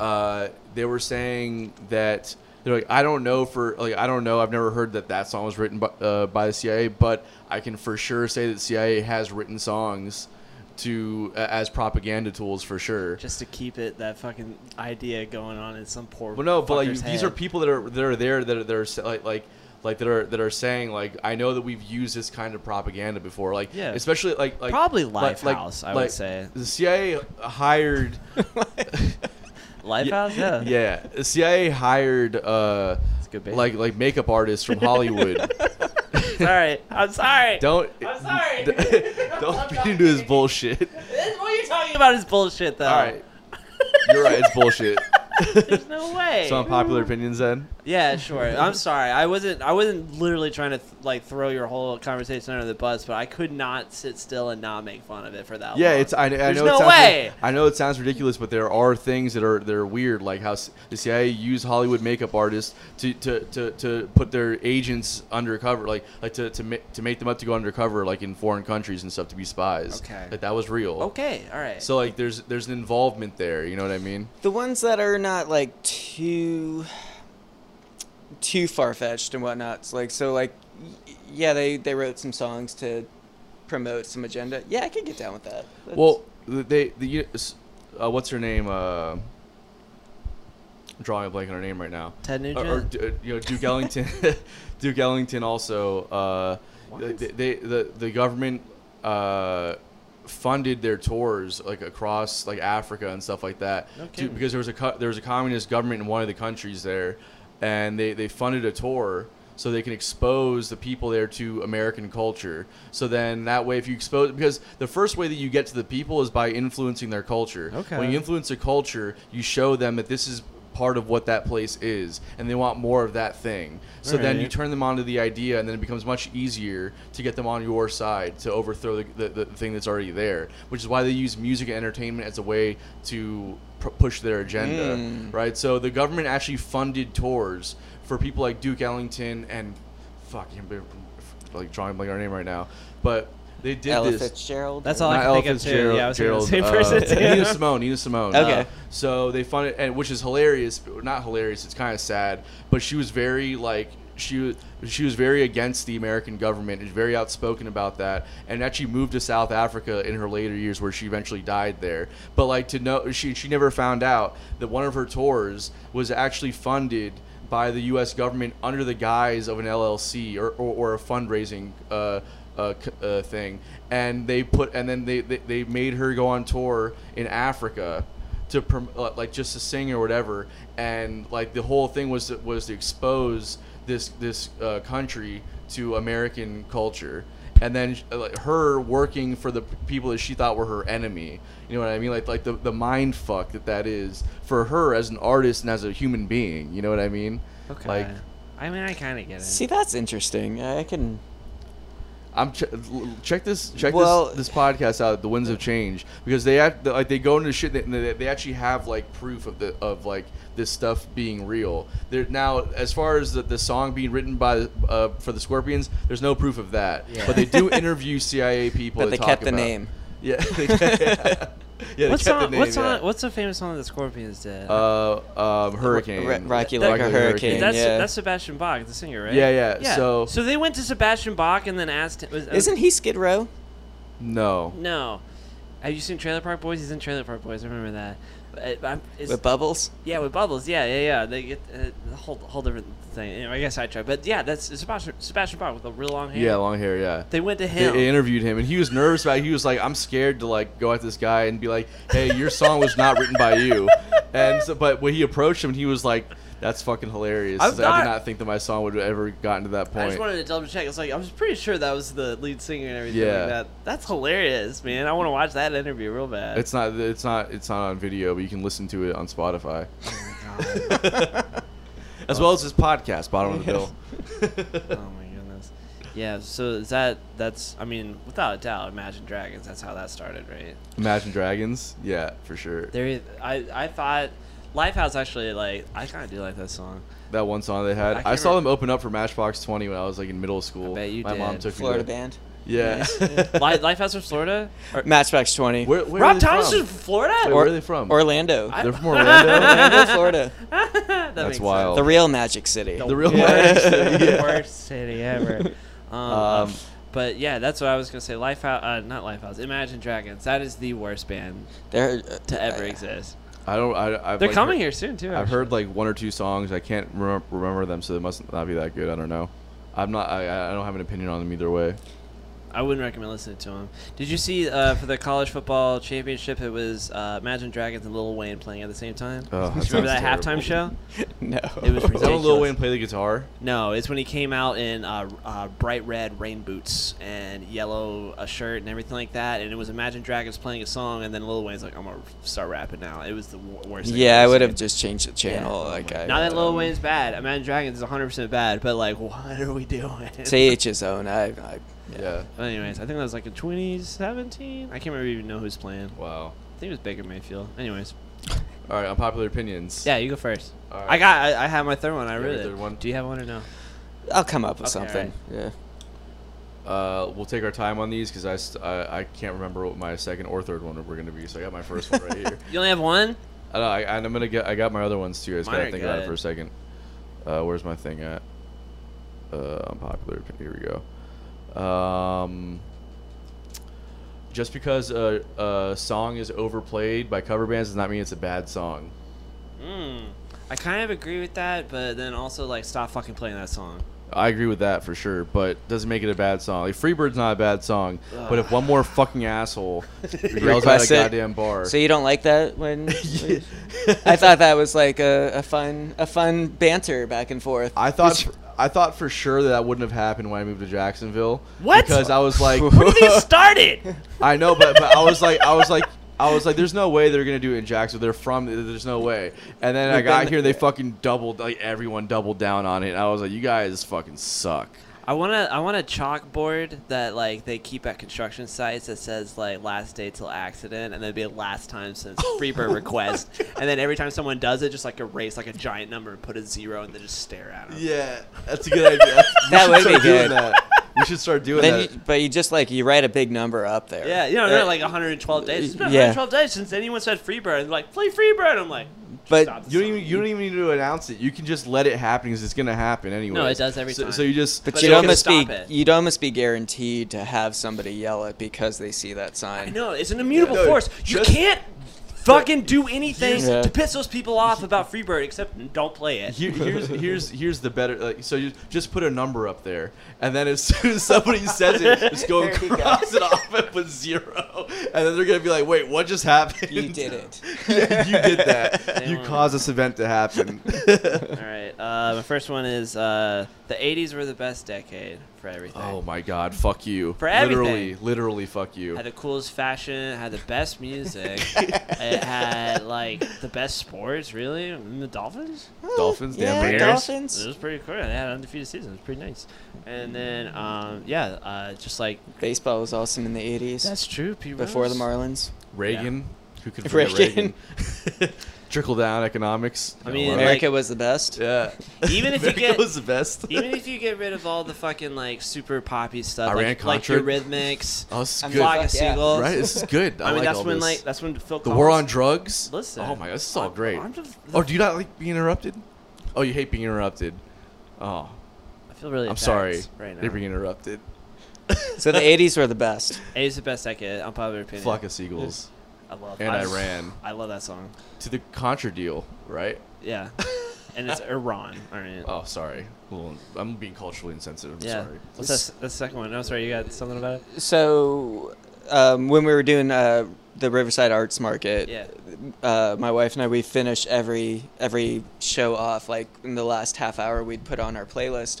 Speaker 1: uh, they were saying that they're like, I don't know for like I don't know. I've never heard that that song was written by, uh, by the CIA, but I can for sure say that CIA has written songs to uh, as propaganda tools for sure.
Speaker 3: Just to keep it that fucking idea going on in some poor.
Speaker 1: Well, no, but like
Speaker 3: fucker's
Speaker 1: these are
Speaker 3: head.
Speaker 1: people that are that are there that are, that are sa- like like like that are that are saying like I know that we've used this kind of propaganda before, like
Speaker 3: Yeah.
Speaker 1: especially like like
Speaker 3: Probably
Speaker 1: like- like-
Speaker 3: Lifehouse, I would
Speaker 1: like,
Speaker 3: say.
Speaker 1: the CIA hired
Speaker 3: Lifehouse. Yeah.
Speaker 1: yeah the CIA hired uh
Speaker 3: It's a good band.
Speaker 1: like like makeup artists from Hollywood.
Speaker 3: sorry. I'm sorry.
Speaker 1: don't
Speaker 3: I'm sorry.
Speaker 1: don't feed into his bullshit.
Speaker 3: This- what you're talking about is bullshit, though.
Speaker 1: All right, you're right, it's bullshit.
Speaker 3: There's no way.
Speaker 1: Some unpopular opinions then.
Speaker 3: Yeah, sure. I'm sorry. I wasn't. I wasn't literally trying to th- like throw your whole conversation under the bus, but I could not sit still and not make fun of it for that.
Speaker 1: Yeah,
Speaker 3: long.
Speaker 1: it's I, I know.
Speaker 3: There's
Speaker 1: it
Speaker 3: no
Speaker 1: sounds
Speaker 3: way.
Speaker 1: I know it sounds ridiculous, but there are things that are that are weird, like how s- the CIA used Hollywood makeup artists to to, to, to put their agents undercover, like like to to, ma- to make them up to go undercover, like in foreign countries and stuff, to be spies.
Speaker 3: Okay.
Speaker 1: like that was real.
Speaker 3: okay. All right.
Speaker 1: So like, there's there's an involvement there. You know what I mean?
Speaker 2: the ones that are not like too too far fetched and whatnot. It's like so, like y- yeah, they they wrote some songs to promote some agenda. Yeah, I could get down with that. That's-
Speaker 1: Well, th- they the s- uh, what's her name? Uh, I'm drawing a blank on her name right now.
Speaker 3: Ted Nugent.
Speaker 1: or, or D- uh, you know Duke Ellington. Duke Ellington also. Uh,
Speaker 3: What?
Speaker 1: they, they the the government uh, funded their tours like across like Africa and stuff like that.
Speaker 3: No
Speaker 1: to-
Speaker 3: kidding.
Speaker 1: because there was a co- there was a communist government in one of the countries there, and they they funded a tour. So they can expose the people there to American culture. So then that way, if you expose, because the first way that you get to the people is by influencing their culture.
Speaker 5: Okay.
Speaker 1: When you influence a culture, you show them that this is part of what that place is, and they want more of that thing. So then you
Speaker 3: Alright.
Speaker 1: turn them onto the idea, and then it becomes much easier to get them on your side to overthrow the, the, the thing that's already there, which is why they use music and entertainment as a way to pr- push their agenda, right? So the government actually funded tours for people like Duke Ellington and fuck, I can't remember- like drawing a blank on her name right now, but they did
Speaker 2: Ella
Speaker 1: this.
Speaker 2: Fitzgerald.
Speaker 3: That's
Speaker 2: or-
Speaker 3: all I
Speaker 1: Not Ella
Speaker 3: can think of too.
Speaker 1: Fitzgerald-
Speaker 3: yeah, I was thinking of the same
Speaker 1: Gerald,
Speaker 3: person.
Speaker 1: uh,
Speaker 3: too.
Speaker 1: Nina Simone. Nina Simone.
Speaker 2: Okay.
Speaker 1: Uh, so they funded, and which is hilarious. but Not hilarious. It's kind of sad, but she was very like she was she was very against the American government and very outspoken about that. And actually moved to South Africa in her later years, where she eventually died there. But like to know, she she never found out that one of her tours was actually funded. By the U.S. government under the guise of an LLC or, or, or a fundraising uh, uh, c- uh, thing, and they put and then they, they, they made her go on tour in Africa to prom- uh, like just to sing or whatever, and like the whole thing was to, was to expose this this uh, country to American culture, and then sh- uh, like, her working for the p- people that she thought were her enemy. You know what I mean? Like like the the mind fuck that that is for her as an artist and as a human being. You know what I mean?
Speaker 3: okay.
Speaker 1: Like
Speaker 3: I mean, I kind of get it.
Speaker 2: See, that's interesting. I I can.
Speaker 1: I'm ch- l- check this check
Speaker 2: Well-
Speaker 1: this this podcast out. The Winds of Change because they act like they go into shit. That, they, they actually have like proof of the of like this stuff being real. There now as far as the, the song being written by uh, for the Scorpions, there's no proof of that.
Speaker 3: Yeah.
Speaker 1: But they do interview CIA people.
Speaker 2: But
Speaker 1: to
Speaker 2: they
Speaker 1: talk
Speaker 2: kept the
Speaker 1: about-
Speaker 2: name.
Speaker 1: Yeah. yeah. They
Speaker 3: what's
Speaker 1: kept
Speaker 3: on?
Speaker 1: the name,
Speaker 3: what's
Speaker 1: yeah.
Speaker 3: on? What's the famous song that the Scorpions did?
Speaker 1: Uh, um, hurricane.
Speaker 2: Ro- Rocky Like a Hurricane,
Speaker 3: that's
Speaker 2: yeah.
Speaker 3: that's Sebastian Bach, the singer, right?
Speaker 1: Yeah, yeah, so-
Speaker 3: so they went to Sebastian Bach and then asked him. Was, uh,
Speaker 2: Isn't he Skid Row?
Speaker 1: No.
Speaker 3: No. Have you seen Trailer Park Boys? He's in Trailer Park Boys. I remember that. But, uh, I'm- it's-
Speaker 2: With Bubbles?
Speaker 3: yeah, with Bubbles. Yeah, yeah, yeah. They get uh, a whole whole different thing. Anyway, I guess I tried, but yeah, that's it's Sebastian Sebastian Bach with a real long hair.
Speaker 1: Yeah, long hair. Yeah.
Speaker 3: They went to
Speaker 1: They,
Speaker 3: him.
Speaker 1: they interviewed him, and he was nervous about. It. He was like, "I'm scared to like go at this guy and be like, hey, your song was not written by you." And so, but when he approached him, he was like, "That's fucking hilarious.
Speaker 3: I'm
Speaker 1: He's like, I did
Speaker 3: not-
Speaker 1: not think that my song would have ever gotten to that
Speaker 3: I
Speaker 1: point."
Speaker 3: just wanted to double check. It's like I was pretty sure that was the lead singer and everything
Speaker 1: Yeah.
Speaker 3: like that. That's hilarious, man. I want to watch that interview real bad.
Speaker 1: it's not. It's not. It's not on video, but you can listen to it on Spotify, as well as this podcast, bottom of the bill.
Speaker 3: oh my goodness. Yeah, so is that that's I mean, without a doubt, Imagine Dragons, that's how that started, right?
Speaker 1: Imagine Dragons, yeah, for sure.
Speaker 3: There I I thought Lifehouse actually like I kinda do like that song.
Speaker 1: That one song they had,
Speaker 3: I
Speaker 1: I,
Speaker 3: can't
Speaker 1: saw them
Speaker 3: remember.
Speaker 1: open up for Matchbox Twenty when I was like in middle school.
Speaker 3: bet you
Speaker 1: My mom
Speaker 3: did.
Speaker 1: took
Speaker 2: Florida
Speaker 1: me. to-
Speaker 2: band.
Speaker 1: Yeah.
Speaker 3: Li- Lifehouse from Florida? Or,
Speaker 2: Matchbox 20.
Speaker 1: where, where are
Speaker 3: Rob
Speaker 1: they
Speaker 3: Thomas
Speaker 1: from?
Speaker 3: from Florida?
Speaker 1: Wait,
Speaker 2: Or-
Speaker 1: where are they from?
Speaker 2: Orlando.
Speaker 1: They're from
Speaker 2: Orlando,
Speaker 1: Orlando.
Speaker 2: Florida.
Speaker 3: That
Speaker 1: That's
Speaker 3: makes
Speaker 1: wild.
Speaker 2: The real Magic City.
Speaker 1: The real Magic
Speaker 3: worst,
Speaker 1: City, yeah.
Speaker 3: worst city ever. Um,
Speaker 1: Um,
Speaker 3: but yeah, that's what I was gonna say. Lifehouse, uh, not Lifehouse. Imagine Dragons. That is the worst band
Speaker 2: They're, uh,
Speaker 3: to ever exist.
Speaker 1: I don't. I, I've
Speaker 3: They're
Speaker 1: like,
Speaker 3: coming
Speaker 1: heard-
Speaker 3: here soon too.
Speaker 1: I've
Speaker 3: actually.
Speaker 1: heard like one or two songs. I can't remem- remember them, so they must not be that good. I don't know. I'm not. I, I don't have an opinion on them either way.
Speaker 3: I wouldn't recommend listening to them. Did you see uh, for the college football championship? It was uh, Imagine Dragons and Lil Wayne playing at the same time.
Speaker 1: Oh, that
Speaker 3: Remember that
Speaker 1: sounds terrible.
Speaker 3: halftime show?
Speaker 2: No.
Speaker 3: It
Speaker 1: Is that
Speaker 3: was
Speaker 1: when Lil
Speaker 3: Ridiculous.
Speaker 1: Wayne play the guitar?
Speaker 3: No, it's when he came out in uh, uh, bright red rain boots and yellow a shirt and everything like that, and it was Imagine Dragons playing a song, and then Lil Wayne's like, "I'm gonna start rapping now." It was the wor- worst. thing
Speaker 2: yeah,
Speaker 3: I've
Speaker 2: I
Speaker 3: ever
Speaker 2: would have
Speaker 3: seen.
Speaker 2: just changed the channel.
Speaker 3: Yeah.
Speaker 2: Like I,
Speaker 3: Not that Lil
Speaker 2: um,
Speaker 3: Wayne's bad. Imagine Dragons is 100 percent bad, but like, what are we doing?
Speaker 2: To each his own. I, I
Speaker 1: Yeah.
Speaker 3: But anyways, I think that was like in 2017. I can't remember even know who's playing.
Speaker 1: Wow.
Speaker 3: I think it was Baker Mayfield. Anyways,
Speaker 1: All right. Unpopular opinions.
Speaker 3: yeah, you go first.
Speaker 1: All
Speaker 3: I
Speaker 1: right.
Speaker 3: got. I, I have my third one. I
Speaker 1: Yeah,
Speaker 3: read
Speaker 1: your third
Speaker 3: it.
Speaker 1: one.
Speaker 3: Do you have one or no?
Speaker 2: I'll come up with
Speaker 3: Okay,
Speaker 2: something. Yeah.
Speaker 1: Uh, we'll take our time on these because I, st- I I can't remember what my second or third one we're gonna be. So I got my first one right here.
Speaker 3: You only have one.
Speaker 1: I know. I, and I'm gonna get. I got my other ones too. I just
Speaker 3: Mine
Speaker 1: gotta
Speaker 3: are
Speaker 1: think about it
Speaker 3: good.
Speaker 1: for a second. Uh, where's my thing at? Uh, unpopular. opinion. Here we go. Um, just because a, a song is overplayed by cover bands does not mean it's a bad song.
Speaker 3: Mm. I kind of agree with that, but then also like stop fucking playing that song.
Speaker 1: I agree with that for sure, but doesn't make it a bad song. Like Freebird's not a bad song, but if one more fucking asshole yells at
Speaker 2: Request
Speaker 1: a
Speaker 2: it.
Speaker 1: goddamn bar,
Speaker 2: So you don't like that when? I thought that was like a, a fun a fun banter back and forth.
Speaker 1: I thought I thought for sure that, that wouldn't have happened when I moved to Jacksonville.
Speaker 3: What?
Speaker 1: Because I was like,
Speaker 3: When did these started?
Speaker 1: I know, but, but I was like, I was like, I was like, there's no way they're gonna do it in Jacksonville. They're from, there's no way. And then I got here, they fucking doubled, like everyone doubled down on it. And I was like, you guys fucking suck.
Speaker 3: I wanna I want a chalkboard that like they keep at construction sites that says like last day till accident and then be a last time since Freebird request and then every time someone does it just like erase like a giant number and put a zero and then just stare at them.
Speaker 1: Yeah, that's a good idea.
Speaker 2: That would be
Speaker 1: doing
Speaker 2: good.
Speaker 1: that. We should start doing
Speaker 2: Then
Speaker 1: that.
Speaker 2: you, but you just like you write a big number up there.
Speaker 3: Yeah, you know,
Speaker 2: Uh,
Speaker 3: they're like 112 days. It's been
Speaker 2: Yeah.
Speaker 3: 112 days since anyone said Freebird. And they're like, play Freebird. I'm like, just
Speaker 2: But
Speaker 3: stop the
Speaker 1: You don't
Speaker 3: song.
Speaker 1: even you don't even need to announce it. You can just let it happen because it's gonna happen anyway.
Speaker 3: No, it does every
Speaker 1: so,
Speaker 3: time.
Speaker 1: So you just
Speaker 2: But,
Speaker 3: But
Speaker 2: you'd
Speaker 3: they can
Speaker 2: almost be
Speaker 3: stop it.
Speaker 2: you'd almost be guaranteed to have somebody yell it because they see that sign.
Speaker 3: No, it's an immutable
Speaker 1: Yeah. No,
Speaker 3: force. You
Speaker 1: just-
Speaker 3: can't fucking do anything
Speaker 2: Yeah.
Speaker 3: to piss those people off about Freebird except don't play it.
Speaker 1: Here, here's here's here's the better. Like, so you just put a number up there, and then as soon as somebody says it, just go
Speaker 2: There you go.
Speaker 1: cross it off and put zero, and then they're gonna be like, "Wait, what just happened?
Speaker 2: You did it.
Speaker 1: Yeah, you did that.
Speaker 3: They
Speaker 1: you
Speaker 3: won't.
Speaker 1: caused this event to happen."
Speaker 3: All right. Uh, my first one is uh, the 80s were the best decade for everything.
Speaker 1: oh my God! Fuck you.
Speaker 3: For
Speaker 1: literally,
Speaker 3: everything.
Speaker 1: literally, fuck you.
Speaker 3: Had the coolest fashion, had the best music, it had like the best sports, really. And the Dolphins?
Speaker 1: Dolphins, damn
Speaker 2: yeah,
Speaker 1: Bears.
Speaker 2: Dolphins.
Speaker 3: It was pretty cool. They had an undefeated season. It was pretty nice. And then, um, yeah, uh, just like.
Speaker 2: Baseball was awesome in the '80s
Speaker 3: true. P.
Speaker 2: before the Marlins.
Speaker 1: Reagan, who could forget Reagan?
Speaker 2: Reagan.
Speaker 1: Trickle down economics.
Speaker 3: I mean,
Speaker 1: Gotta love it.
Speaker 2: America was the best.
Speaker 1: yeah.
Speaker 3: Even if you
Speaker 1: America
Speaker 3: get-
Speaker 1: was the best.
Speaker 3: Even if you get rid of all the fucking like super poppy stuff,
Speaker 1: Iran
Speaker 3: like, like your
Speaker 1: Contra.
Speaker 3: Rhythmics,
Speaker 1: Oh, this is
Speaker 2: I'm
Speaker 1: good.
Speaker 3: Flock
Speaker 2: Fuck
Speaker 3: of
Speaker 2: yeah.
Speaker 3: Seagulls.
Speaker 1: Right, this is good. I,
Speaker 3: I mean,
Speaker 1: like
Speaker 3: that's
Speaker 1: all
Speaker 3: when
Speaker 1: this.
Speaker 3: like that's when Phil.
Speaker 1: the war on
Speaker 3: Collins-
Speaker 1: drugs.
Speaker 3: Listen.
Speaker 1: Oh my god, this is all
Speaker 3: I'm-
Speaker 1: great.
Speaker 3: I'm just-
Speaker 1: oh, do you not like being interrupted? Oh, you hate being interrupted. Oh,
Speaker 3: I feel really.
Speaker 1: I'm
Speaker 3: attacked
Speaker 1: sorry.
Speaker 3: Right
Speaker 1: You're being
Speaker 3: now.
Speaker 1: interrupted.
Speaker 2: So the '80s were the best.
Speaker 3: It is the best I could. Unpopular opinion.
Speaker 1: Flock of seagulls
Speaker 3: I love.
Speaker 1: and
Speaker 3: I-
Speaker 1: Iran
Speaker 3: I love that song.
Speaker 1: to the Contra deal, right?
Speaker 3: Yeah. and it's Iran. All right.
Speaker 1: Oh, sorry. Well, I'm being culturally insensitive. I'm
Speaker 3: yeah.
Speaker 1: sorry.
Speaker 3: What's that, the second one? I'm sorry. You got something about it?
Speaker 2: So um, when we were doing uh, the Riverside Arts Market,
Speaker 3: Yeah.
Speaker 2: uh, my wife and I we finish every every show off like in the last half hour we'd put on our playlist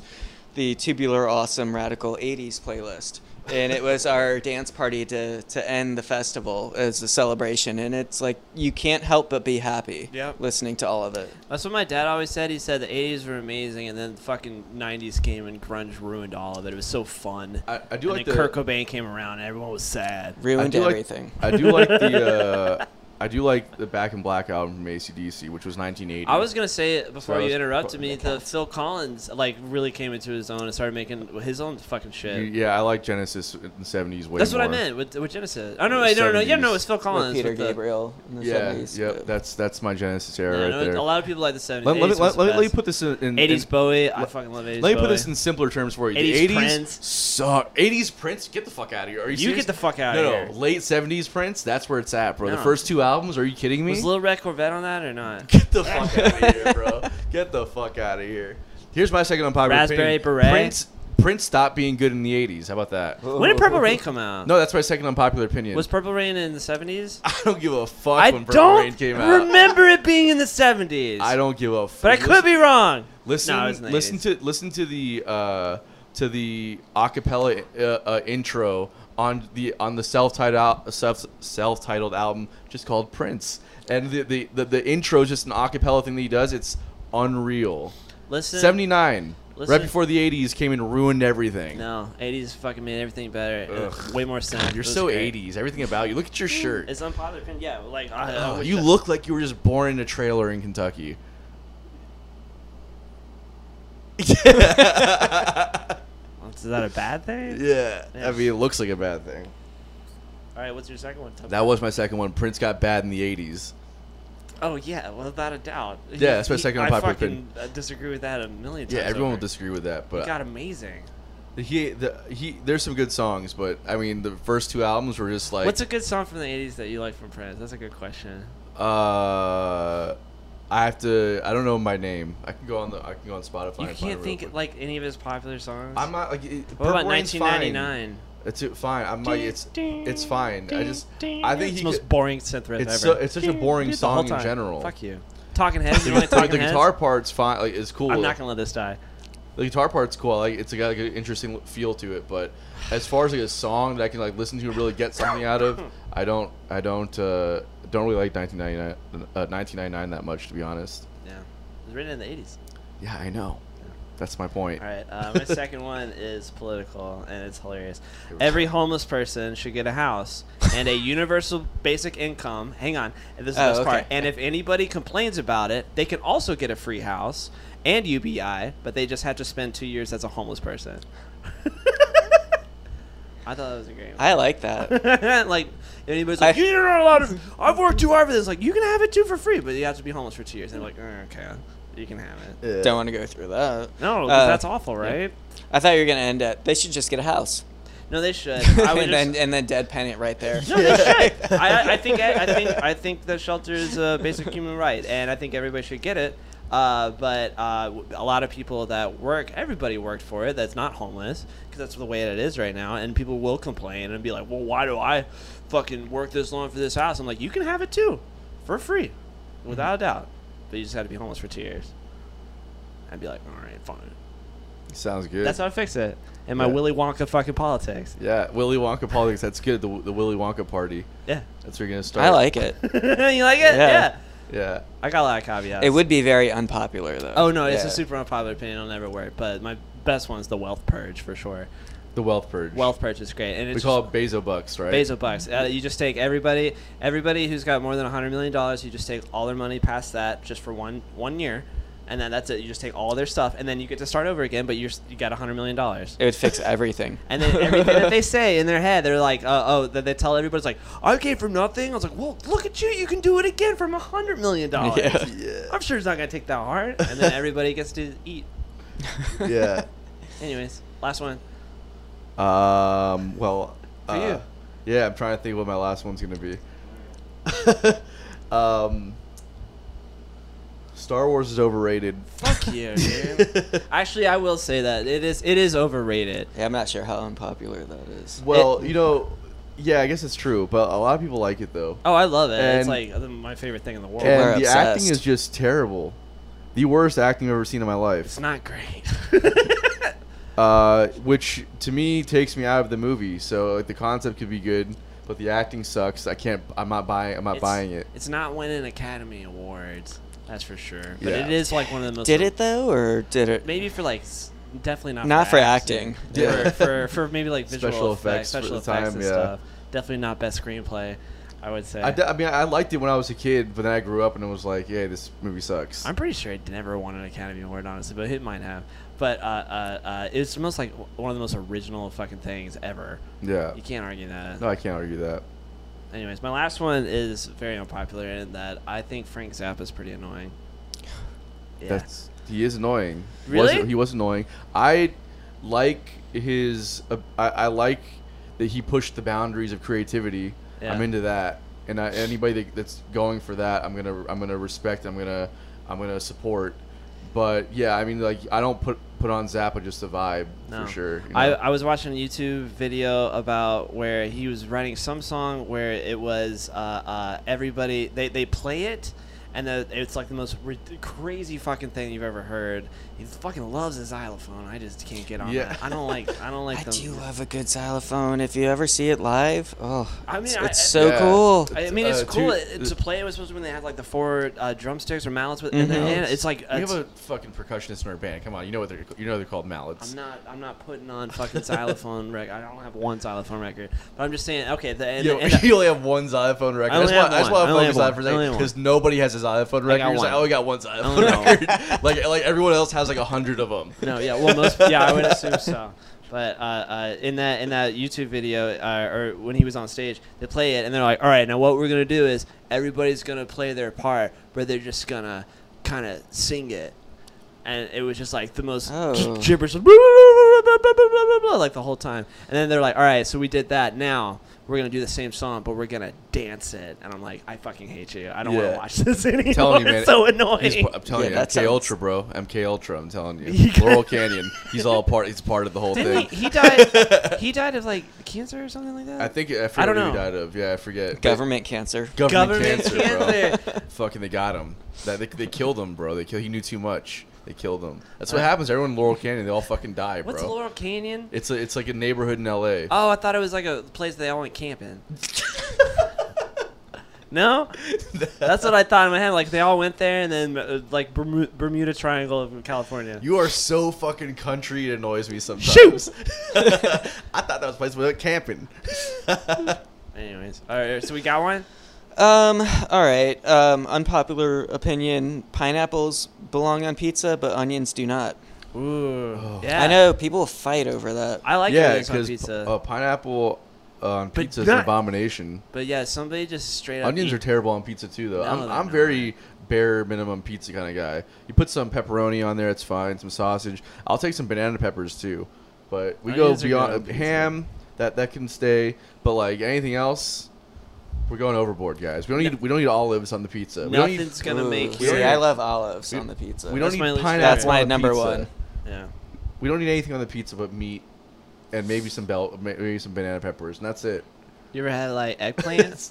Speaker 2: the Tubular Awesome Radical 80s playlist. And it was our dance party to, to end the festival as a celebration. And it's like, you can't help but be happy
Speaker 4: Yep.
Speaker 2: listening to all of it.
Speaker 3: That's what my dad always said. He said the 80s were amazing, and then the fucking 90s came and grunge ruined all of it. It was so fun.
Speaker 1: I, I do
Speaker 3: and
Speaker 1: like
Speaker 3: then
Speaker 1: the
Speaker 3: Kurt Cobain came around, and everyone was sad.
Speaker 1: I
Speaker 2: Ruined
Speaker 1: do like-
Speaker 2: everything.
Speaker 1: I do like the uh, I do like the Back in Black album from ACDC, which was 1980.
Speaker 3: I was gonna say it before
Speaker 1: So
Speaker 3: you
Speaker 1: it's-
Speaker 3: interrupted me.
Speaker 1: that
Speaker 3: That Phil Collins like really came into his own and started making his own fucking shit.
Speaker 1: You- yeah, I like Genesis in the 70s way
Speaker 3: That's what I
Speaker 1: more.
Speaker 3: meant with, with Genesis. Oh no, I don't know. Yeah, no, it was Phil Collins.
Speaker 2: With Peter
Speaker 3: with the-
Speaker 2: Gabriel in the
Speaker 1: Yeah,
Speaker 2: 70s.
Speaker 1: yep,
Speaker 2: but-
Speaker 1: that's that's my Genesis
Speaker 3: Yeah,
Speaker 1: era
Speaker 3: no,
Speaker 1: right there.
Speaker 3: A lot of people like the
Speaker 1: Let,
Speaker 3: 70s.
Speaker 1: let me
Speaker 3: 80s
Speaker 1: let,
Speaker 3: was
Speaker 1: let,
Speaker 3: the
Speaker 1: let me
Speaker 3: best.
Speaker 1: put this in, in
Speaker 3: 80s
Speaker 1: in-
Speaker 3: Bowie. I
Speaker 1: let-
Speaker 3: fucking love 80s.
Speaker 1: Let me put
Speaker 3: Bowie.
Speaker 1: this in simpler terms for you.
Speaker 3: 80s
Speaker 1: the 80s
Speaker 3: Prince.
Speaker 1: suck. 80s Prince, get the fuck out of here. Are you,
Speaker 3: You
Speaker 1: serious?
Speaker 3: get the fuck out
Speaker 1: no,
Speaker 3: of
Speaker 1: no,
Speaker 3: here.
Speaker 1: late 70s Prince, that's where it's at, bro. The
Speaker 3: No.
Speaker 1: first two albums, are you kidding me?
Speaker 3: Was Lil Red Corvette on that or not?
Speaker 1: Get the fuck out of here, bro. Get the fuck out of here. Here's my second unpopular
Speaker 3: Raspberry
Speaker 1: opinion.
Speaker 3: Beret?
Speaker 1: Prince Prince stopped being good in the 80s. How about that?
Speaker 3: When did Purple Rain come out?
Speaker 1: No, that's my second unpopular opinion.
Speaker 3: Was Purple Rain in the 70s?
Speaker 1: I don't give a fuck
Speaker 3: I
Speaker 1: when Purple Rain
Speaker 3: don't
Speaker 1: came out.
Speaker 3: remember it being in the 70s.
Speaker 1: I don't give a fuck.
Speaker 3: But I could be wrong.
Speaker 1: Listen,
Speaker 3: No, it was in the
Speaker 1: listen
Speaker 3: 80s.
Speaker 1: to listen to the uh, to the acapella uh, uh, intro on the on the self-titled self self-titled album just called Prince, and the the the, the intro is just an acapella thing that he does. It's unreal.
Speaker 3: Listen.
Speaker 1: Seventy nine, right
Speaker 3: listen-
Speaker 1: before the eighties came and ruined everything.
Speaker 3: No, 80s fucking made everything better. It was
Speaker 1: Ugh.
Speaker 3: Way more sense.
Speaker 1: You're so eighties. Everything about you. Look at your shirt.
Speaker 3: It's unpopular opinion. Yeah, like I, I
Speaker 1: Oh,
Speaker 3: wish
Speaker 1: you
Speaker 3: I-
Speaker 1: look like you were just born in a trailer in Kentucky.
Speaker 3: Is that a bad thing?
Speaker 1: Yeah,
Speaker 3: Yeah.
Speaker 1: I mean, it looks like a bad thing.
Speaker 3: All right, what's your second one? Tubby?
Speaker 1: That was my second one. Prince got bad in the 80s.
Speaker 3: Oh yeah, without a doubt.
Speaker 1: Yeah, that's my second unpopular
Speaker 3: I fucking uh, disagree with that a million times.
Speaker 1: Yeah, everyone
Speaker 3: over.
Speaker 1: will disagree with that,
Speaker 3: It
Speaker 1: but
Speaker 3: got amazing.
Speaker 1: he the, he there's some good songs, but I mean the first two albums were just like
Speaker 3: What's a good song from the '80s that you like from Prince? That's a good question.
Speaker 1: uh I have to I don't know my name. I can go on the I can go on Spotify.
Speaker 3: You
Speaker 1: and find it
Speaker 3: can't
Speaker 1: real
Speaker 3: think
Speaker 1: quick.
Speaker 3: like any of his popular songs.
Speaker 1: I'm not like it,
Speaker 3: what about
Speaker 1: Purple Rain's fine.
Speaker 3: 1999?
Speaker 1: It's uh, fine. I'm like it's it's fine. I just I think
Speaker 3: It's the
Speaker 1: he
Speaker 3: most
Speaker 1: could-
Speaker 3: boring synth riff
Speaker 1: it's so,
Speaker 3: ever.
Speaker 1: it's such a boring
Speaker 3: the whole
Speaker 1: song in
Speaker 3: time.
Speaker 1: general.
Speaker 3: Fuck you. Talking heads. You
Speaker 1: The,
Speaker 3: don't like
Speaker 1: guitar-
Speaker 3: talking
Speaker 1: the
Speaker 3: heads?
Speaker 1: guitar part's fine. Like it's cool.
Speaker 3: I'm not gonna let this die.
Speaker 1: The guitar part's cool. I like it's got like an interesting feel to it, but as far as like a song that I can like listen to and really get something out of, I don't. I don't. Uh, don't really like 1999, uh, 1999 that much, to be honest.
Speaker 3: Yeah, it was written in the '80s.
Speaker 1: Yeah, I know. That's my point.
Speaker 3: All right, uh, my second one is political, and it's hilarious. Every homeless person should get a house and a universal basic income. Hang on, and this is the
Speaker 2: Oh,
Speaker 3: best part.
Speaker 2: okay.
Speaker 3: And if anybody complains about it, they can also get a free house and UBI, but they just have to spend two years as a homeless person. I thought that was a great one.
Speaker 2: I like that.
Speaker 3: like anybody's like,
Speaker 2: I-
Speaker 3: you don't allow to. I've worked too hard for this. Like you can have it too for free, but you have to be homeless for two years. And they're like, "Uh, okay, you can have it.
Speaker 1: Yeah.
Speaker 2: Don't want to go through that.
Speaker 3: No, 'cause
Speaker 2: Uh,
Speaker 3: that's awful, right?
Speaker 2: I thought you were going to end at, they should just get a house.
Speaker 3: No, they should. I would
Speaker 2: and,
Speaker 3: just,
Speaker 2: then, and then deadpan it right there.
Speaker 3: No, they should. I, I think I, think I think the shelter is a basic human right, and I think everybody should get it. Uh, but uh, w- a lot of people that work, everybody worked for it. That's not homeless because that's the way that it is right now. And people will complain and be like, "Well, why do I fucking work this long for this house?" I'm like, "You can have it too, for free, without a doubt." But you just had to be homeless for two years. I'd be like, "All right, fine."
Speaker 1: Sounds good.
Speaker 3: That's how I fix it. And my
Speaker 1: Yeah.
Speaker 3: Willy Wonka fucking politics.
Speaker 1: yeah, Willy Wonka politics. That's good. The, the Willy Wonka party.
Speaker 3: Yeah.
Speaker 1: That's where you're gonna start.
Speaker 2: I like it.
Speaker 3: you like it?
Speaker 2: Yeah.
Speaker 3: yeah.
Speaker 1: Yeah.
Speaker 3: I got a lot of caveats.
Speaker 2: It would be very unpopular, though.
Speaker 3: Oh no, it's
Speaker 1: Yeah.
Speaker 3: a super unpopular opinion. It'll never work. But my best one's the wealth purge for sure.
Speaker 1: The wealth purge.
Speaker 3: Wealth purge is great, and
Speaker 1: We
Speaker 3: it's
Speaker 1: call
Speaker 3: just
Speaker 1: it Bezo bucks, right?
Speaker 3: Bezos bucks. Uh, you just take everybody, everybody who's got more than hundred million dollars. You just take all their money past that, just for one one year, and then that's it. You just take all their stuff, and then you get to start over again. But you're s- you got hundred million dollars.
Speaker 2: It would fix everything.
Speaker 3: And then everything that they say in their head, they're like, uh, oh, that they tell everybody's like, I came from nothing. I was like, well, look at you, you can do it again from a hundred million dollars.
Speaker 2: Yeah.
Speaker 3: I'm sure it's not gonna take that hard. And then everybody gets to eat.
Speaker 1: Yeah.
Speaker 3: Anyways, last one.
Speaker 1: Um. Well.
Speaker 3: For
Speaker 1: uh, Yeah, I'm trying to think what my last one's gonna be. um. Star Wars is overrated.
Speaker 3: Fuck you. dude. Actually, I will say that it is it is overrated.
Speaker 2: Yeah, I'm not sure how unpopular that is.
Speaker 1: Well, you know, yeah, I guess it's true, but a lot of people like it though,
Speaker 3: Oh, I love it.
Speaker 1: And-
Speaker 3: it's like the- my favorite thing in the world.
Speaker 1: and
Speaker 2: we're
Speaker 1: the acting
Speaker 2: obsessed.
Speaker 1: is just terrible. The worst acting I've ever seen in my life.
Speaker 3: it's not great.
Speaker 1: uh, which to me takes me out of the movie. So like the concept could be good, but the acting sucks. I can't. I'm not buying. I'm not
Speaker 3: It's-
Speaker 1: buying it.
Speaker 3: It's not winning Academy Awards, that's for sure. But
Speaker 1: Yeah.
Speaker 3: it is like one of the most.
Speaker 2: Did it though, or did it?
Speaker 3: Maybe for like, s- definitely not.
Speaker 2: Not for
Speaker 1: acting. Yeah.
Speaker 3: For, for for maybe like visual
Speaker 1: Special effects
Speaker 3: effects,
Speaker 1: for
Speaker 3: special
Speaker 1: the
Speaker 3: effects
Speaker 1: time,
Speaker 3: and
Speaker 1: yeah.
Speaker 3: stuff. Definitely not best screenplay. I would say.
Speaker 1: I, d- I mean, I liked it when I was a kid, but then I grew up and it was like, yeah, this movie sucks.
Speaker 3: I'm pretty sure it never won an Academy Award, honestly, but it might have. But uh, uh, uh, it's the most like w- one of the most original fucking things ever.
Speaker 1: yeah.
Speaker 3: You can't argue that.
Speaker 1: No, I can't argue that.
Speaker 3: Anyways, my last one is very unpopular in that I think Frank Zappa is pretty annoying. Yeah.
Speaker 1: That's he is annoying. Was-
Speaker 3: Really?
Speaker 1: he was annoying. I like his. Uh, I, I like that he pushed the boundaries of creativity. I'm
Speaker 3: Yeah.
Speaker 1: into that, and I, anybody that, that's going for that, I'm gonna I'm gonna respect. I'm gonna I'm gonna support. But yeah, I mean, like I don't put put on Zappa just a vibe
Speaker 3: No.
Speaker 1: for sure. you
Speaker 3: I,
Speaker 1: know?
Speaker 3: I was watching a YouTube video about where he was writing some song where it was uh, uh, everybody they, they play it and the, it's like the most rid crazy fucking thing you've ever heard. He fucking loves his xylophone. I just can't get on
Speaker 1: Yeah.
Speaker 3: that. I don't like I don't like
Speaker 2: I
Speaker 3: them.
Speaker 2: do love a good xylophone. If you ever see it live, oh,
Speaker 3: I mean,
Speaker 2: it's,
Speaker 3: I-
Speaker 2: it's
Speaker 3: I-
Speaker 2: so
Speaker 1: Yeah.
Speaker 2: cool.
Speaker 3: I mean, it's
Speaker 1: Uh, two-
Speaker 3: cool it- to play. It was supposed to when they had like the four uh, drumsticks or mallets with, in their
Speaker 2: Mhm.
Speaker 3: hand. It's like
Speaker 1: Mm-hmm. we
Speaker 3: it's-
Speaker 1: have a fucking percussionist in our band. Come on, you know what they're you know they're called mallets.
Speaker 3: I'm not. I'm not putting on fucking xylophone record. I don't have one xylophone record. But I'm just saying. Okay. The, and,
Speaker 1: you,
Speaker 3: the- and the-
Speaker 1: you only have one xylophone record.
Speaker 3: I
Speaker 1: That's
Speaker 3: only
Speaker 1: why
Speaker 3: have
Speaker 1: I just want
Speaker 3: one.
Speaker 1: to
Speaker 3: I only
Speaker 1: focus
Speaker 3: have
Speaker 1: on it for a
Speaker 3: one. I only
Speaker 1: second
Speaker 3: have
Speaker 1: because nobody has a xylophone record.
Speaker 3: got
Speaker 1: You're just like,
Speaker 3: one.
Speaker 1: oh, we got one xylophone
Speaker 3: only have
Speaker 1: record. like, like everyone else has like a hundred of them.
Speaker 3: no. Yeah. Well, most. Yeah, I would assume so. But uh, uh, in that in that YouTube video, uh, or when he was on stage, they play it and they're like, "All right, now what we're gonna do is everybody's gonna play their part, but they're just gonna kind of sing it." And it was just like the most
Speaker 2: Oh.
Speaker 3: gibberish, like the whole time. And then they're like, "All right, so we did that. Now we're gonna do the same song, but we're gonna dance it." And I'm like, "I fucking hate you. I don't want
Speaker 1: Yeah.
Speaker 3: to watch this anymore.
Speaker 1: telling you, man,
Speaker 3: it's so
Speaker 1: He's,
Speaker 3: annoying."
Speaker 1: I'm telling
Speaker 2: Yeah,
Speaker 1: you,
Speaker 2: that
Speaker 1: MK
Speaker 2: sounds-
Speaker 1: Ultra, bro. MK Ultra. I'm telling you,
Speaker 3: You got-
Speaker 1: Laurel Canyon. He's all part. He's part of the whole
Speaker 3: Didn't
Speaker 1: thing.
Speaker 3: he, he died. he died of like cancer or something like that.
Speaker 1: I think I forget
Speaker 3: I don't
Speaker 1: what he
Speaker 3: know.
Speaker 1: died of. Yeah, I forget.
Speaker 2: Government cancer.
Speaker 1: Government,
Speaker 3: Government
Speaker 1: cancer, bro. Fucking, they got him. That they, they killed him, bro. They kill. He knew too much. They killed him. That's what happens. Everyone in Laurel Canyon, they all fucking die, bro.
Speaker 3: What's Laurel Canyon?
Speaker 1: It's a, it's like a neighborhood in L.A.
Speaker 3: Oh, I thought it was like a place they all went camping. no, that's what I thought in my head. Like they all went there, and then uh, like Bermuda, Bermuda Triangle of California.
Speaker 1: You are so fucking country. It annoys me sometimes.
Speaker 3: Shoot!
Speaker 1: I thought that was a place where they went camping.
Speaker 3: Anyways, all right. So we got one.
Speaker 2: Um, all right. Um, unpopular opinion: pineapples belong on pizza, but onions do not.
Speaker 3: Ooh,
Speaker 1: Oh.
Speaker 3: yeah.
Speaker 2: I know people fight over that.
Speaker 3: I like
Speaker 1: yeah,
Speaker 3: onions on
Speaker 1: because
Speaker 3: pizza,
Speaker 1: uh, pineapple on
Speaker 3: But
Speaker 1: pizza is an
Speaker 3: that-
Speaker 1: abomination.
Speaker 3: but yeah, somebody just straight up
Speaker 1: Onions
Speaker 3: eat-
Speaker 1: are terrible on pizza too, though.
Speaker 3: No,
Speaker 1: I'm,
Speaker 3: they're
Speaker 1: I'm
Speaker 3: not.
Speaker 1: very bare minimum pizza kind of guy. You put some pepperoni on there, it's fine. Some sausage. I'll take some banana peppers too, but we
Speaker 3: Onions
Speaker 1: go
Speaker 3: are good on
Speaker 1: beyond
Speaker 3: pizza.
Speaker 1: ham. That that can stay, but like anything else, we're going overboard, guys. We don't need we don't need olives on the pizza. We don't need
Speaker 3: Nothing's gonna
Speaker 2: Ooh,
Speaker 3: make
Speaker 2: See,
Speaker 3: you.
Speaker 2: I love olives
Speaker 1: we-
Speaker 2: on the pizza.
Speaker 1: we don't
Speaker 3: That's
Speaker 1: need
Speaker 3: my least
Speaker 1: pineapple.
Speaker 3: favorite.
Speaker 2: That's my
Speaker 1: on
Speaker 2: number
Speaker 1: pizza.
Speaker 2: one.
Speaker 3: Yeah.
Speaker 1: We don't need anything on the pizza but meat, and maybe some bell, ma- maybe some banana peppers, and that's it.
Speaker 3: You ever had like eggplants?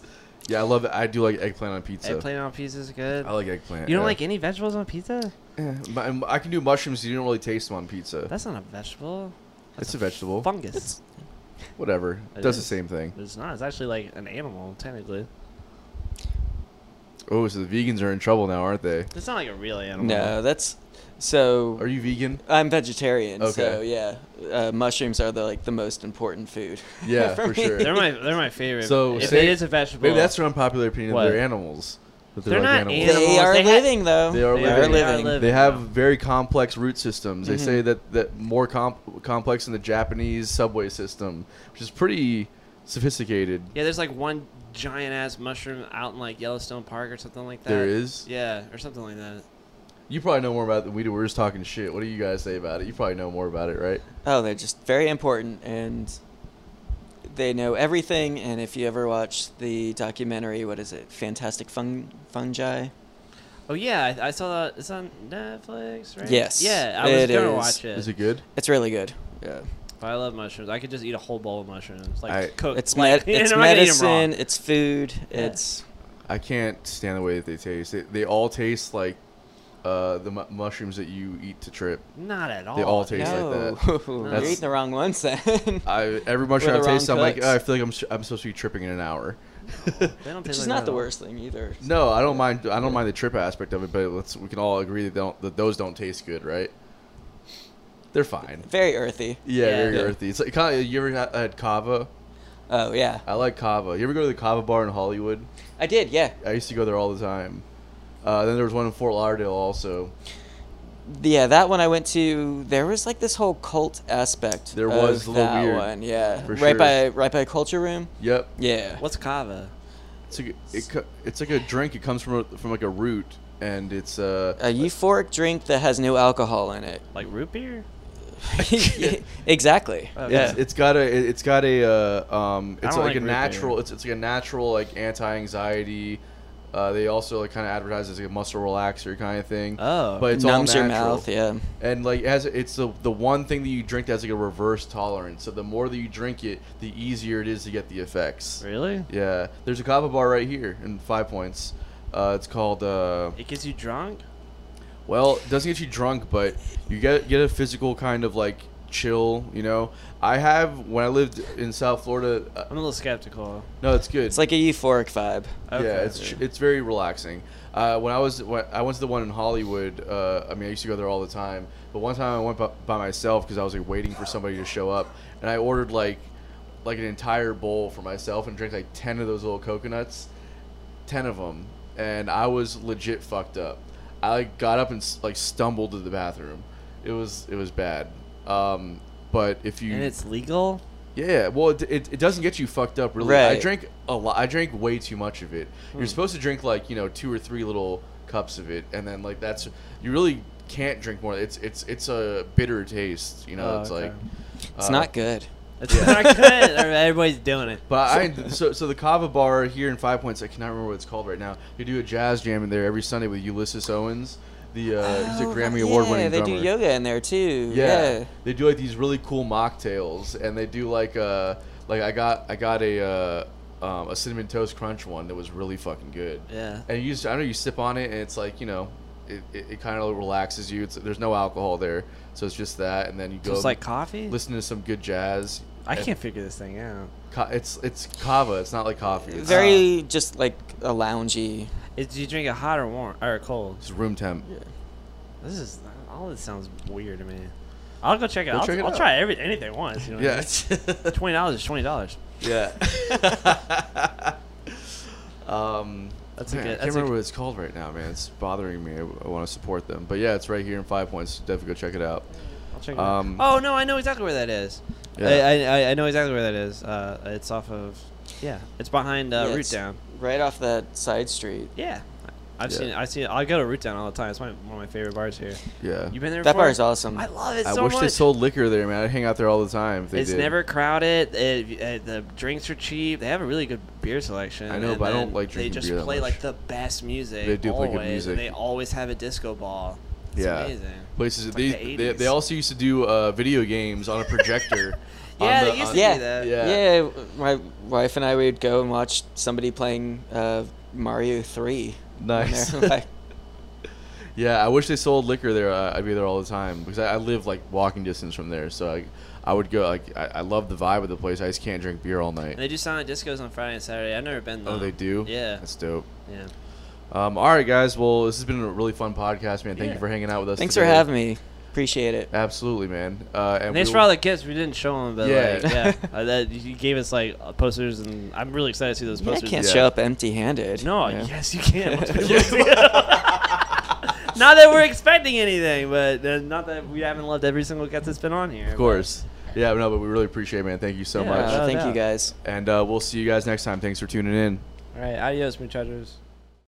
Speaker 1: Yeah, I love. it. I do like eggplant on pizza.
Speaker 3: eggplant on pizza is good.
Speaker 1: I like eggplant.
Speaker 3: you don't
Speaker 1: yeah.
Speaker 3: like any vegetables on pizza?
Speaker 1: Yeah, m- I can do mushrooms. You don't really taste them on pizza.
Speaker 3: That's not a vegetable. That's
Speaker 1: it's a vegetable.
Speaker 3: Fungus.
Speaker 1: Whatever.
Speaker 3: It
Speaker 1: does
Speaker 3: is.
Speaker 1: the same thing.
Speaker 3: It's not. It's actually like an animal, technically.
Speaker 1: Oh, so the vegans are in trouble now, aren't they?
Speaker 3: It's not like a real animal.
Speaker 2: No, that's so.
Speaker 1: Are you vegan?
Speaker 2: I'm vegetarian, so
Speaker 1: Okay.
Speaker 2: yeah, uh, mushrooms are the like the most important food.
Speaker 1: Yeah, for
Speaker 2: me.
Speaker 1: sure.
Speaker 3: They're my they're my favorite.
Speaker 1: So,
Speaker 3: if
Speaker 1: say-
Speaker 3: it is a vegetable,
Speaker 1: Maybe that's their unpopular opinion.
Speaker 3: What?
Speaker 1: That they're animals. That
Speaker 3: They're
Speaker 1: like
Speaker 3: not
Speaker 1: animals.
Speaker 3: animals.
Speaker 2: They are
Speaker 3: They ha-
Speaker 2: living though.
Speaker 1: They are
Speaker 3: They
Speaker 1: living. Mm-hmm.
Speaker 3: They are living.
Speaker 1: They have very complex root systems. They
Speaker 2: Mhm.
Speaker 1: say that that more comp- complex than the Japanese subway system, which is pretty sophisticated.
Speaker 3: yeah. There's like one giant ass mushroom out in like Yellowstone Park or something like that.
Speaker 1: There is.
Speaker 3: Yeah, or something like that.
Speaker 1: You probably know more about it than we do. We're just talking shit. What do you guys say about it? You probably know more about it, right?
Speaker 2: Oh, they're just very important, and they know everything. And if you ever watch the documentary, what is it, Fantastic Fun Fungi?
Speaker 3: Oh yeah, I, I saw that. It's on Netflix, right?
Speaker 2: Yes,
Speaker 3: Yeah, I was
Speaker 2: it
Speaker 3: gonna
Speaker 2: is.
Speaker 3: watch it.
Speaker 1: Is it good?
Speaker 2: It's really good. Yeah,
Speaker 3: But I love mushrooms. I could just eat a whole bowl of mushrooms. Like
Speaker 1: I-
Speaker 3: cook.
Speaker 2: it's
Speaker 3: Oh, like,
Speaker 2: med- it's
Speaker 3: I'm not gonna eat 'em raw.
Speaker 2: medicine. It's food.
Speaker 3: Yeah.
Speaker 2: It's
Speaker 1: I can't stand the way that they taste. They, they all taste like uh, the mu- mushrooms that you eat to trip.
Speaker 3: Not at all.
Speaker 1: They all taste
Speaker 2: Oh, no.
Speaker 1: like that.
Speaker 2: You're
Speaker 1: That's-
Speaker 2: eating the wrong ones then.
Speaker 1: I, every mushroom
Speaker 2: the
Speaker 1: I taste,
Speaker 2: wrong
Speaker 1: I'm like,
Speaker 2: cuts. Oh,
Speaker 1: oh, I feel like I'm, sh- I'm supposed to be tripping in an hour.
Speaker 3: They don't
Speaker 2: Which
Speaker 3: taste
Speaker 2: is
Speaker 3: like that
Speaker 2: not the
Speaker 3: at all.
Speaker 2: worst thing either.
Speaker 1: No, I don't mind. I don't mind the trip aspect of it, but let's we can all agree that, they don't, that those don't taste good, right? They're fine.
Speaker 2: Very earthy.
Speaker 1: Yeah,
Speaker 3: Yeah.
Speaker 1: very
Speaker 3: Yeah.
Speaker 1: earthy. It's like kinda, you ever had had kava?
Speaker 2: Oh yeah,
Speaker 1: I like kava. You ever go to the kava bar in Hollywood?
Speaker 2: I did. Yeah,
Speaker 1: I used to go there all the time. Uh, then there was one in Fort Lauderdale also.
Speaker 2: yeah. That one I went to. There was like this whole cult aspect.
Speaker 1: There
Speaker 2: of
Speaker 1: was a little
Speaker 2: that
Speaker 1: weird,
Speaker 2: one. Yeah,
Speaker 1: for
Speaker 2: right
Speaker 1: sure.
Speaker 2: by right by Culture Room.
Speaker 1: Yep.
Speaker 2: Yeah.
Speaker 3: What's kava?
Speaker 1: It's like, it, co- it's like a drink. It comes from a, from like a root, and it's uh,
Speaker 2: A euphoric drink that has no alcohol in it.
Speaker 3: Like root beer?
Speaker 2: exactly.
Speaker 3: Oh,
Speaker 2: yeah.
Speaker 1: it's, it's got a it- it's got a uh, um
Speaker 3: I
Speaker 1: it's
Speaker 3: don't
Speaker 1: like,
Speaker 3: like
Speaker 1: a
Speaker 3: root beer.
Speaker 1: natural it's, it's like a natural like anti-anxiety. Uh, they also like kind of advertise it as like a muscle relaxer kind of thing.
Speaker 3: Oh.
Speaker 1: but it's
Speaker 2: numbs
Speaker 1: all
Speaker 2: your
Speaker 1: natural.
Speaker 2: mouth. Yeah.
Speaker 1: And like as it's the the one thing that you drink that's like a reverse tolerance. So the more that you drink it, the easier it is to get the effects.
Speaker 3: Really?
Speaker 1: Yeah, there's a kava bar right here in Five Points. Uh, it's called uh,
Speaker 3: It gets you drunk?
Speaker 1: well, it doesn't get you drunk, but you get get a physical kind of like chill. You know, I have when I lived in South Florida. Uh,
Speaker 3: I'm a little skeptical.
Speaker 1: no, it's good.
Speaker 2: It's like a euphoric vibe.
Speaker 3: Okay.
Speaker 1: Yeah, it's ch- it's very relaxing. Uh, when I was when I went to the one in Hollywood. Uh, I mean, I used to go there all the time. But one time I went by, by myself because I was like waiting for somebody to show up, and I ordered like like an entire bowl for myself and drank like ten of those little coconuts, ten of them, and I was legit fucked up. I like got up and s- like stumbled to the bathroom. It was it was bad. Um, but if you
Speaker 3: And it's legal?
Speaker 1: yeah, well, it, it, it doesn't get you fucked up really. I
Speaker 2: Right.
Speaker 1: drank a lot. I drank way too much of it.
Speaker 3: Hmm.
Speaker 1: You're supposed to drink like you know two or three little cups of it, and then like that's you really can't drink more. It's it's it's a bitter taste. You know,
Speaker 3: Oh,
Speaker 1: it's
Speaker 3: okay.
Speaker 1: like
Speaker 2: It's
Speaker 1: uh,
Speaker 2: not good.
Speaker 3: It's not good. Everybody's doing it.
Speaker 1: But I so so the Kava Bar here in Five Points. I cannot remember what it's called right now. They do a jazz jam in there every Sunday with Ulysses Owens. The uh, he's a
Speaker 2: Oh,
Speaker 1: Grammy
Speaker 2: yeah,
Speaker 1: award winning
Speaker 2: they
Speaker 1: drummer.
Speaker 2: do yoga in there too.
Speaker 1: Yeah.
Speaker 2: Yeah.
Speaker 1: They do like these really cool mocktails, and they do like uh like I got I got a uh, um, a cinnamon toast crunch one that was really fucking good.
Speaker 3: Yeah.
Speaker 1: And you just I don't know you sip on it and it's like you know it, it, it kind of relaxes you. It's, there's no alcohol there, so it's just that, and then you
Speaker 3: So
Speaker 1: go
Speaker 3: it's like coffee?
Speaker 1: listen to some good jazz.
Speaker 3: I
Speaker 1: And
Speaker 3: can't figure this thing out.
Speaker 1: ca- it's it's kava. It's not like coffee. It's,
Speaker 2: Very just like a loungy.
Speaker 3: Is, do you drink it hot or warm or cold?
Speaker 1: it's room temp.
Speaker 3: This is all this sounds weird to me. I'll go check it.
Speaker 1: Go
Speaker 3: I'll,
Speaker 1: check it
Speaker 3: I'll
Speaker 1: out.
Speaker 3: try every anything once. You know what I
Speaker 1: Yeah.
Speaker 3: mean? twenty dollars is twenty dollars.
Speaker 1: Yeah. um,
Speaker 3: That's a
Speaker 1: man,
Speaker 3: good-
Speaker 1: I can't
Speaker 3: that's a
Speaker 1: remember
Speaker 3: good-
Speaker 1: what it's called right now, man. It's bothering me. I, want to support them, but yeah, it's right here in Five Points. Definitely go check it out.
Speaker 3: I'll check it
Speaker 1: Um,
Speaker 3: out. Oh no, I know exactly where that is.
Speaker 1: Yeah.
Speaker 3: I, I I know exactly where that is. Uh, it's off of yeah, it's behind uh,
Speaker 2: Yeah,
Speaker 3: Root
Speaker 2: it's
Speaker 3: Down.
Speaker 2: Right off that side street.
Speaker 3: Yeah, I've
Speaker 1: Yeah.
Speaker 3: seen I see I go to Root Down all the time. It's my, one of my favorite bars here.
Speaker 1: Yeah,
Speaker 3: You been there?
Speaker 2: That
Speaker 3: before?
Speaker 2: bar is awesome.
Speaker 3: I love it
Speaker 1: I
Speaker 3: so
Speaker 1: wish
Speaker 3: much.
Speaker 1: they sold liquor there, man. I'd hang out there all the time. If they
Speaker 3: it's
Speaker 1: did.
Speaker 3: never crowded. It, uh, the drinks are cheap. They have a really good beer selection.
Speaker 1: I know,
Speaker 3: and
Speaker 1: but I don't
Speaker 3: then
Speaker 1: like
Speaker 3: They
Speaker 1: drinking
Speaker 3: just
Speaker 1: beer that
Speaker 3: play
Speaker 1: much.
Speaker 3: like the best music.
Speaker 1: They do play
Speaker 3: always,
Speaker 1: good music.
Speaker 3: And they always have a disco ball. It's
Speaker 1: Yeah.
Speaker 3: amazing.
Speaker 1: places.
Speaker 3: It's
Speaker 1: they,
Speaker 3: like the
Speaker 1: they
Speaker 3: 80s.
Speaker 1: they also used to do uh, video games on a projector. on
Speaker 3: Yeah,
Speaker 1: the-
Speaker 3: they used
Speaker 1: on-
Speaker 3: to
Speaker 2: yeah,
Speaker 3: do that.
Speaker 1: Yeah.
Speaker 2: yeah. My wife and I would go and watch somebody playing uh, Mario Three. on there.
Speaker 1: Nice.
Speaker 2: Like,
Speaker 1: Yeah, I wish they sold liquor there. Uh, I'd be there all the time because I, I live like walking distance from there, so I, I would go. Like I, I love the vibe of the place. I just can't drink beer all night.
Speaker 3: And they do silent discos on Friday and Saturday. I've never been though.
Speaker 1: Oh, they do.
Speaker 3: Yeah.
Speaker 1: that's dope.
Speaker 3: Yeah.
Speaker 1: Um, all right, guys. Well, this has been a really fun podcast, man. Thank
Speaker 3: Yeah.
Speaker 1: you for hanging out with us.
Speaker 2: thanks for
Speaker 1: today.
Speaker 2: having me. Appreciate it.
Speaker 1: Absolutely, man. Uh, and
Speaker 3: Thanks
Speaker 1: we
Speaker 3: for
Speaker 1: will-
Speaker 3: all the gifts. We didn't show them, but
Speaker 1: Yeah.
Speaker 3: yeah, like, yeah. uh, that, you gave us like uh, posters, and I'm really excited to see those
Speaker 2: Yeah, I
Speaker 3: posters.
Speaker 2: can't
Speaker 1: Yeah.
Speaker 2: show up empty-handed.
Speaker 3: No,
Speaker 2: you know?
Speaker 3: yes, you can. not that we're expecting anything, but uh, not that we haven't loved every single guest that's been on here.
Speaker 1: Of course. Yeah, no, but we really appreciate, it, man. Thank you so
Speaker 2: Uh,
Speaker 3: Yeah.
Speaker 1: much.
Speaker 3: Without a
Speaker 2: thank you
Speaker 3: doubt.
Speaker 2: guys.
Speaker 1: And uh, we'll see you guys next time. Thanks for tuning in.
Speaker 3: All right, adios, muchachos.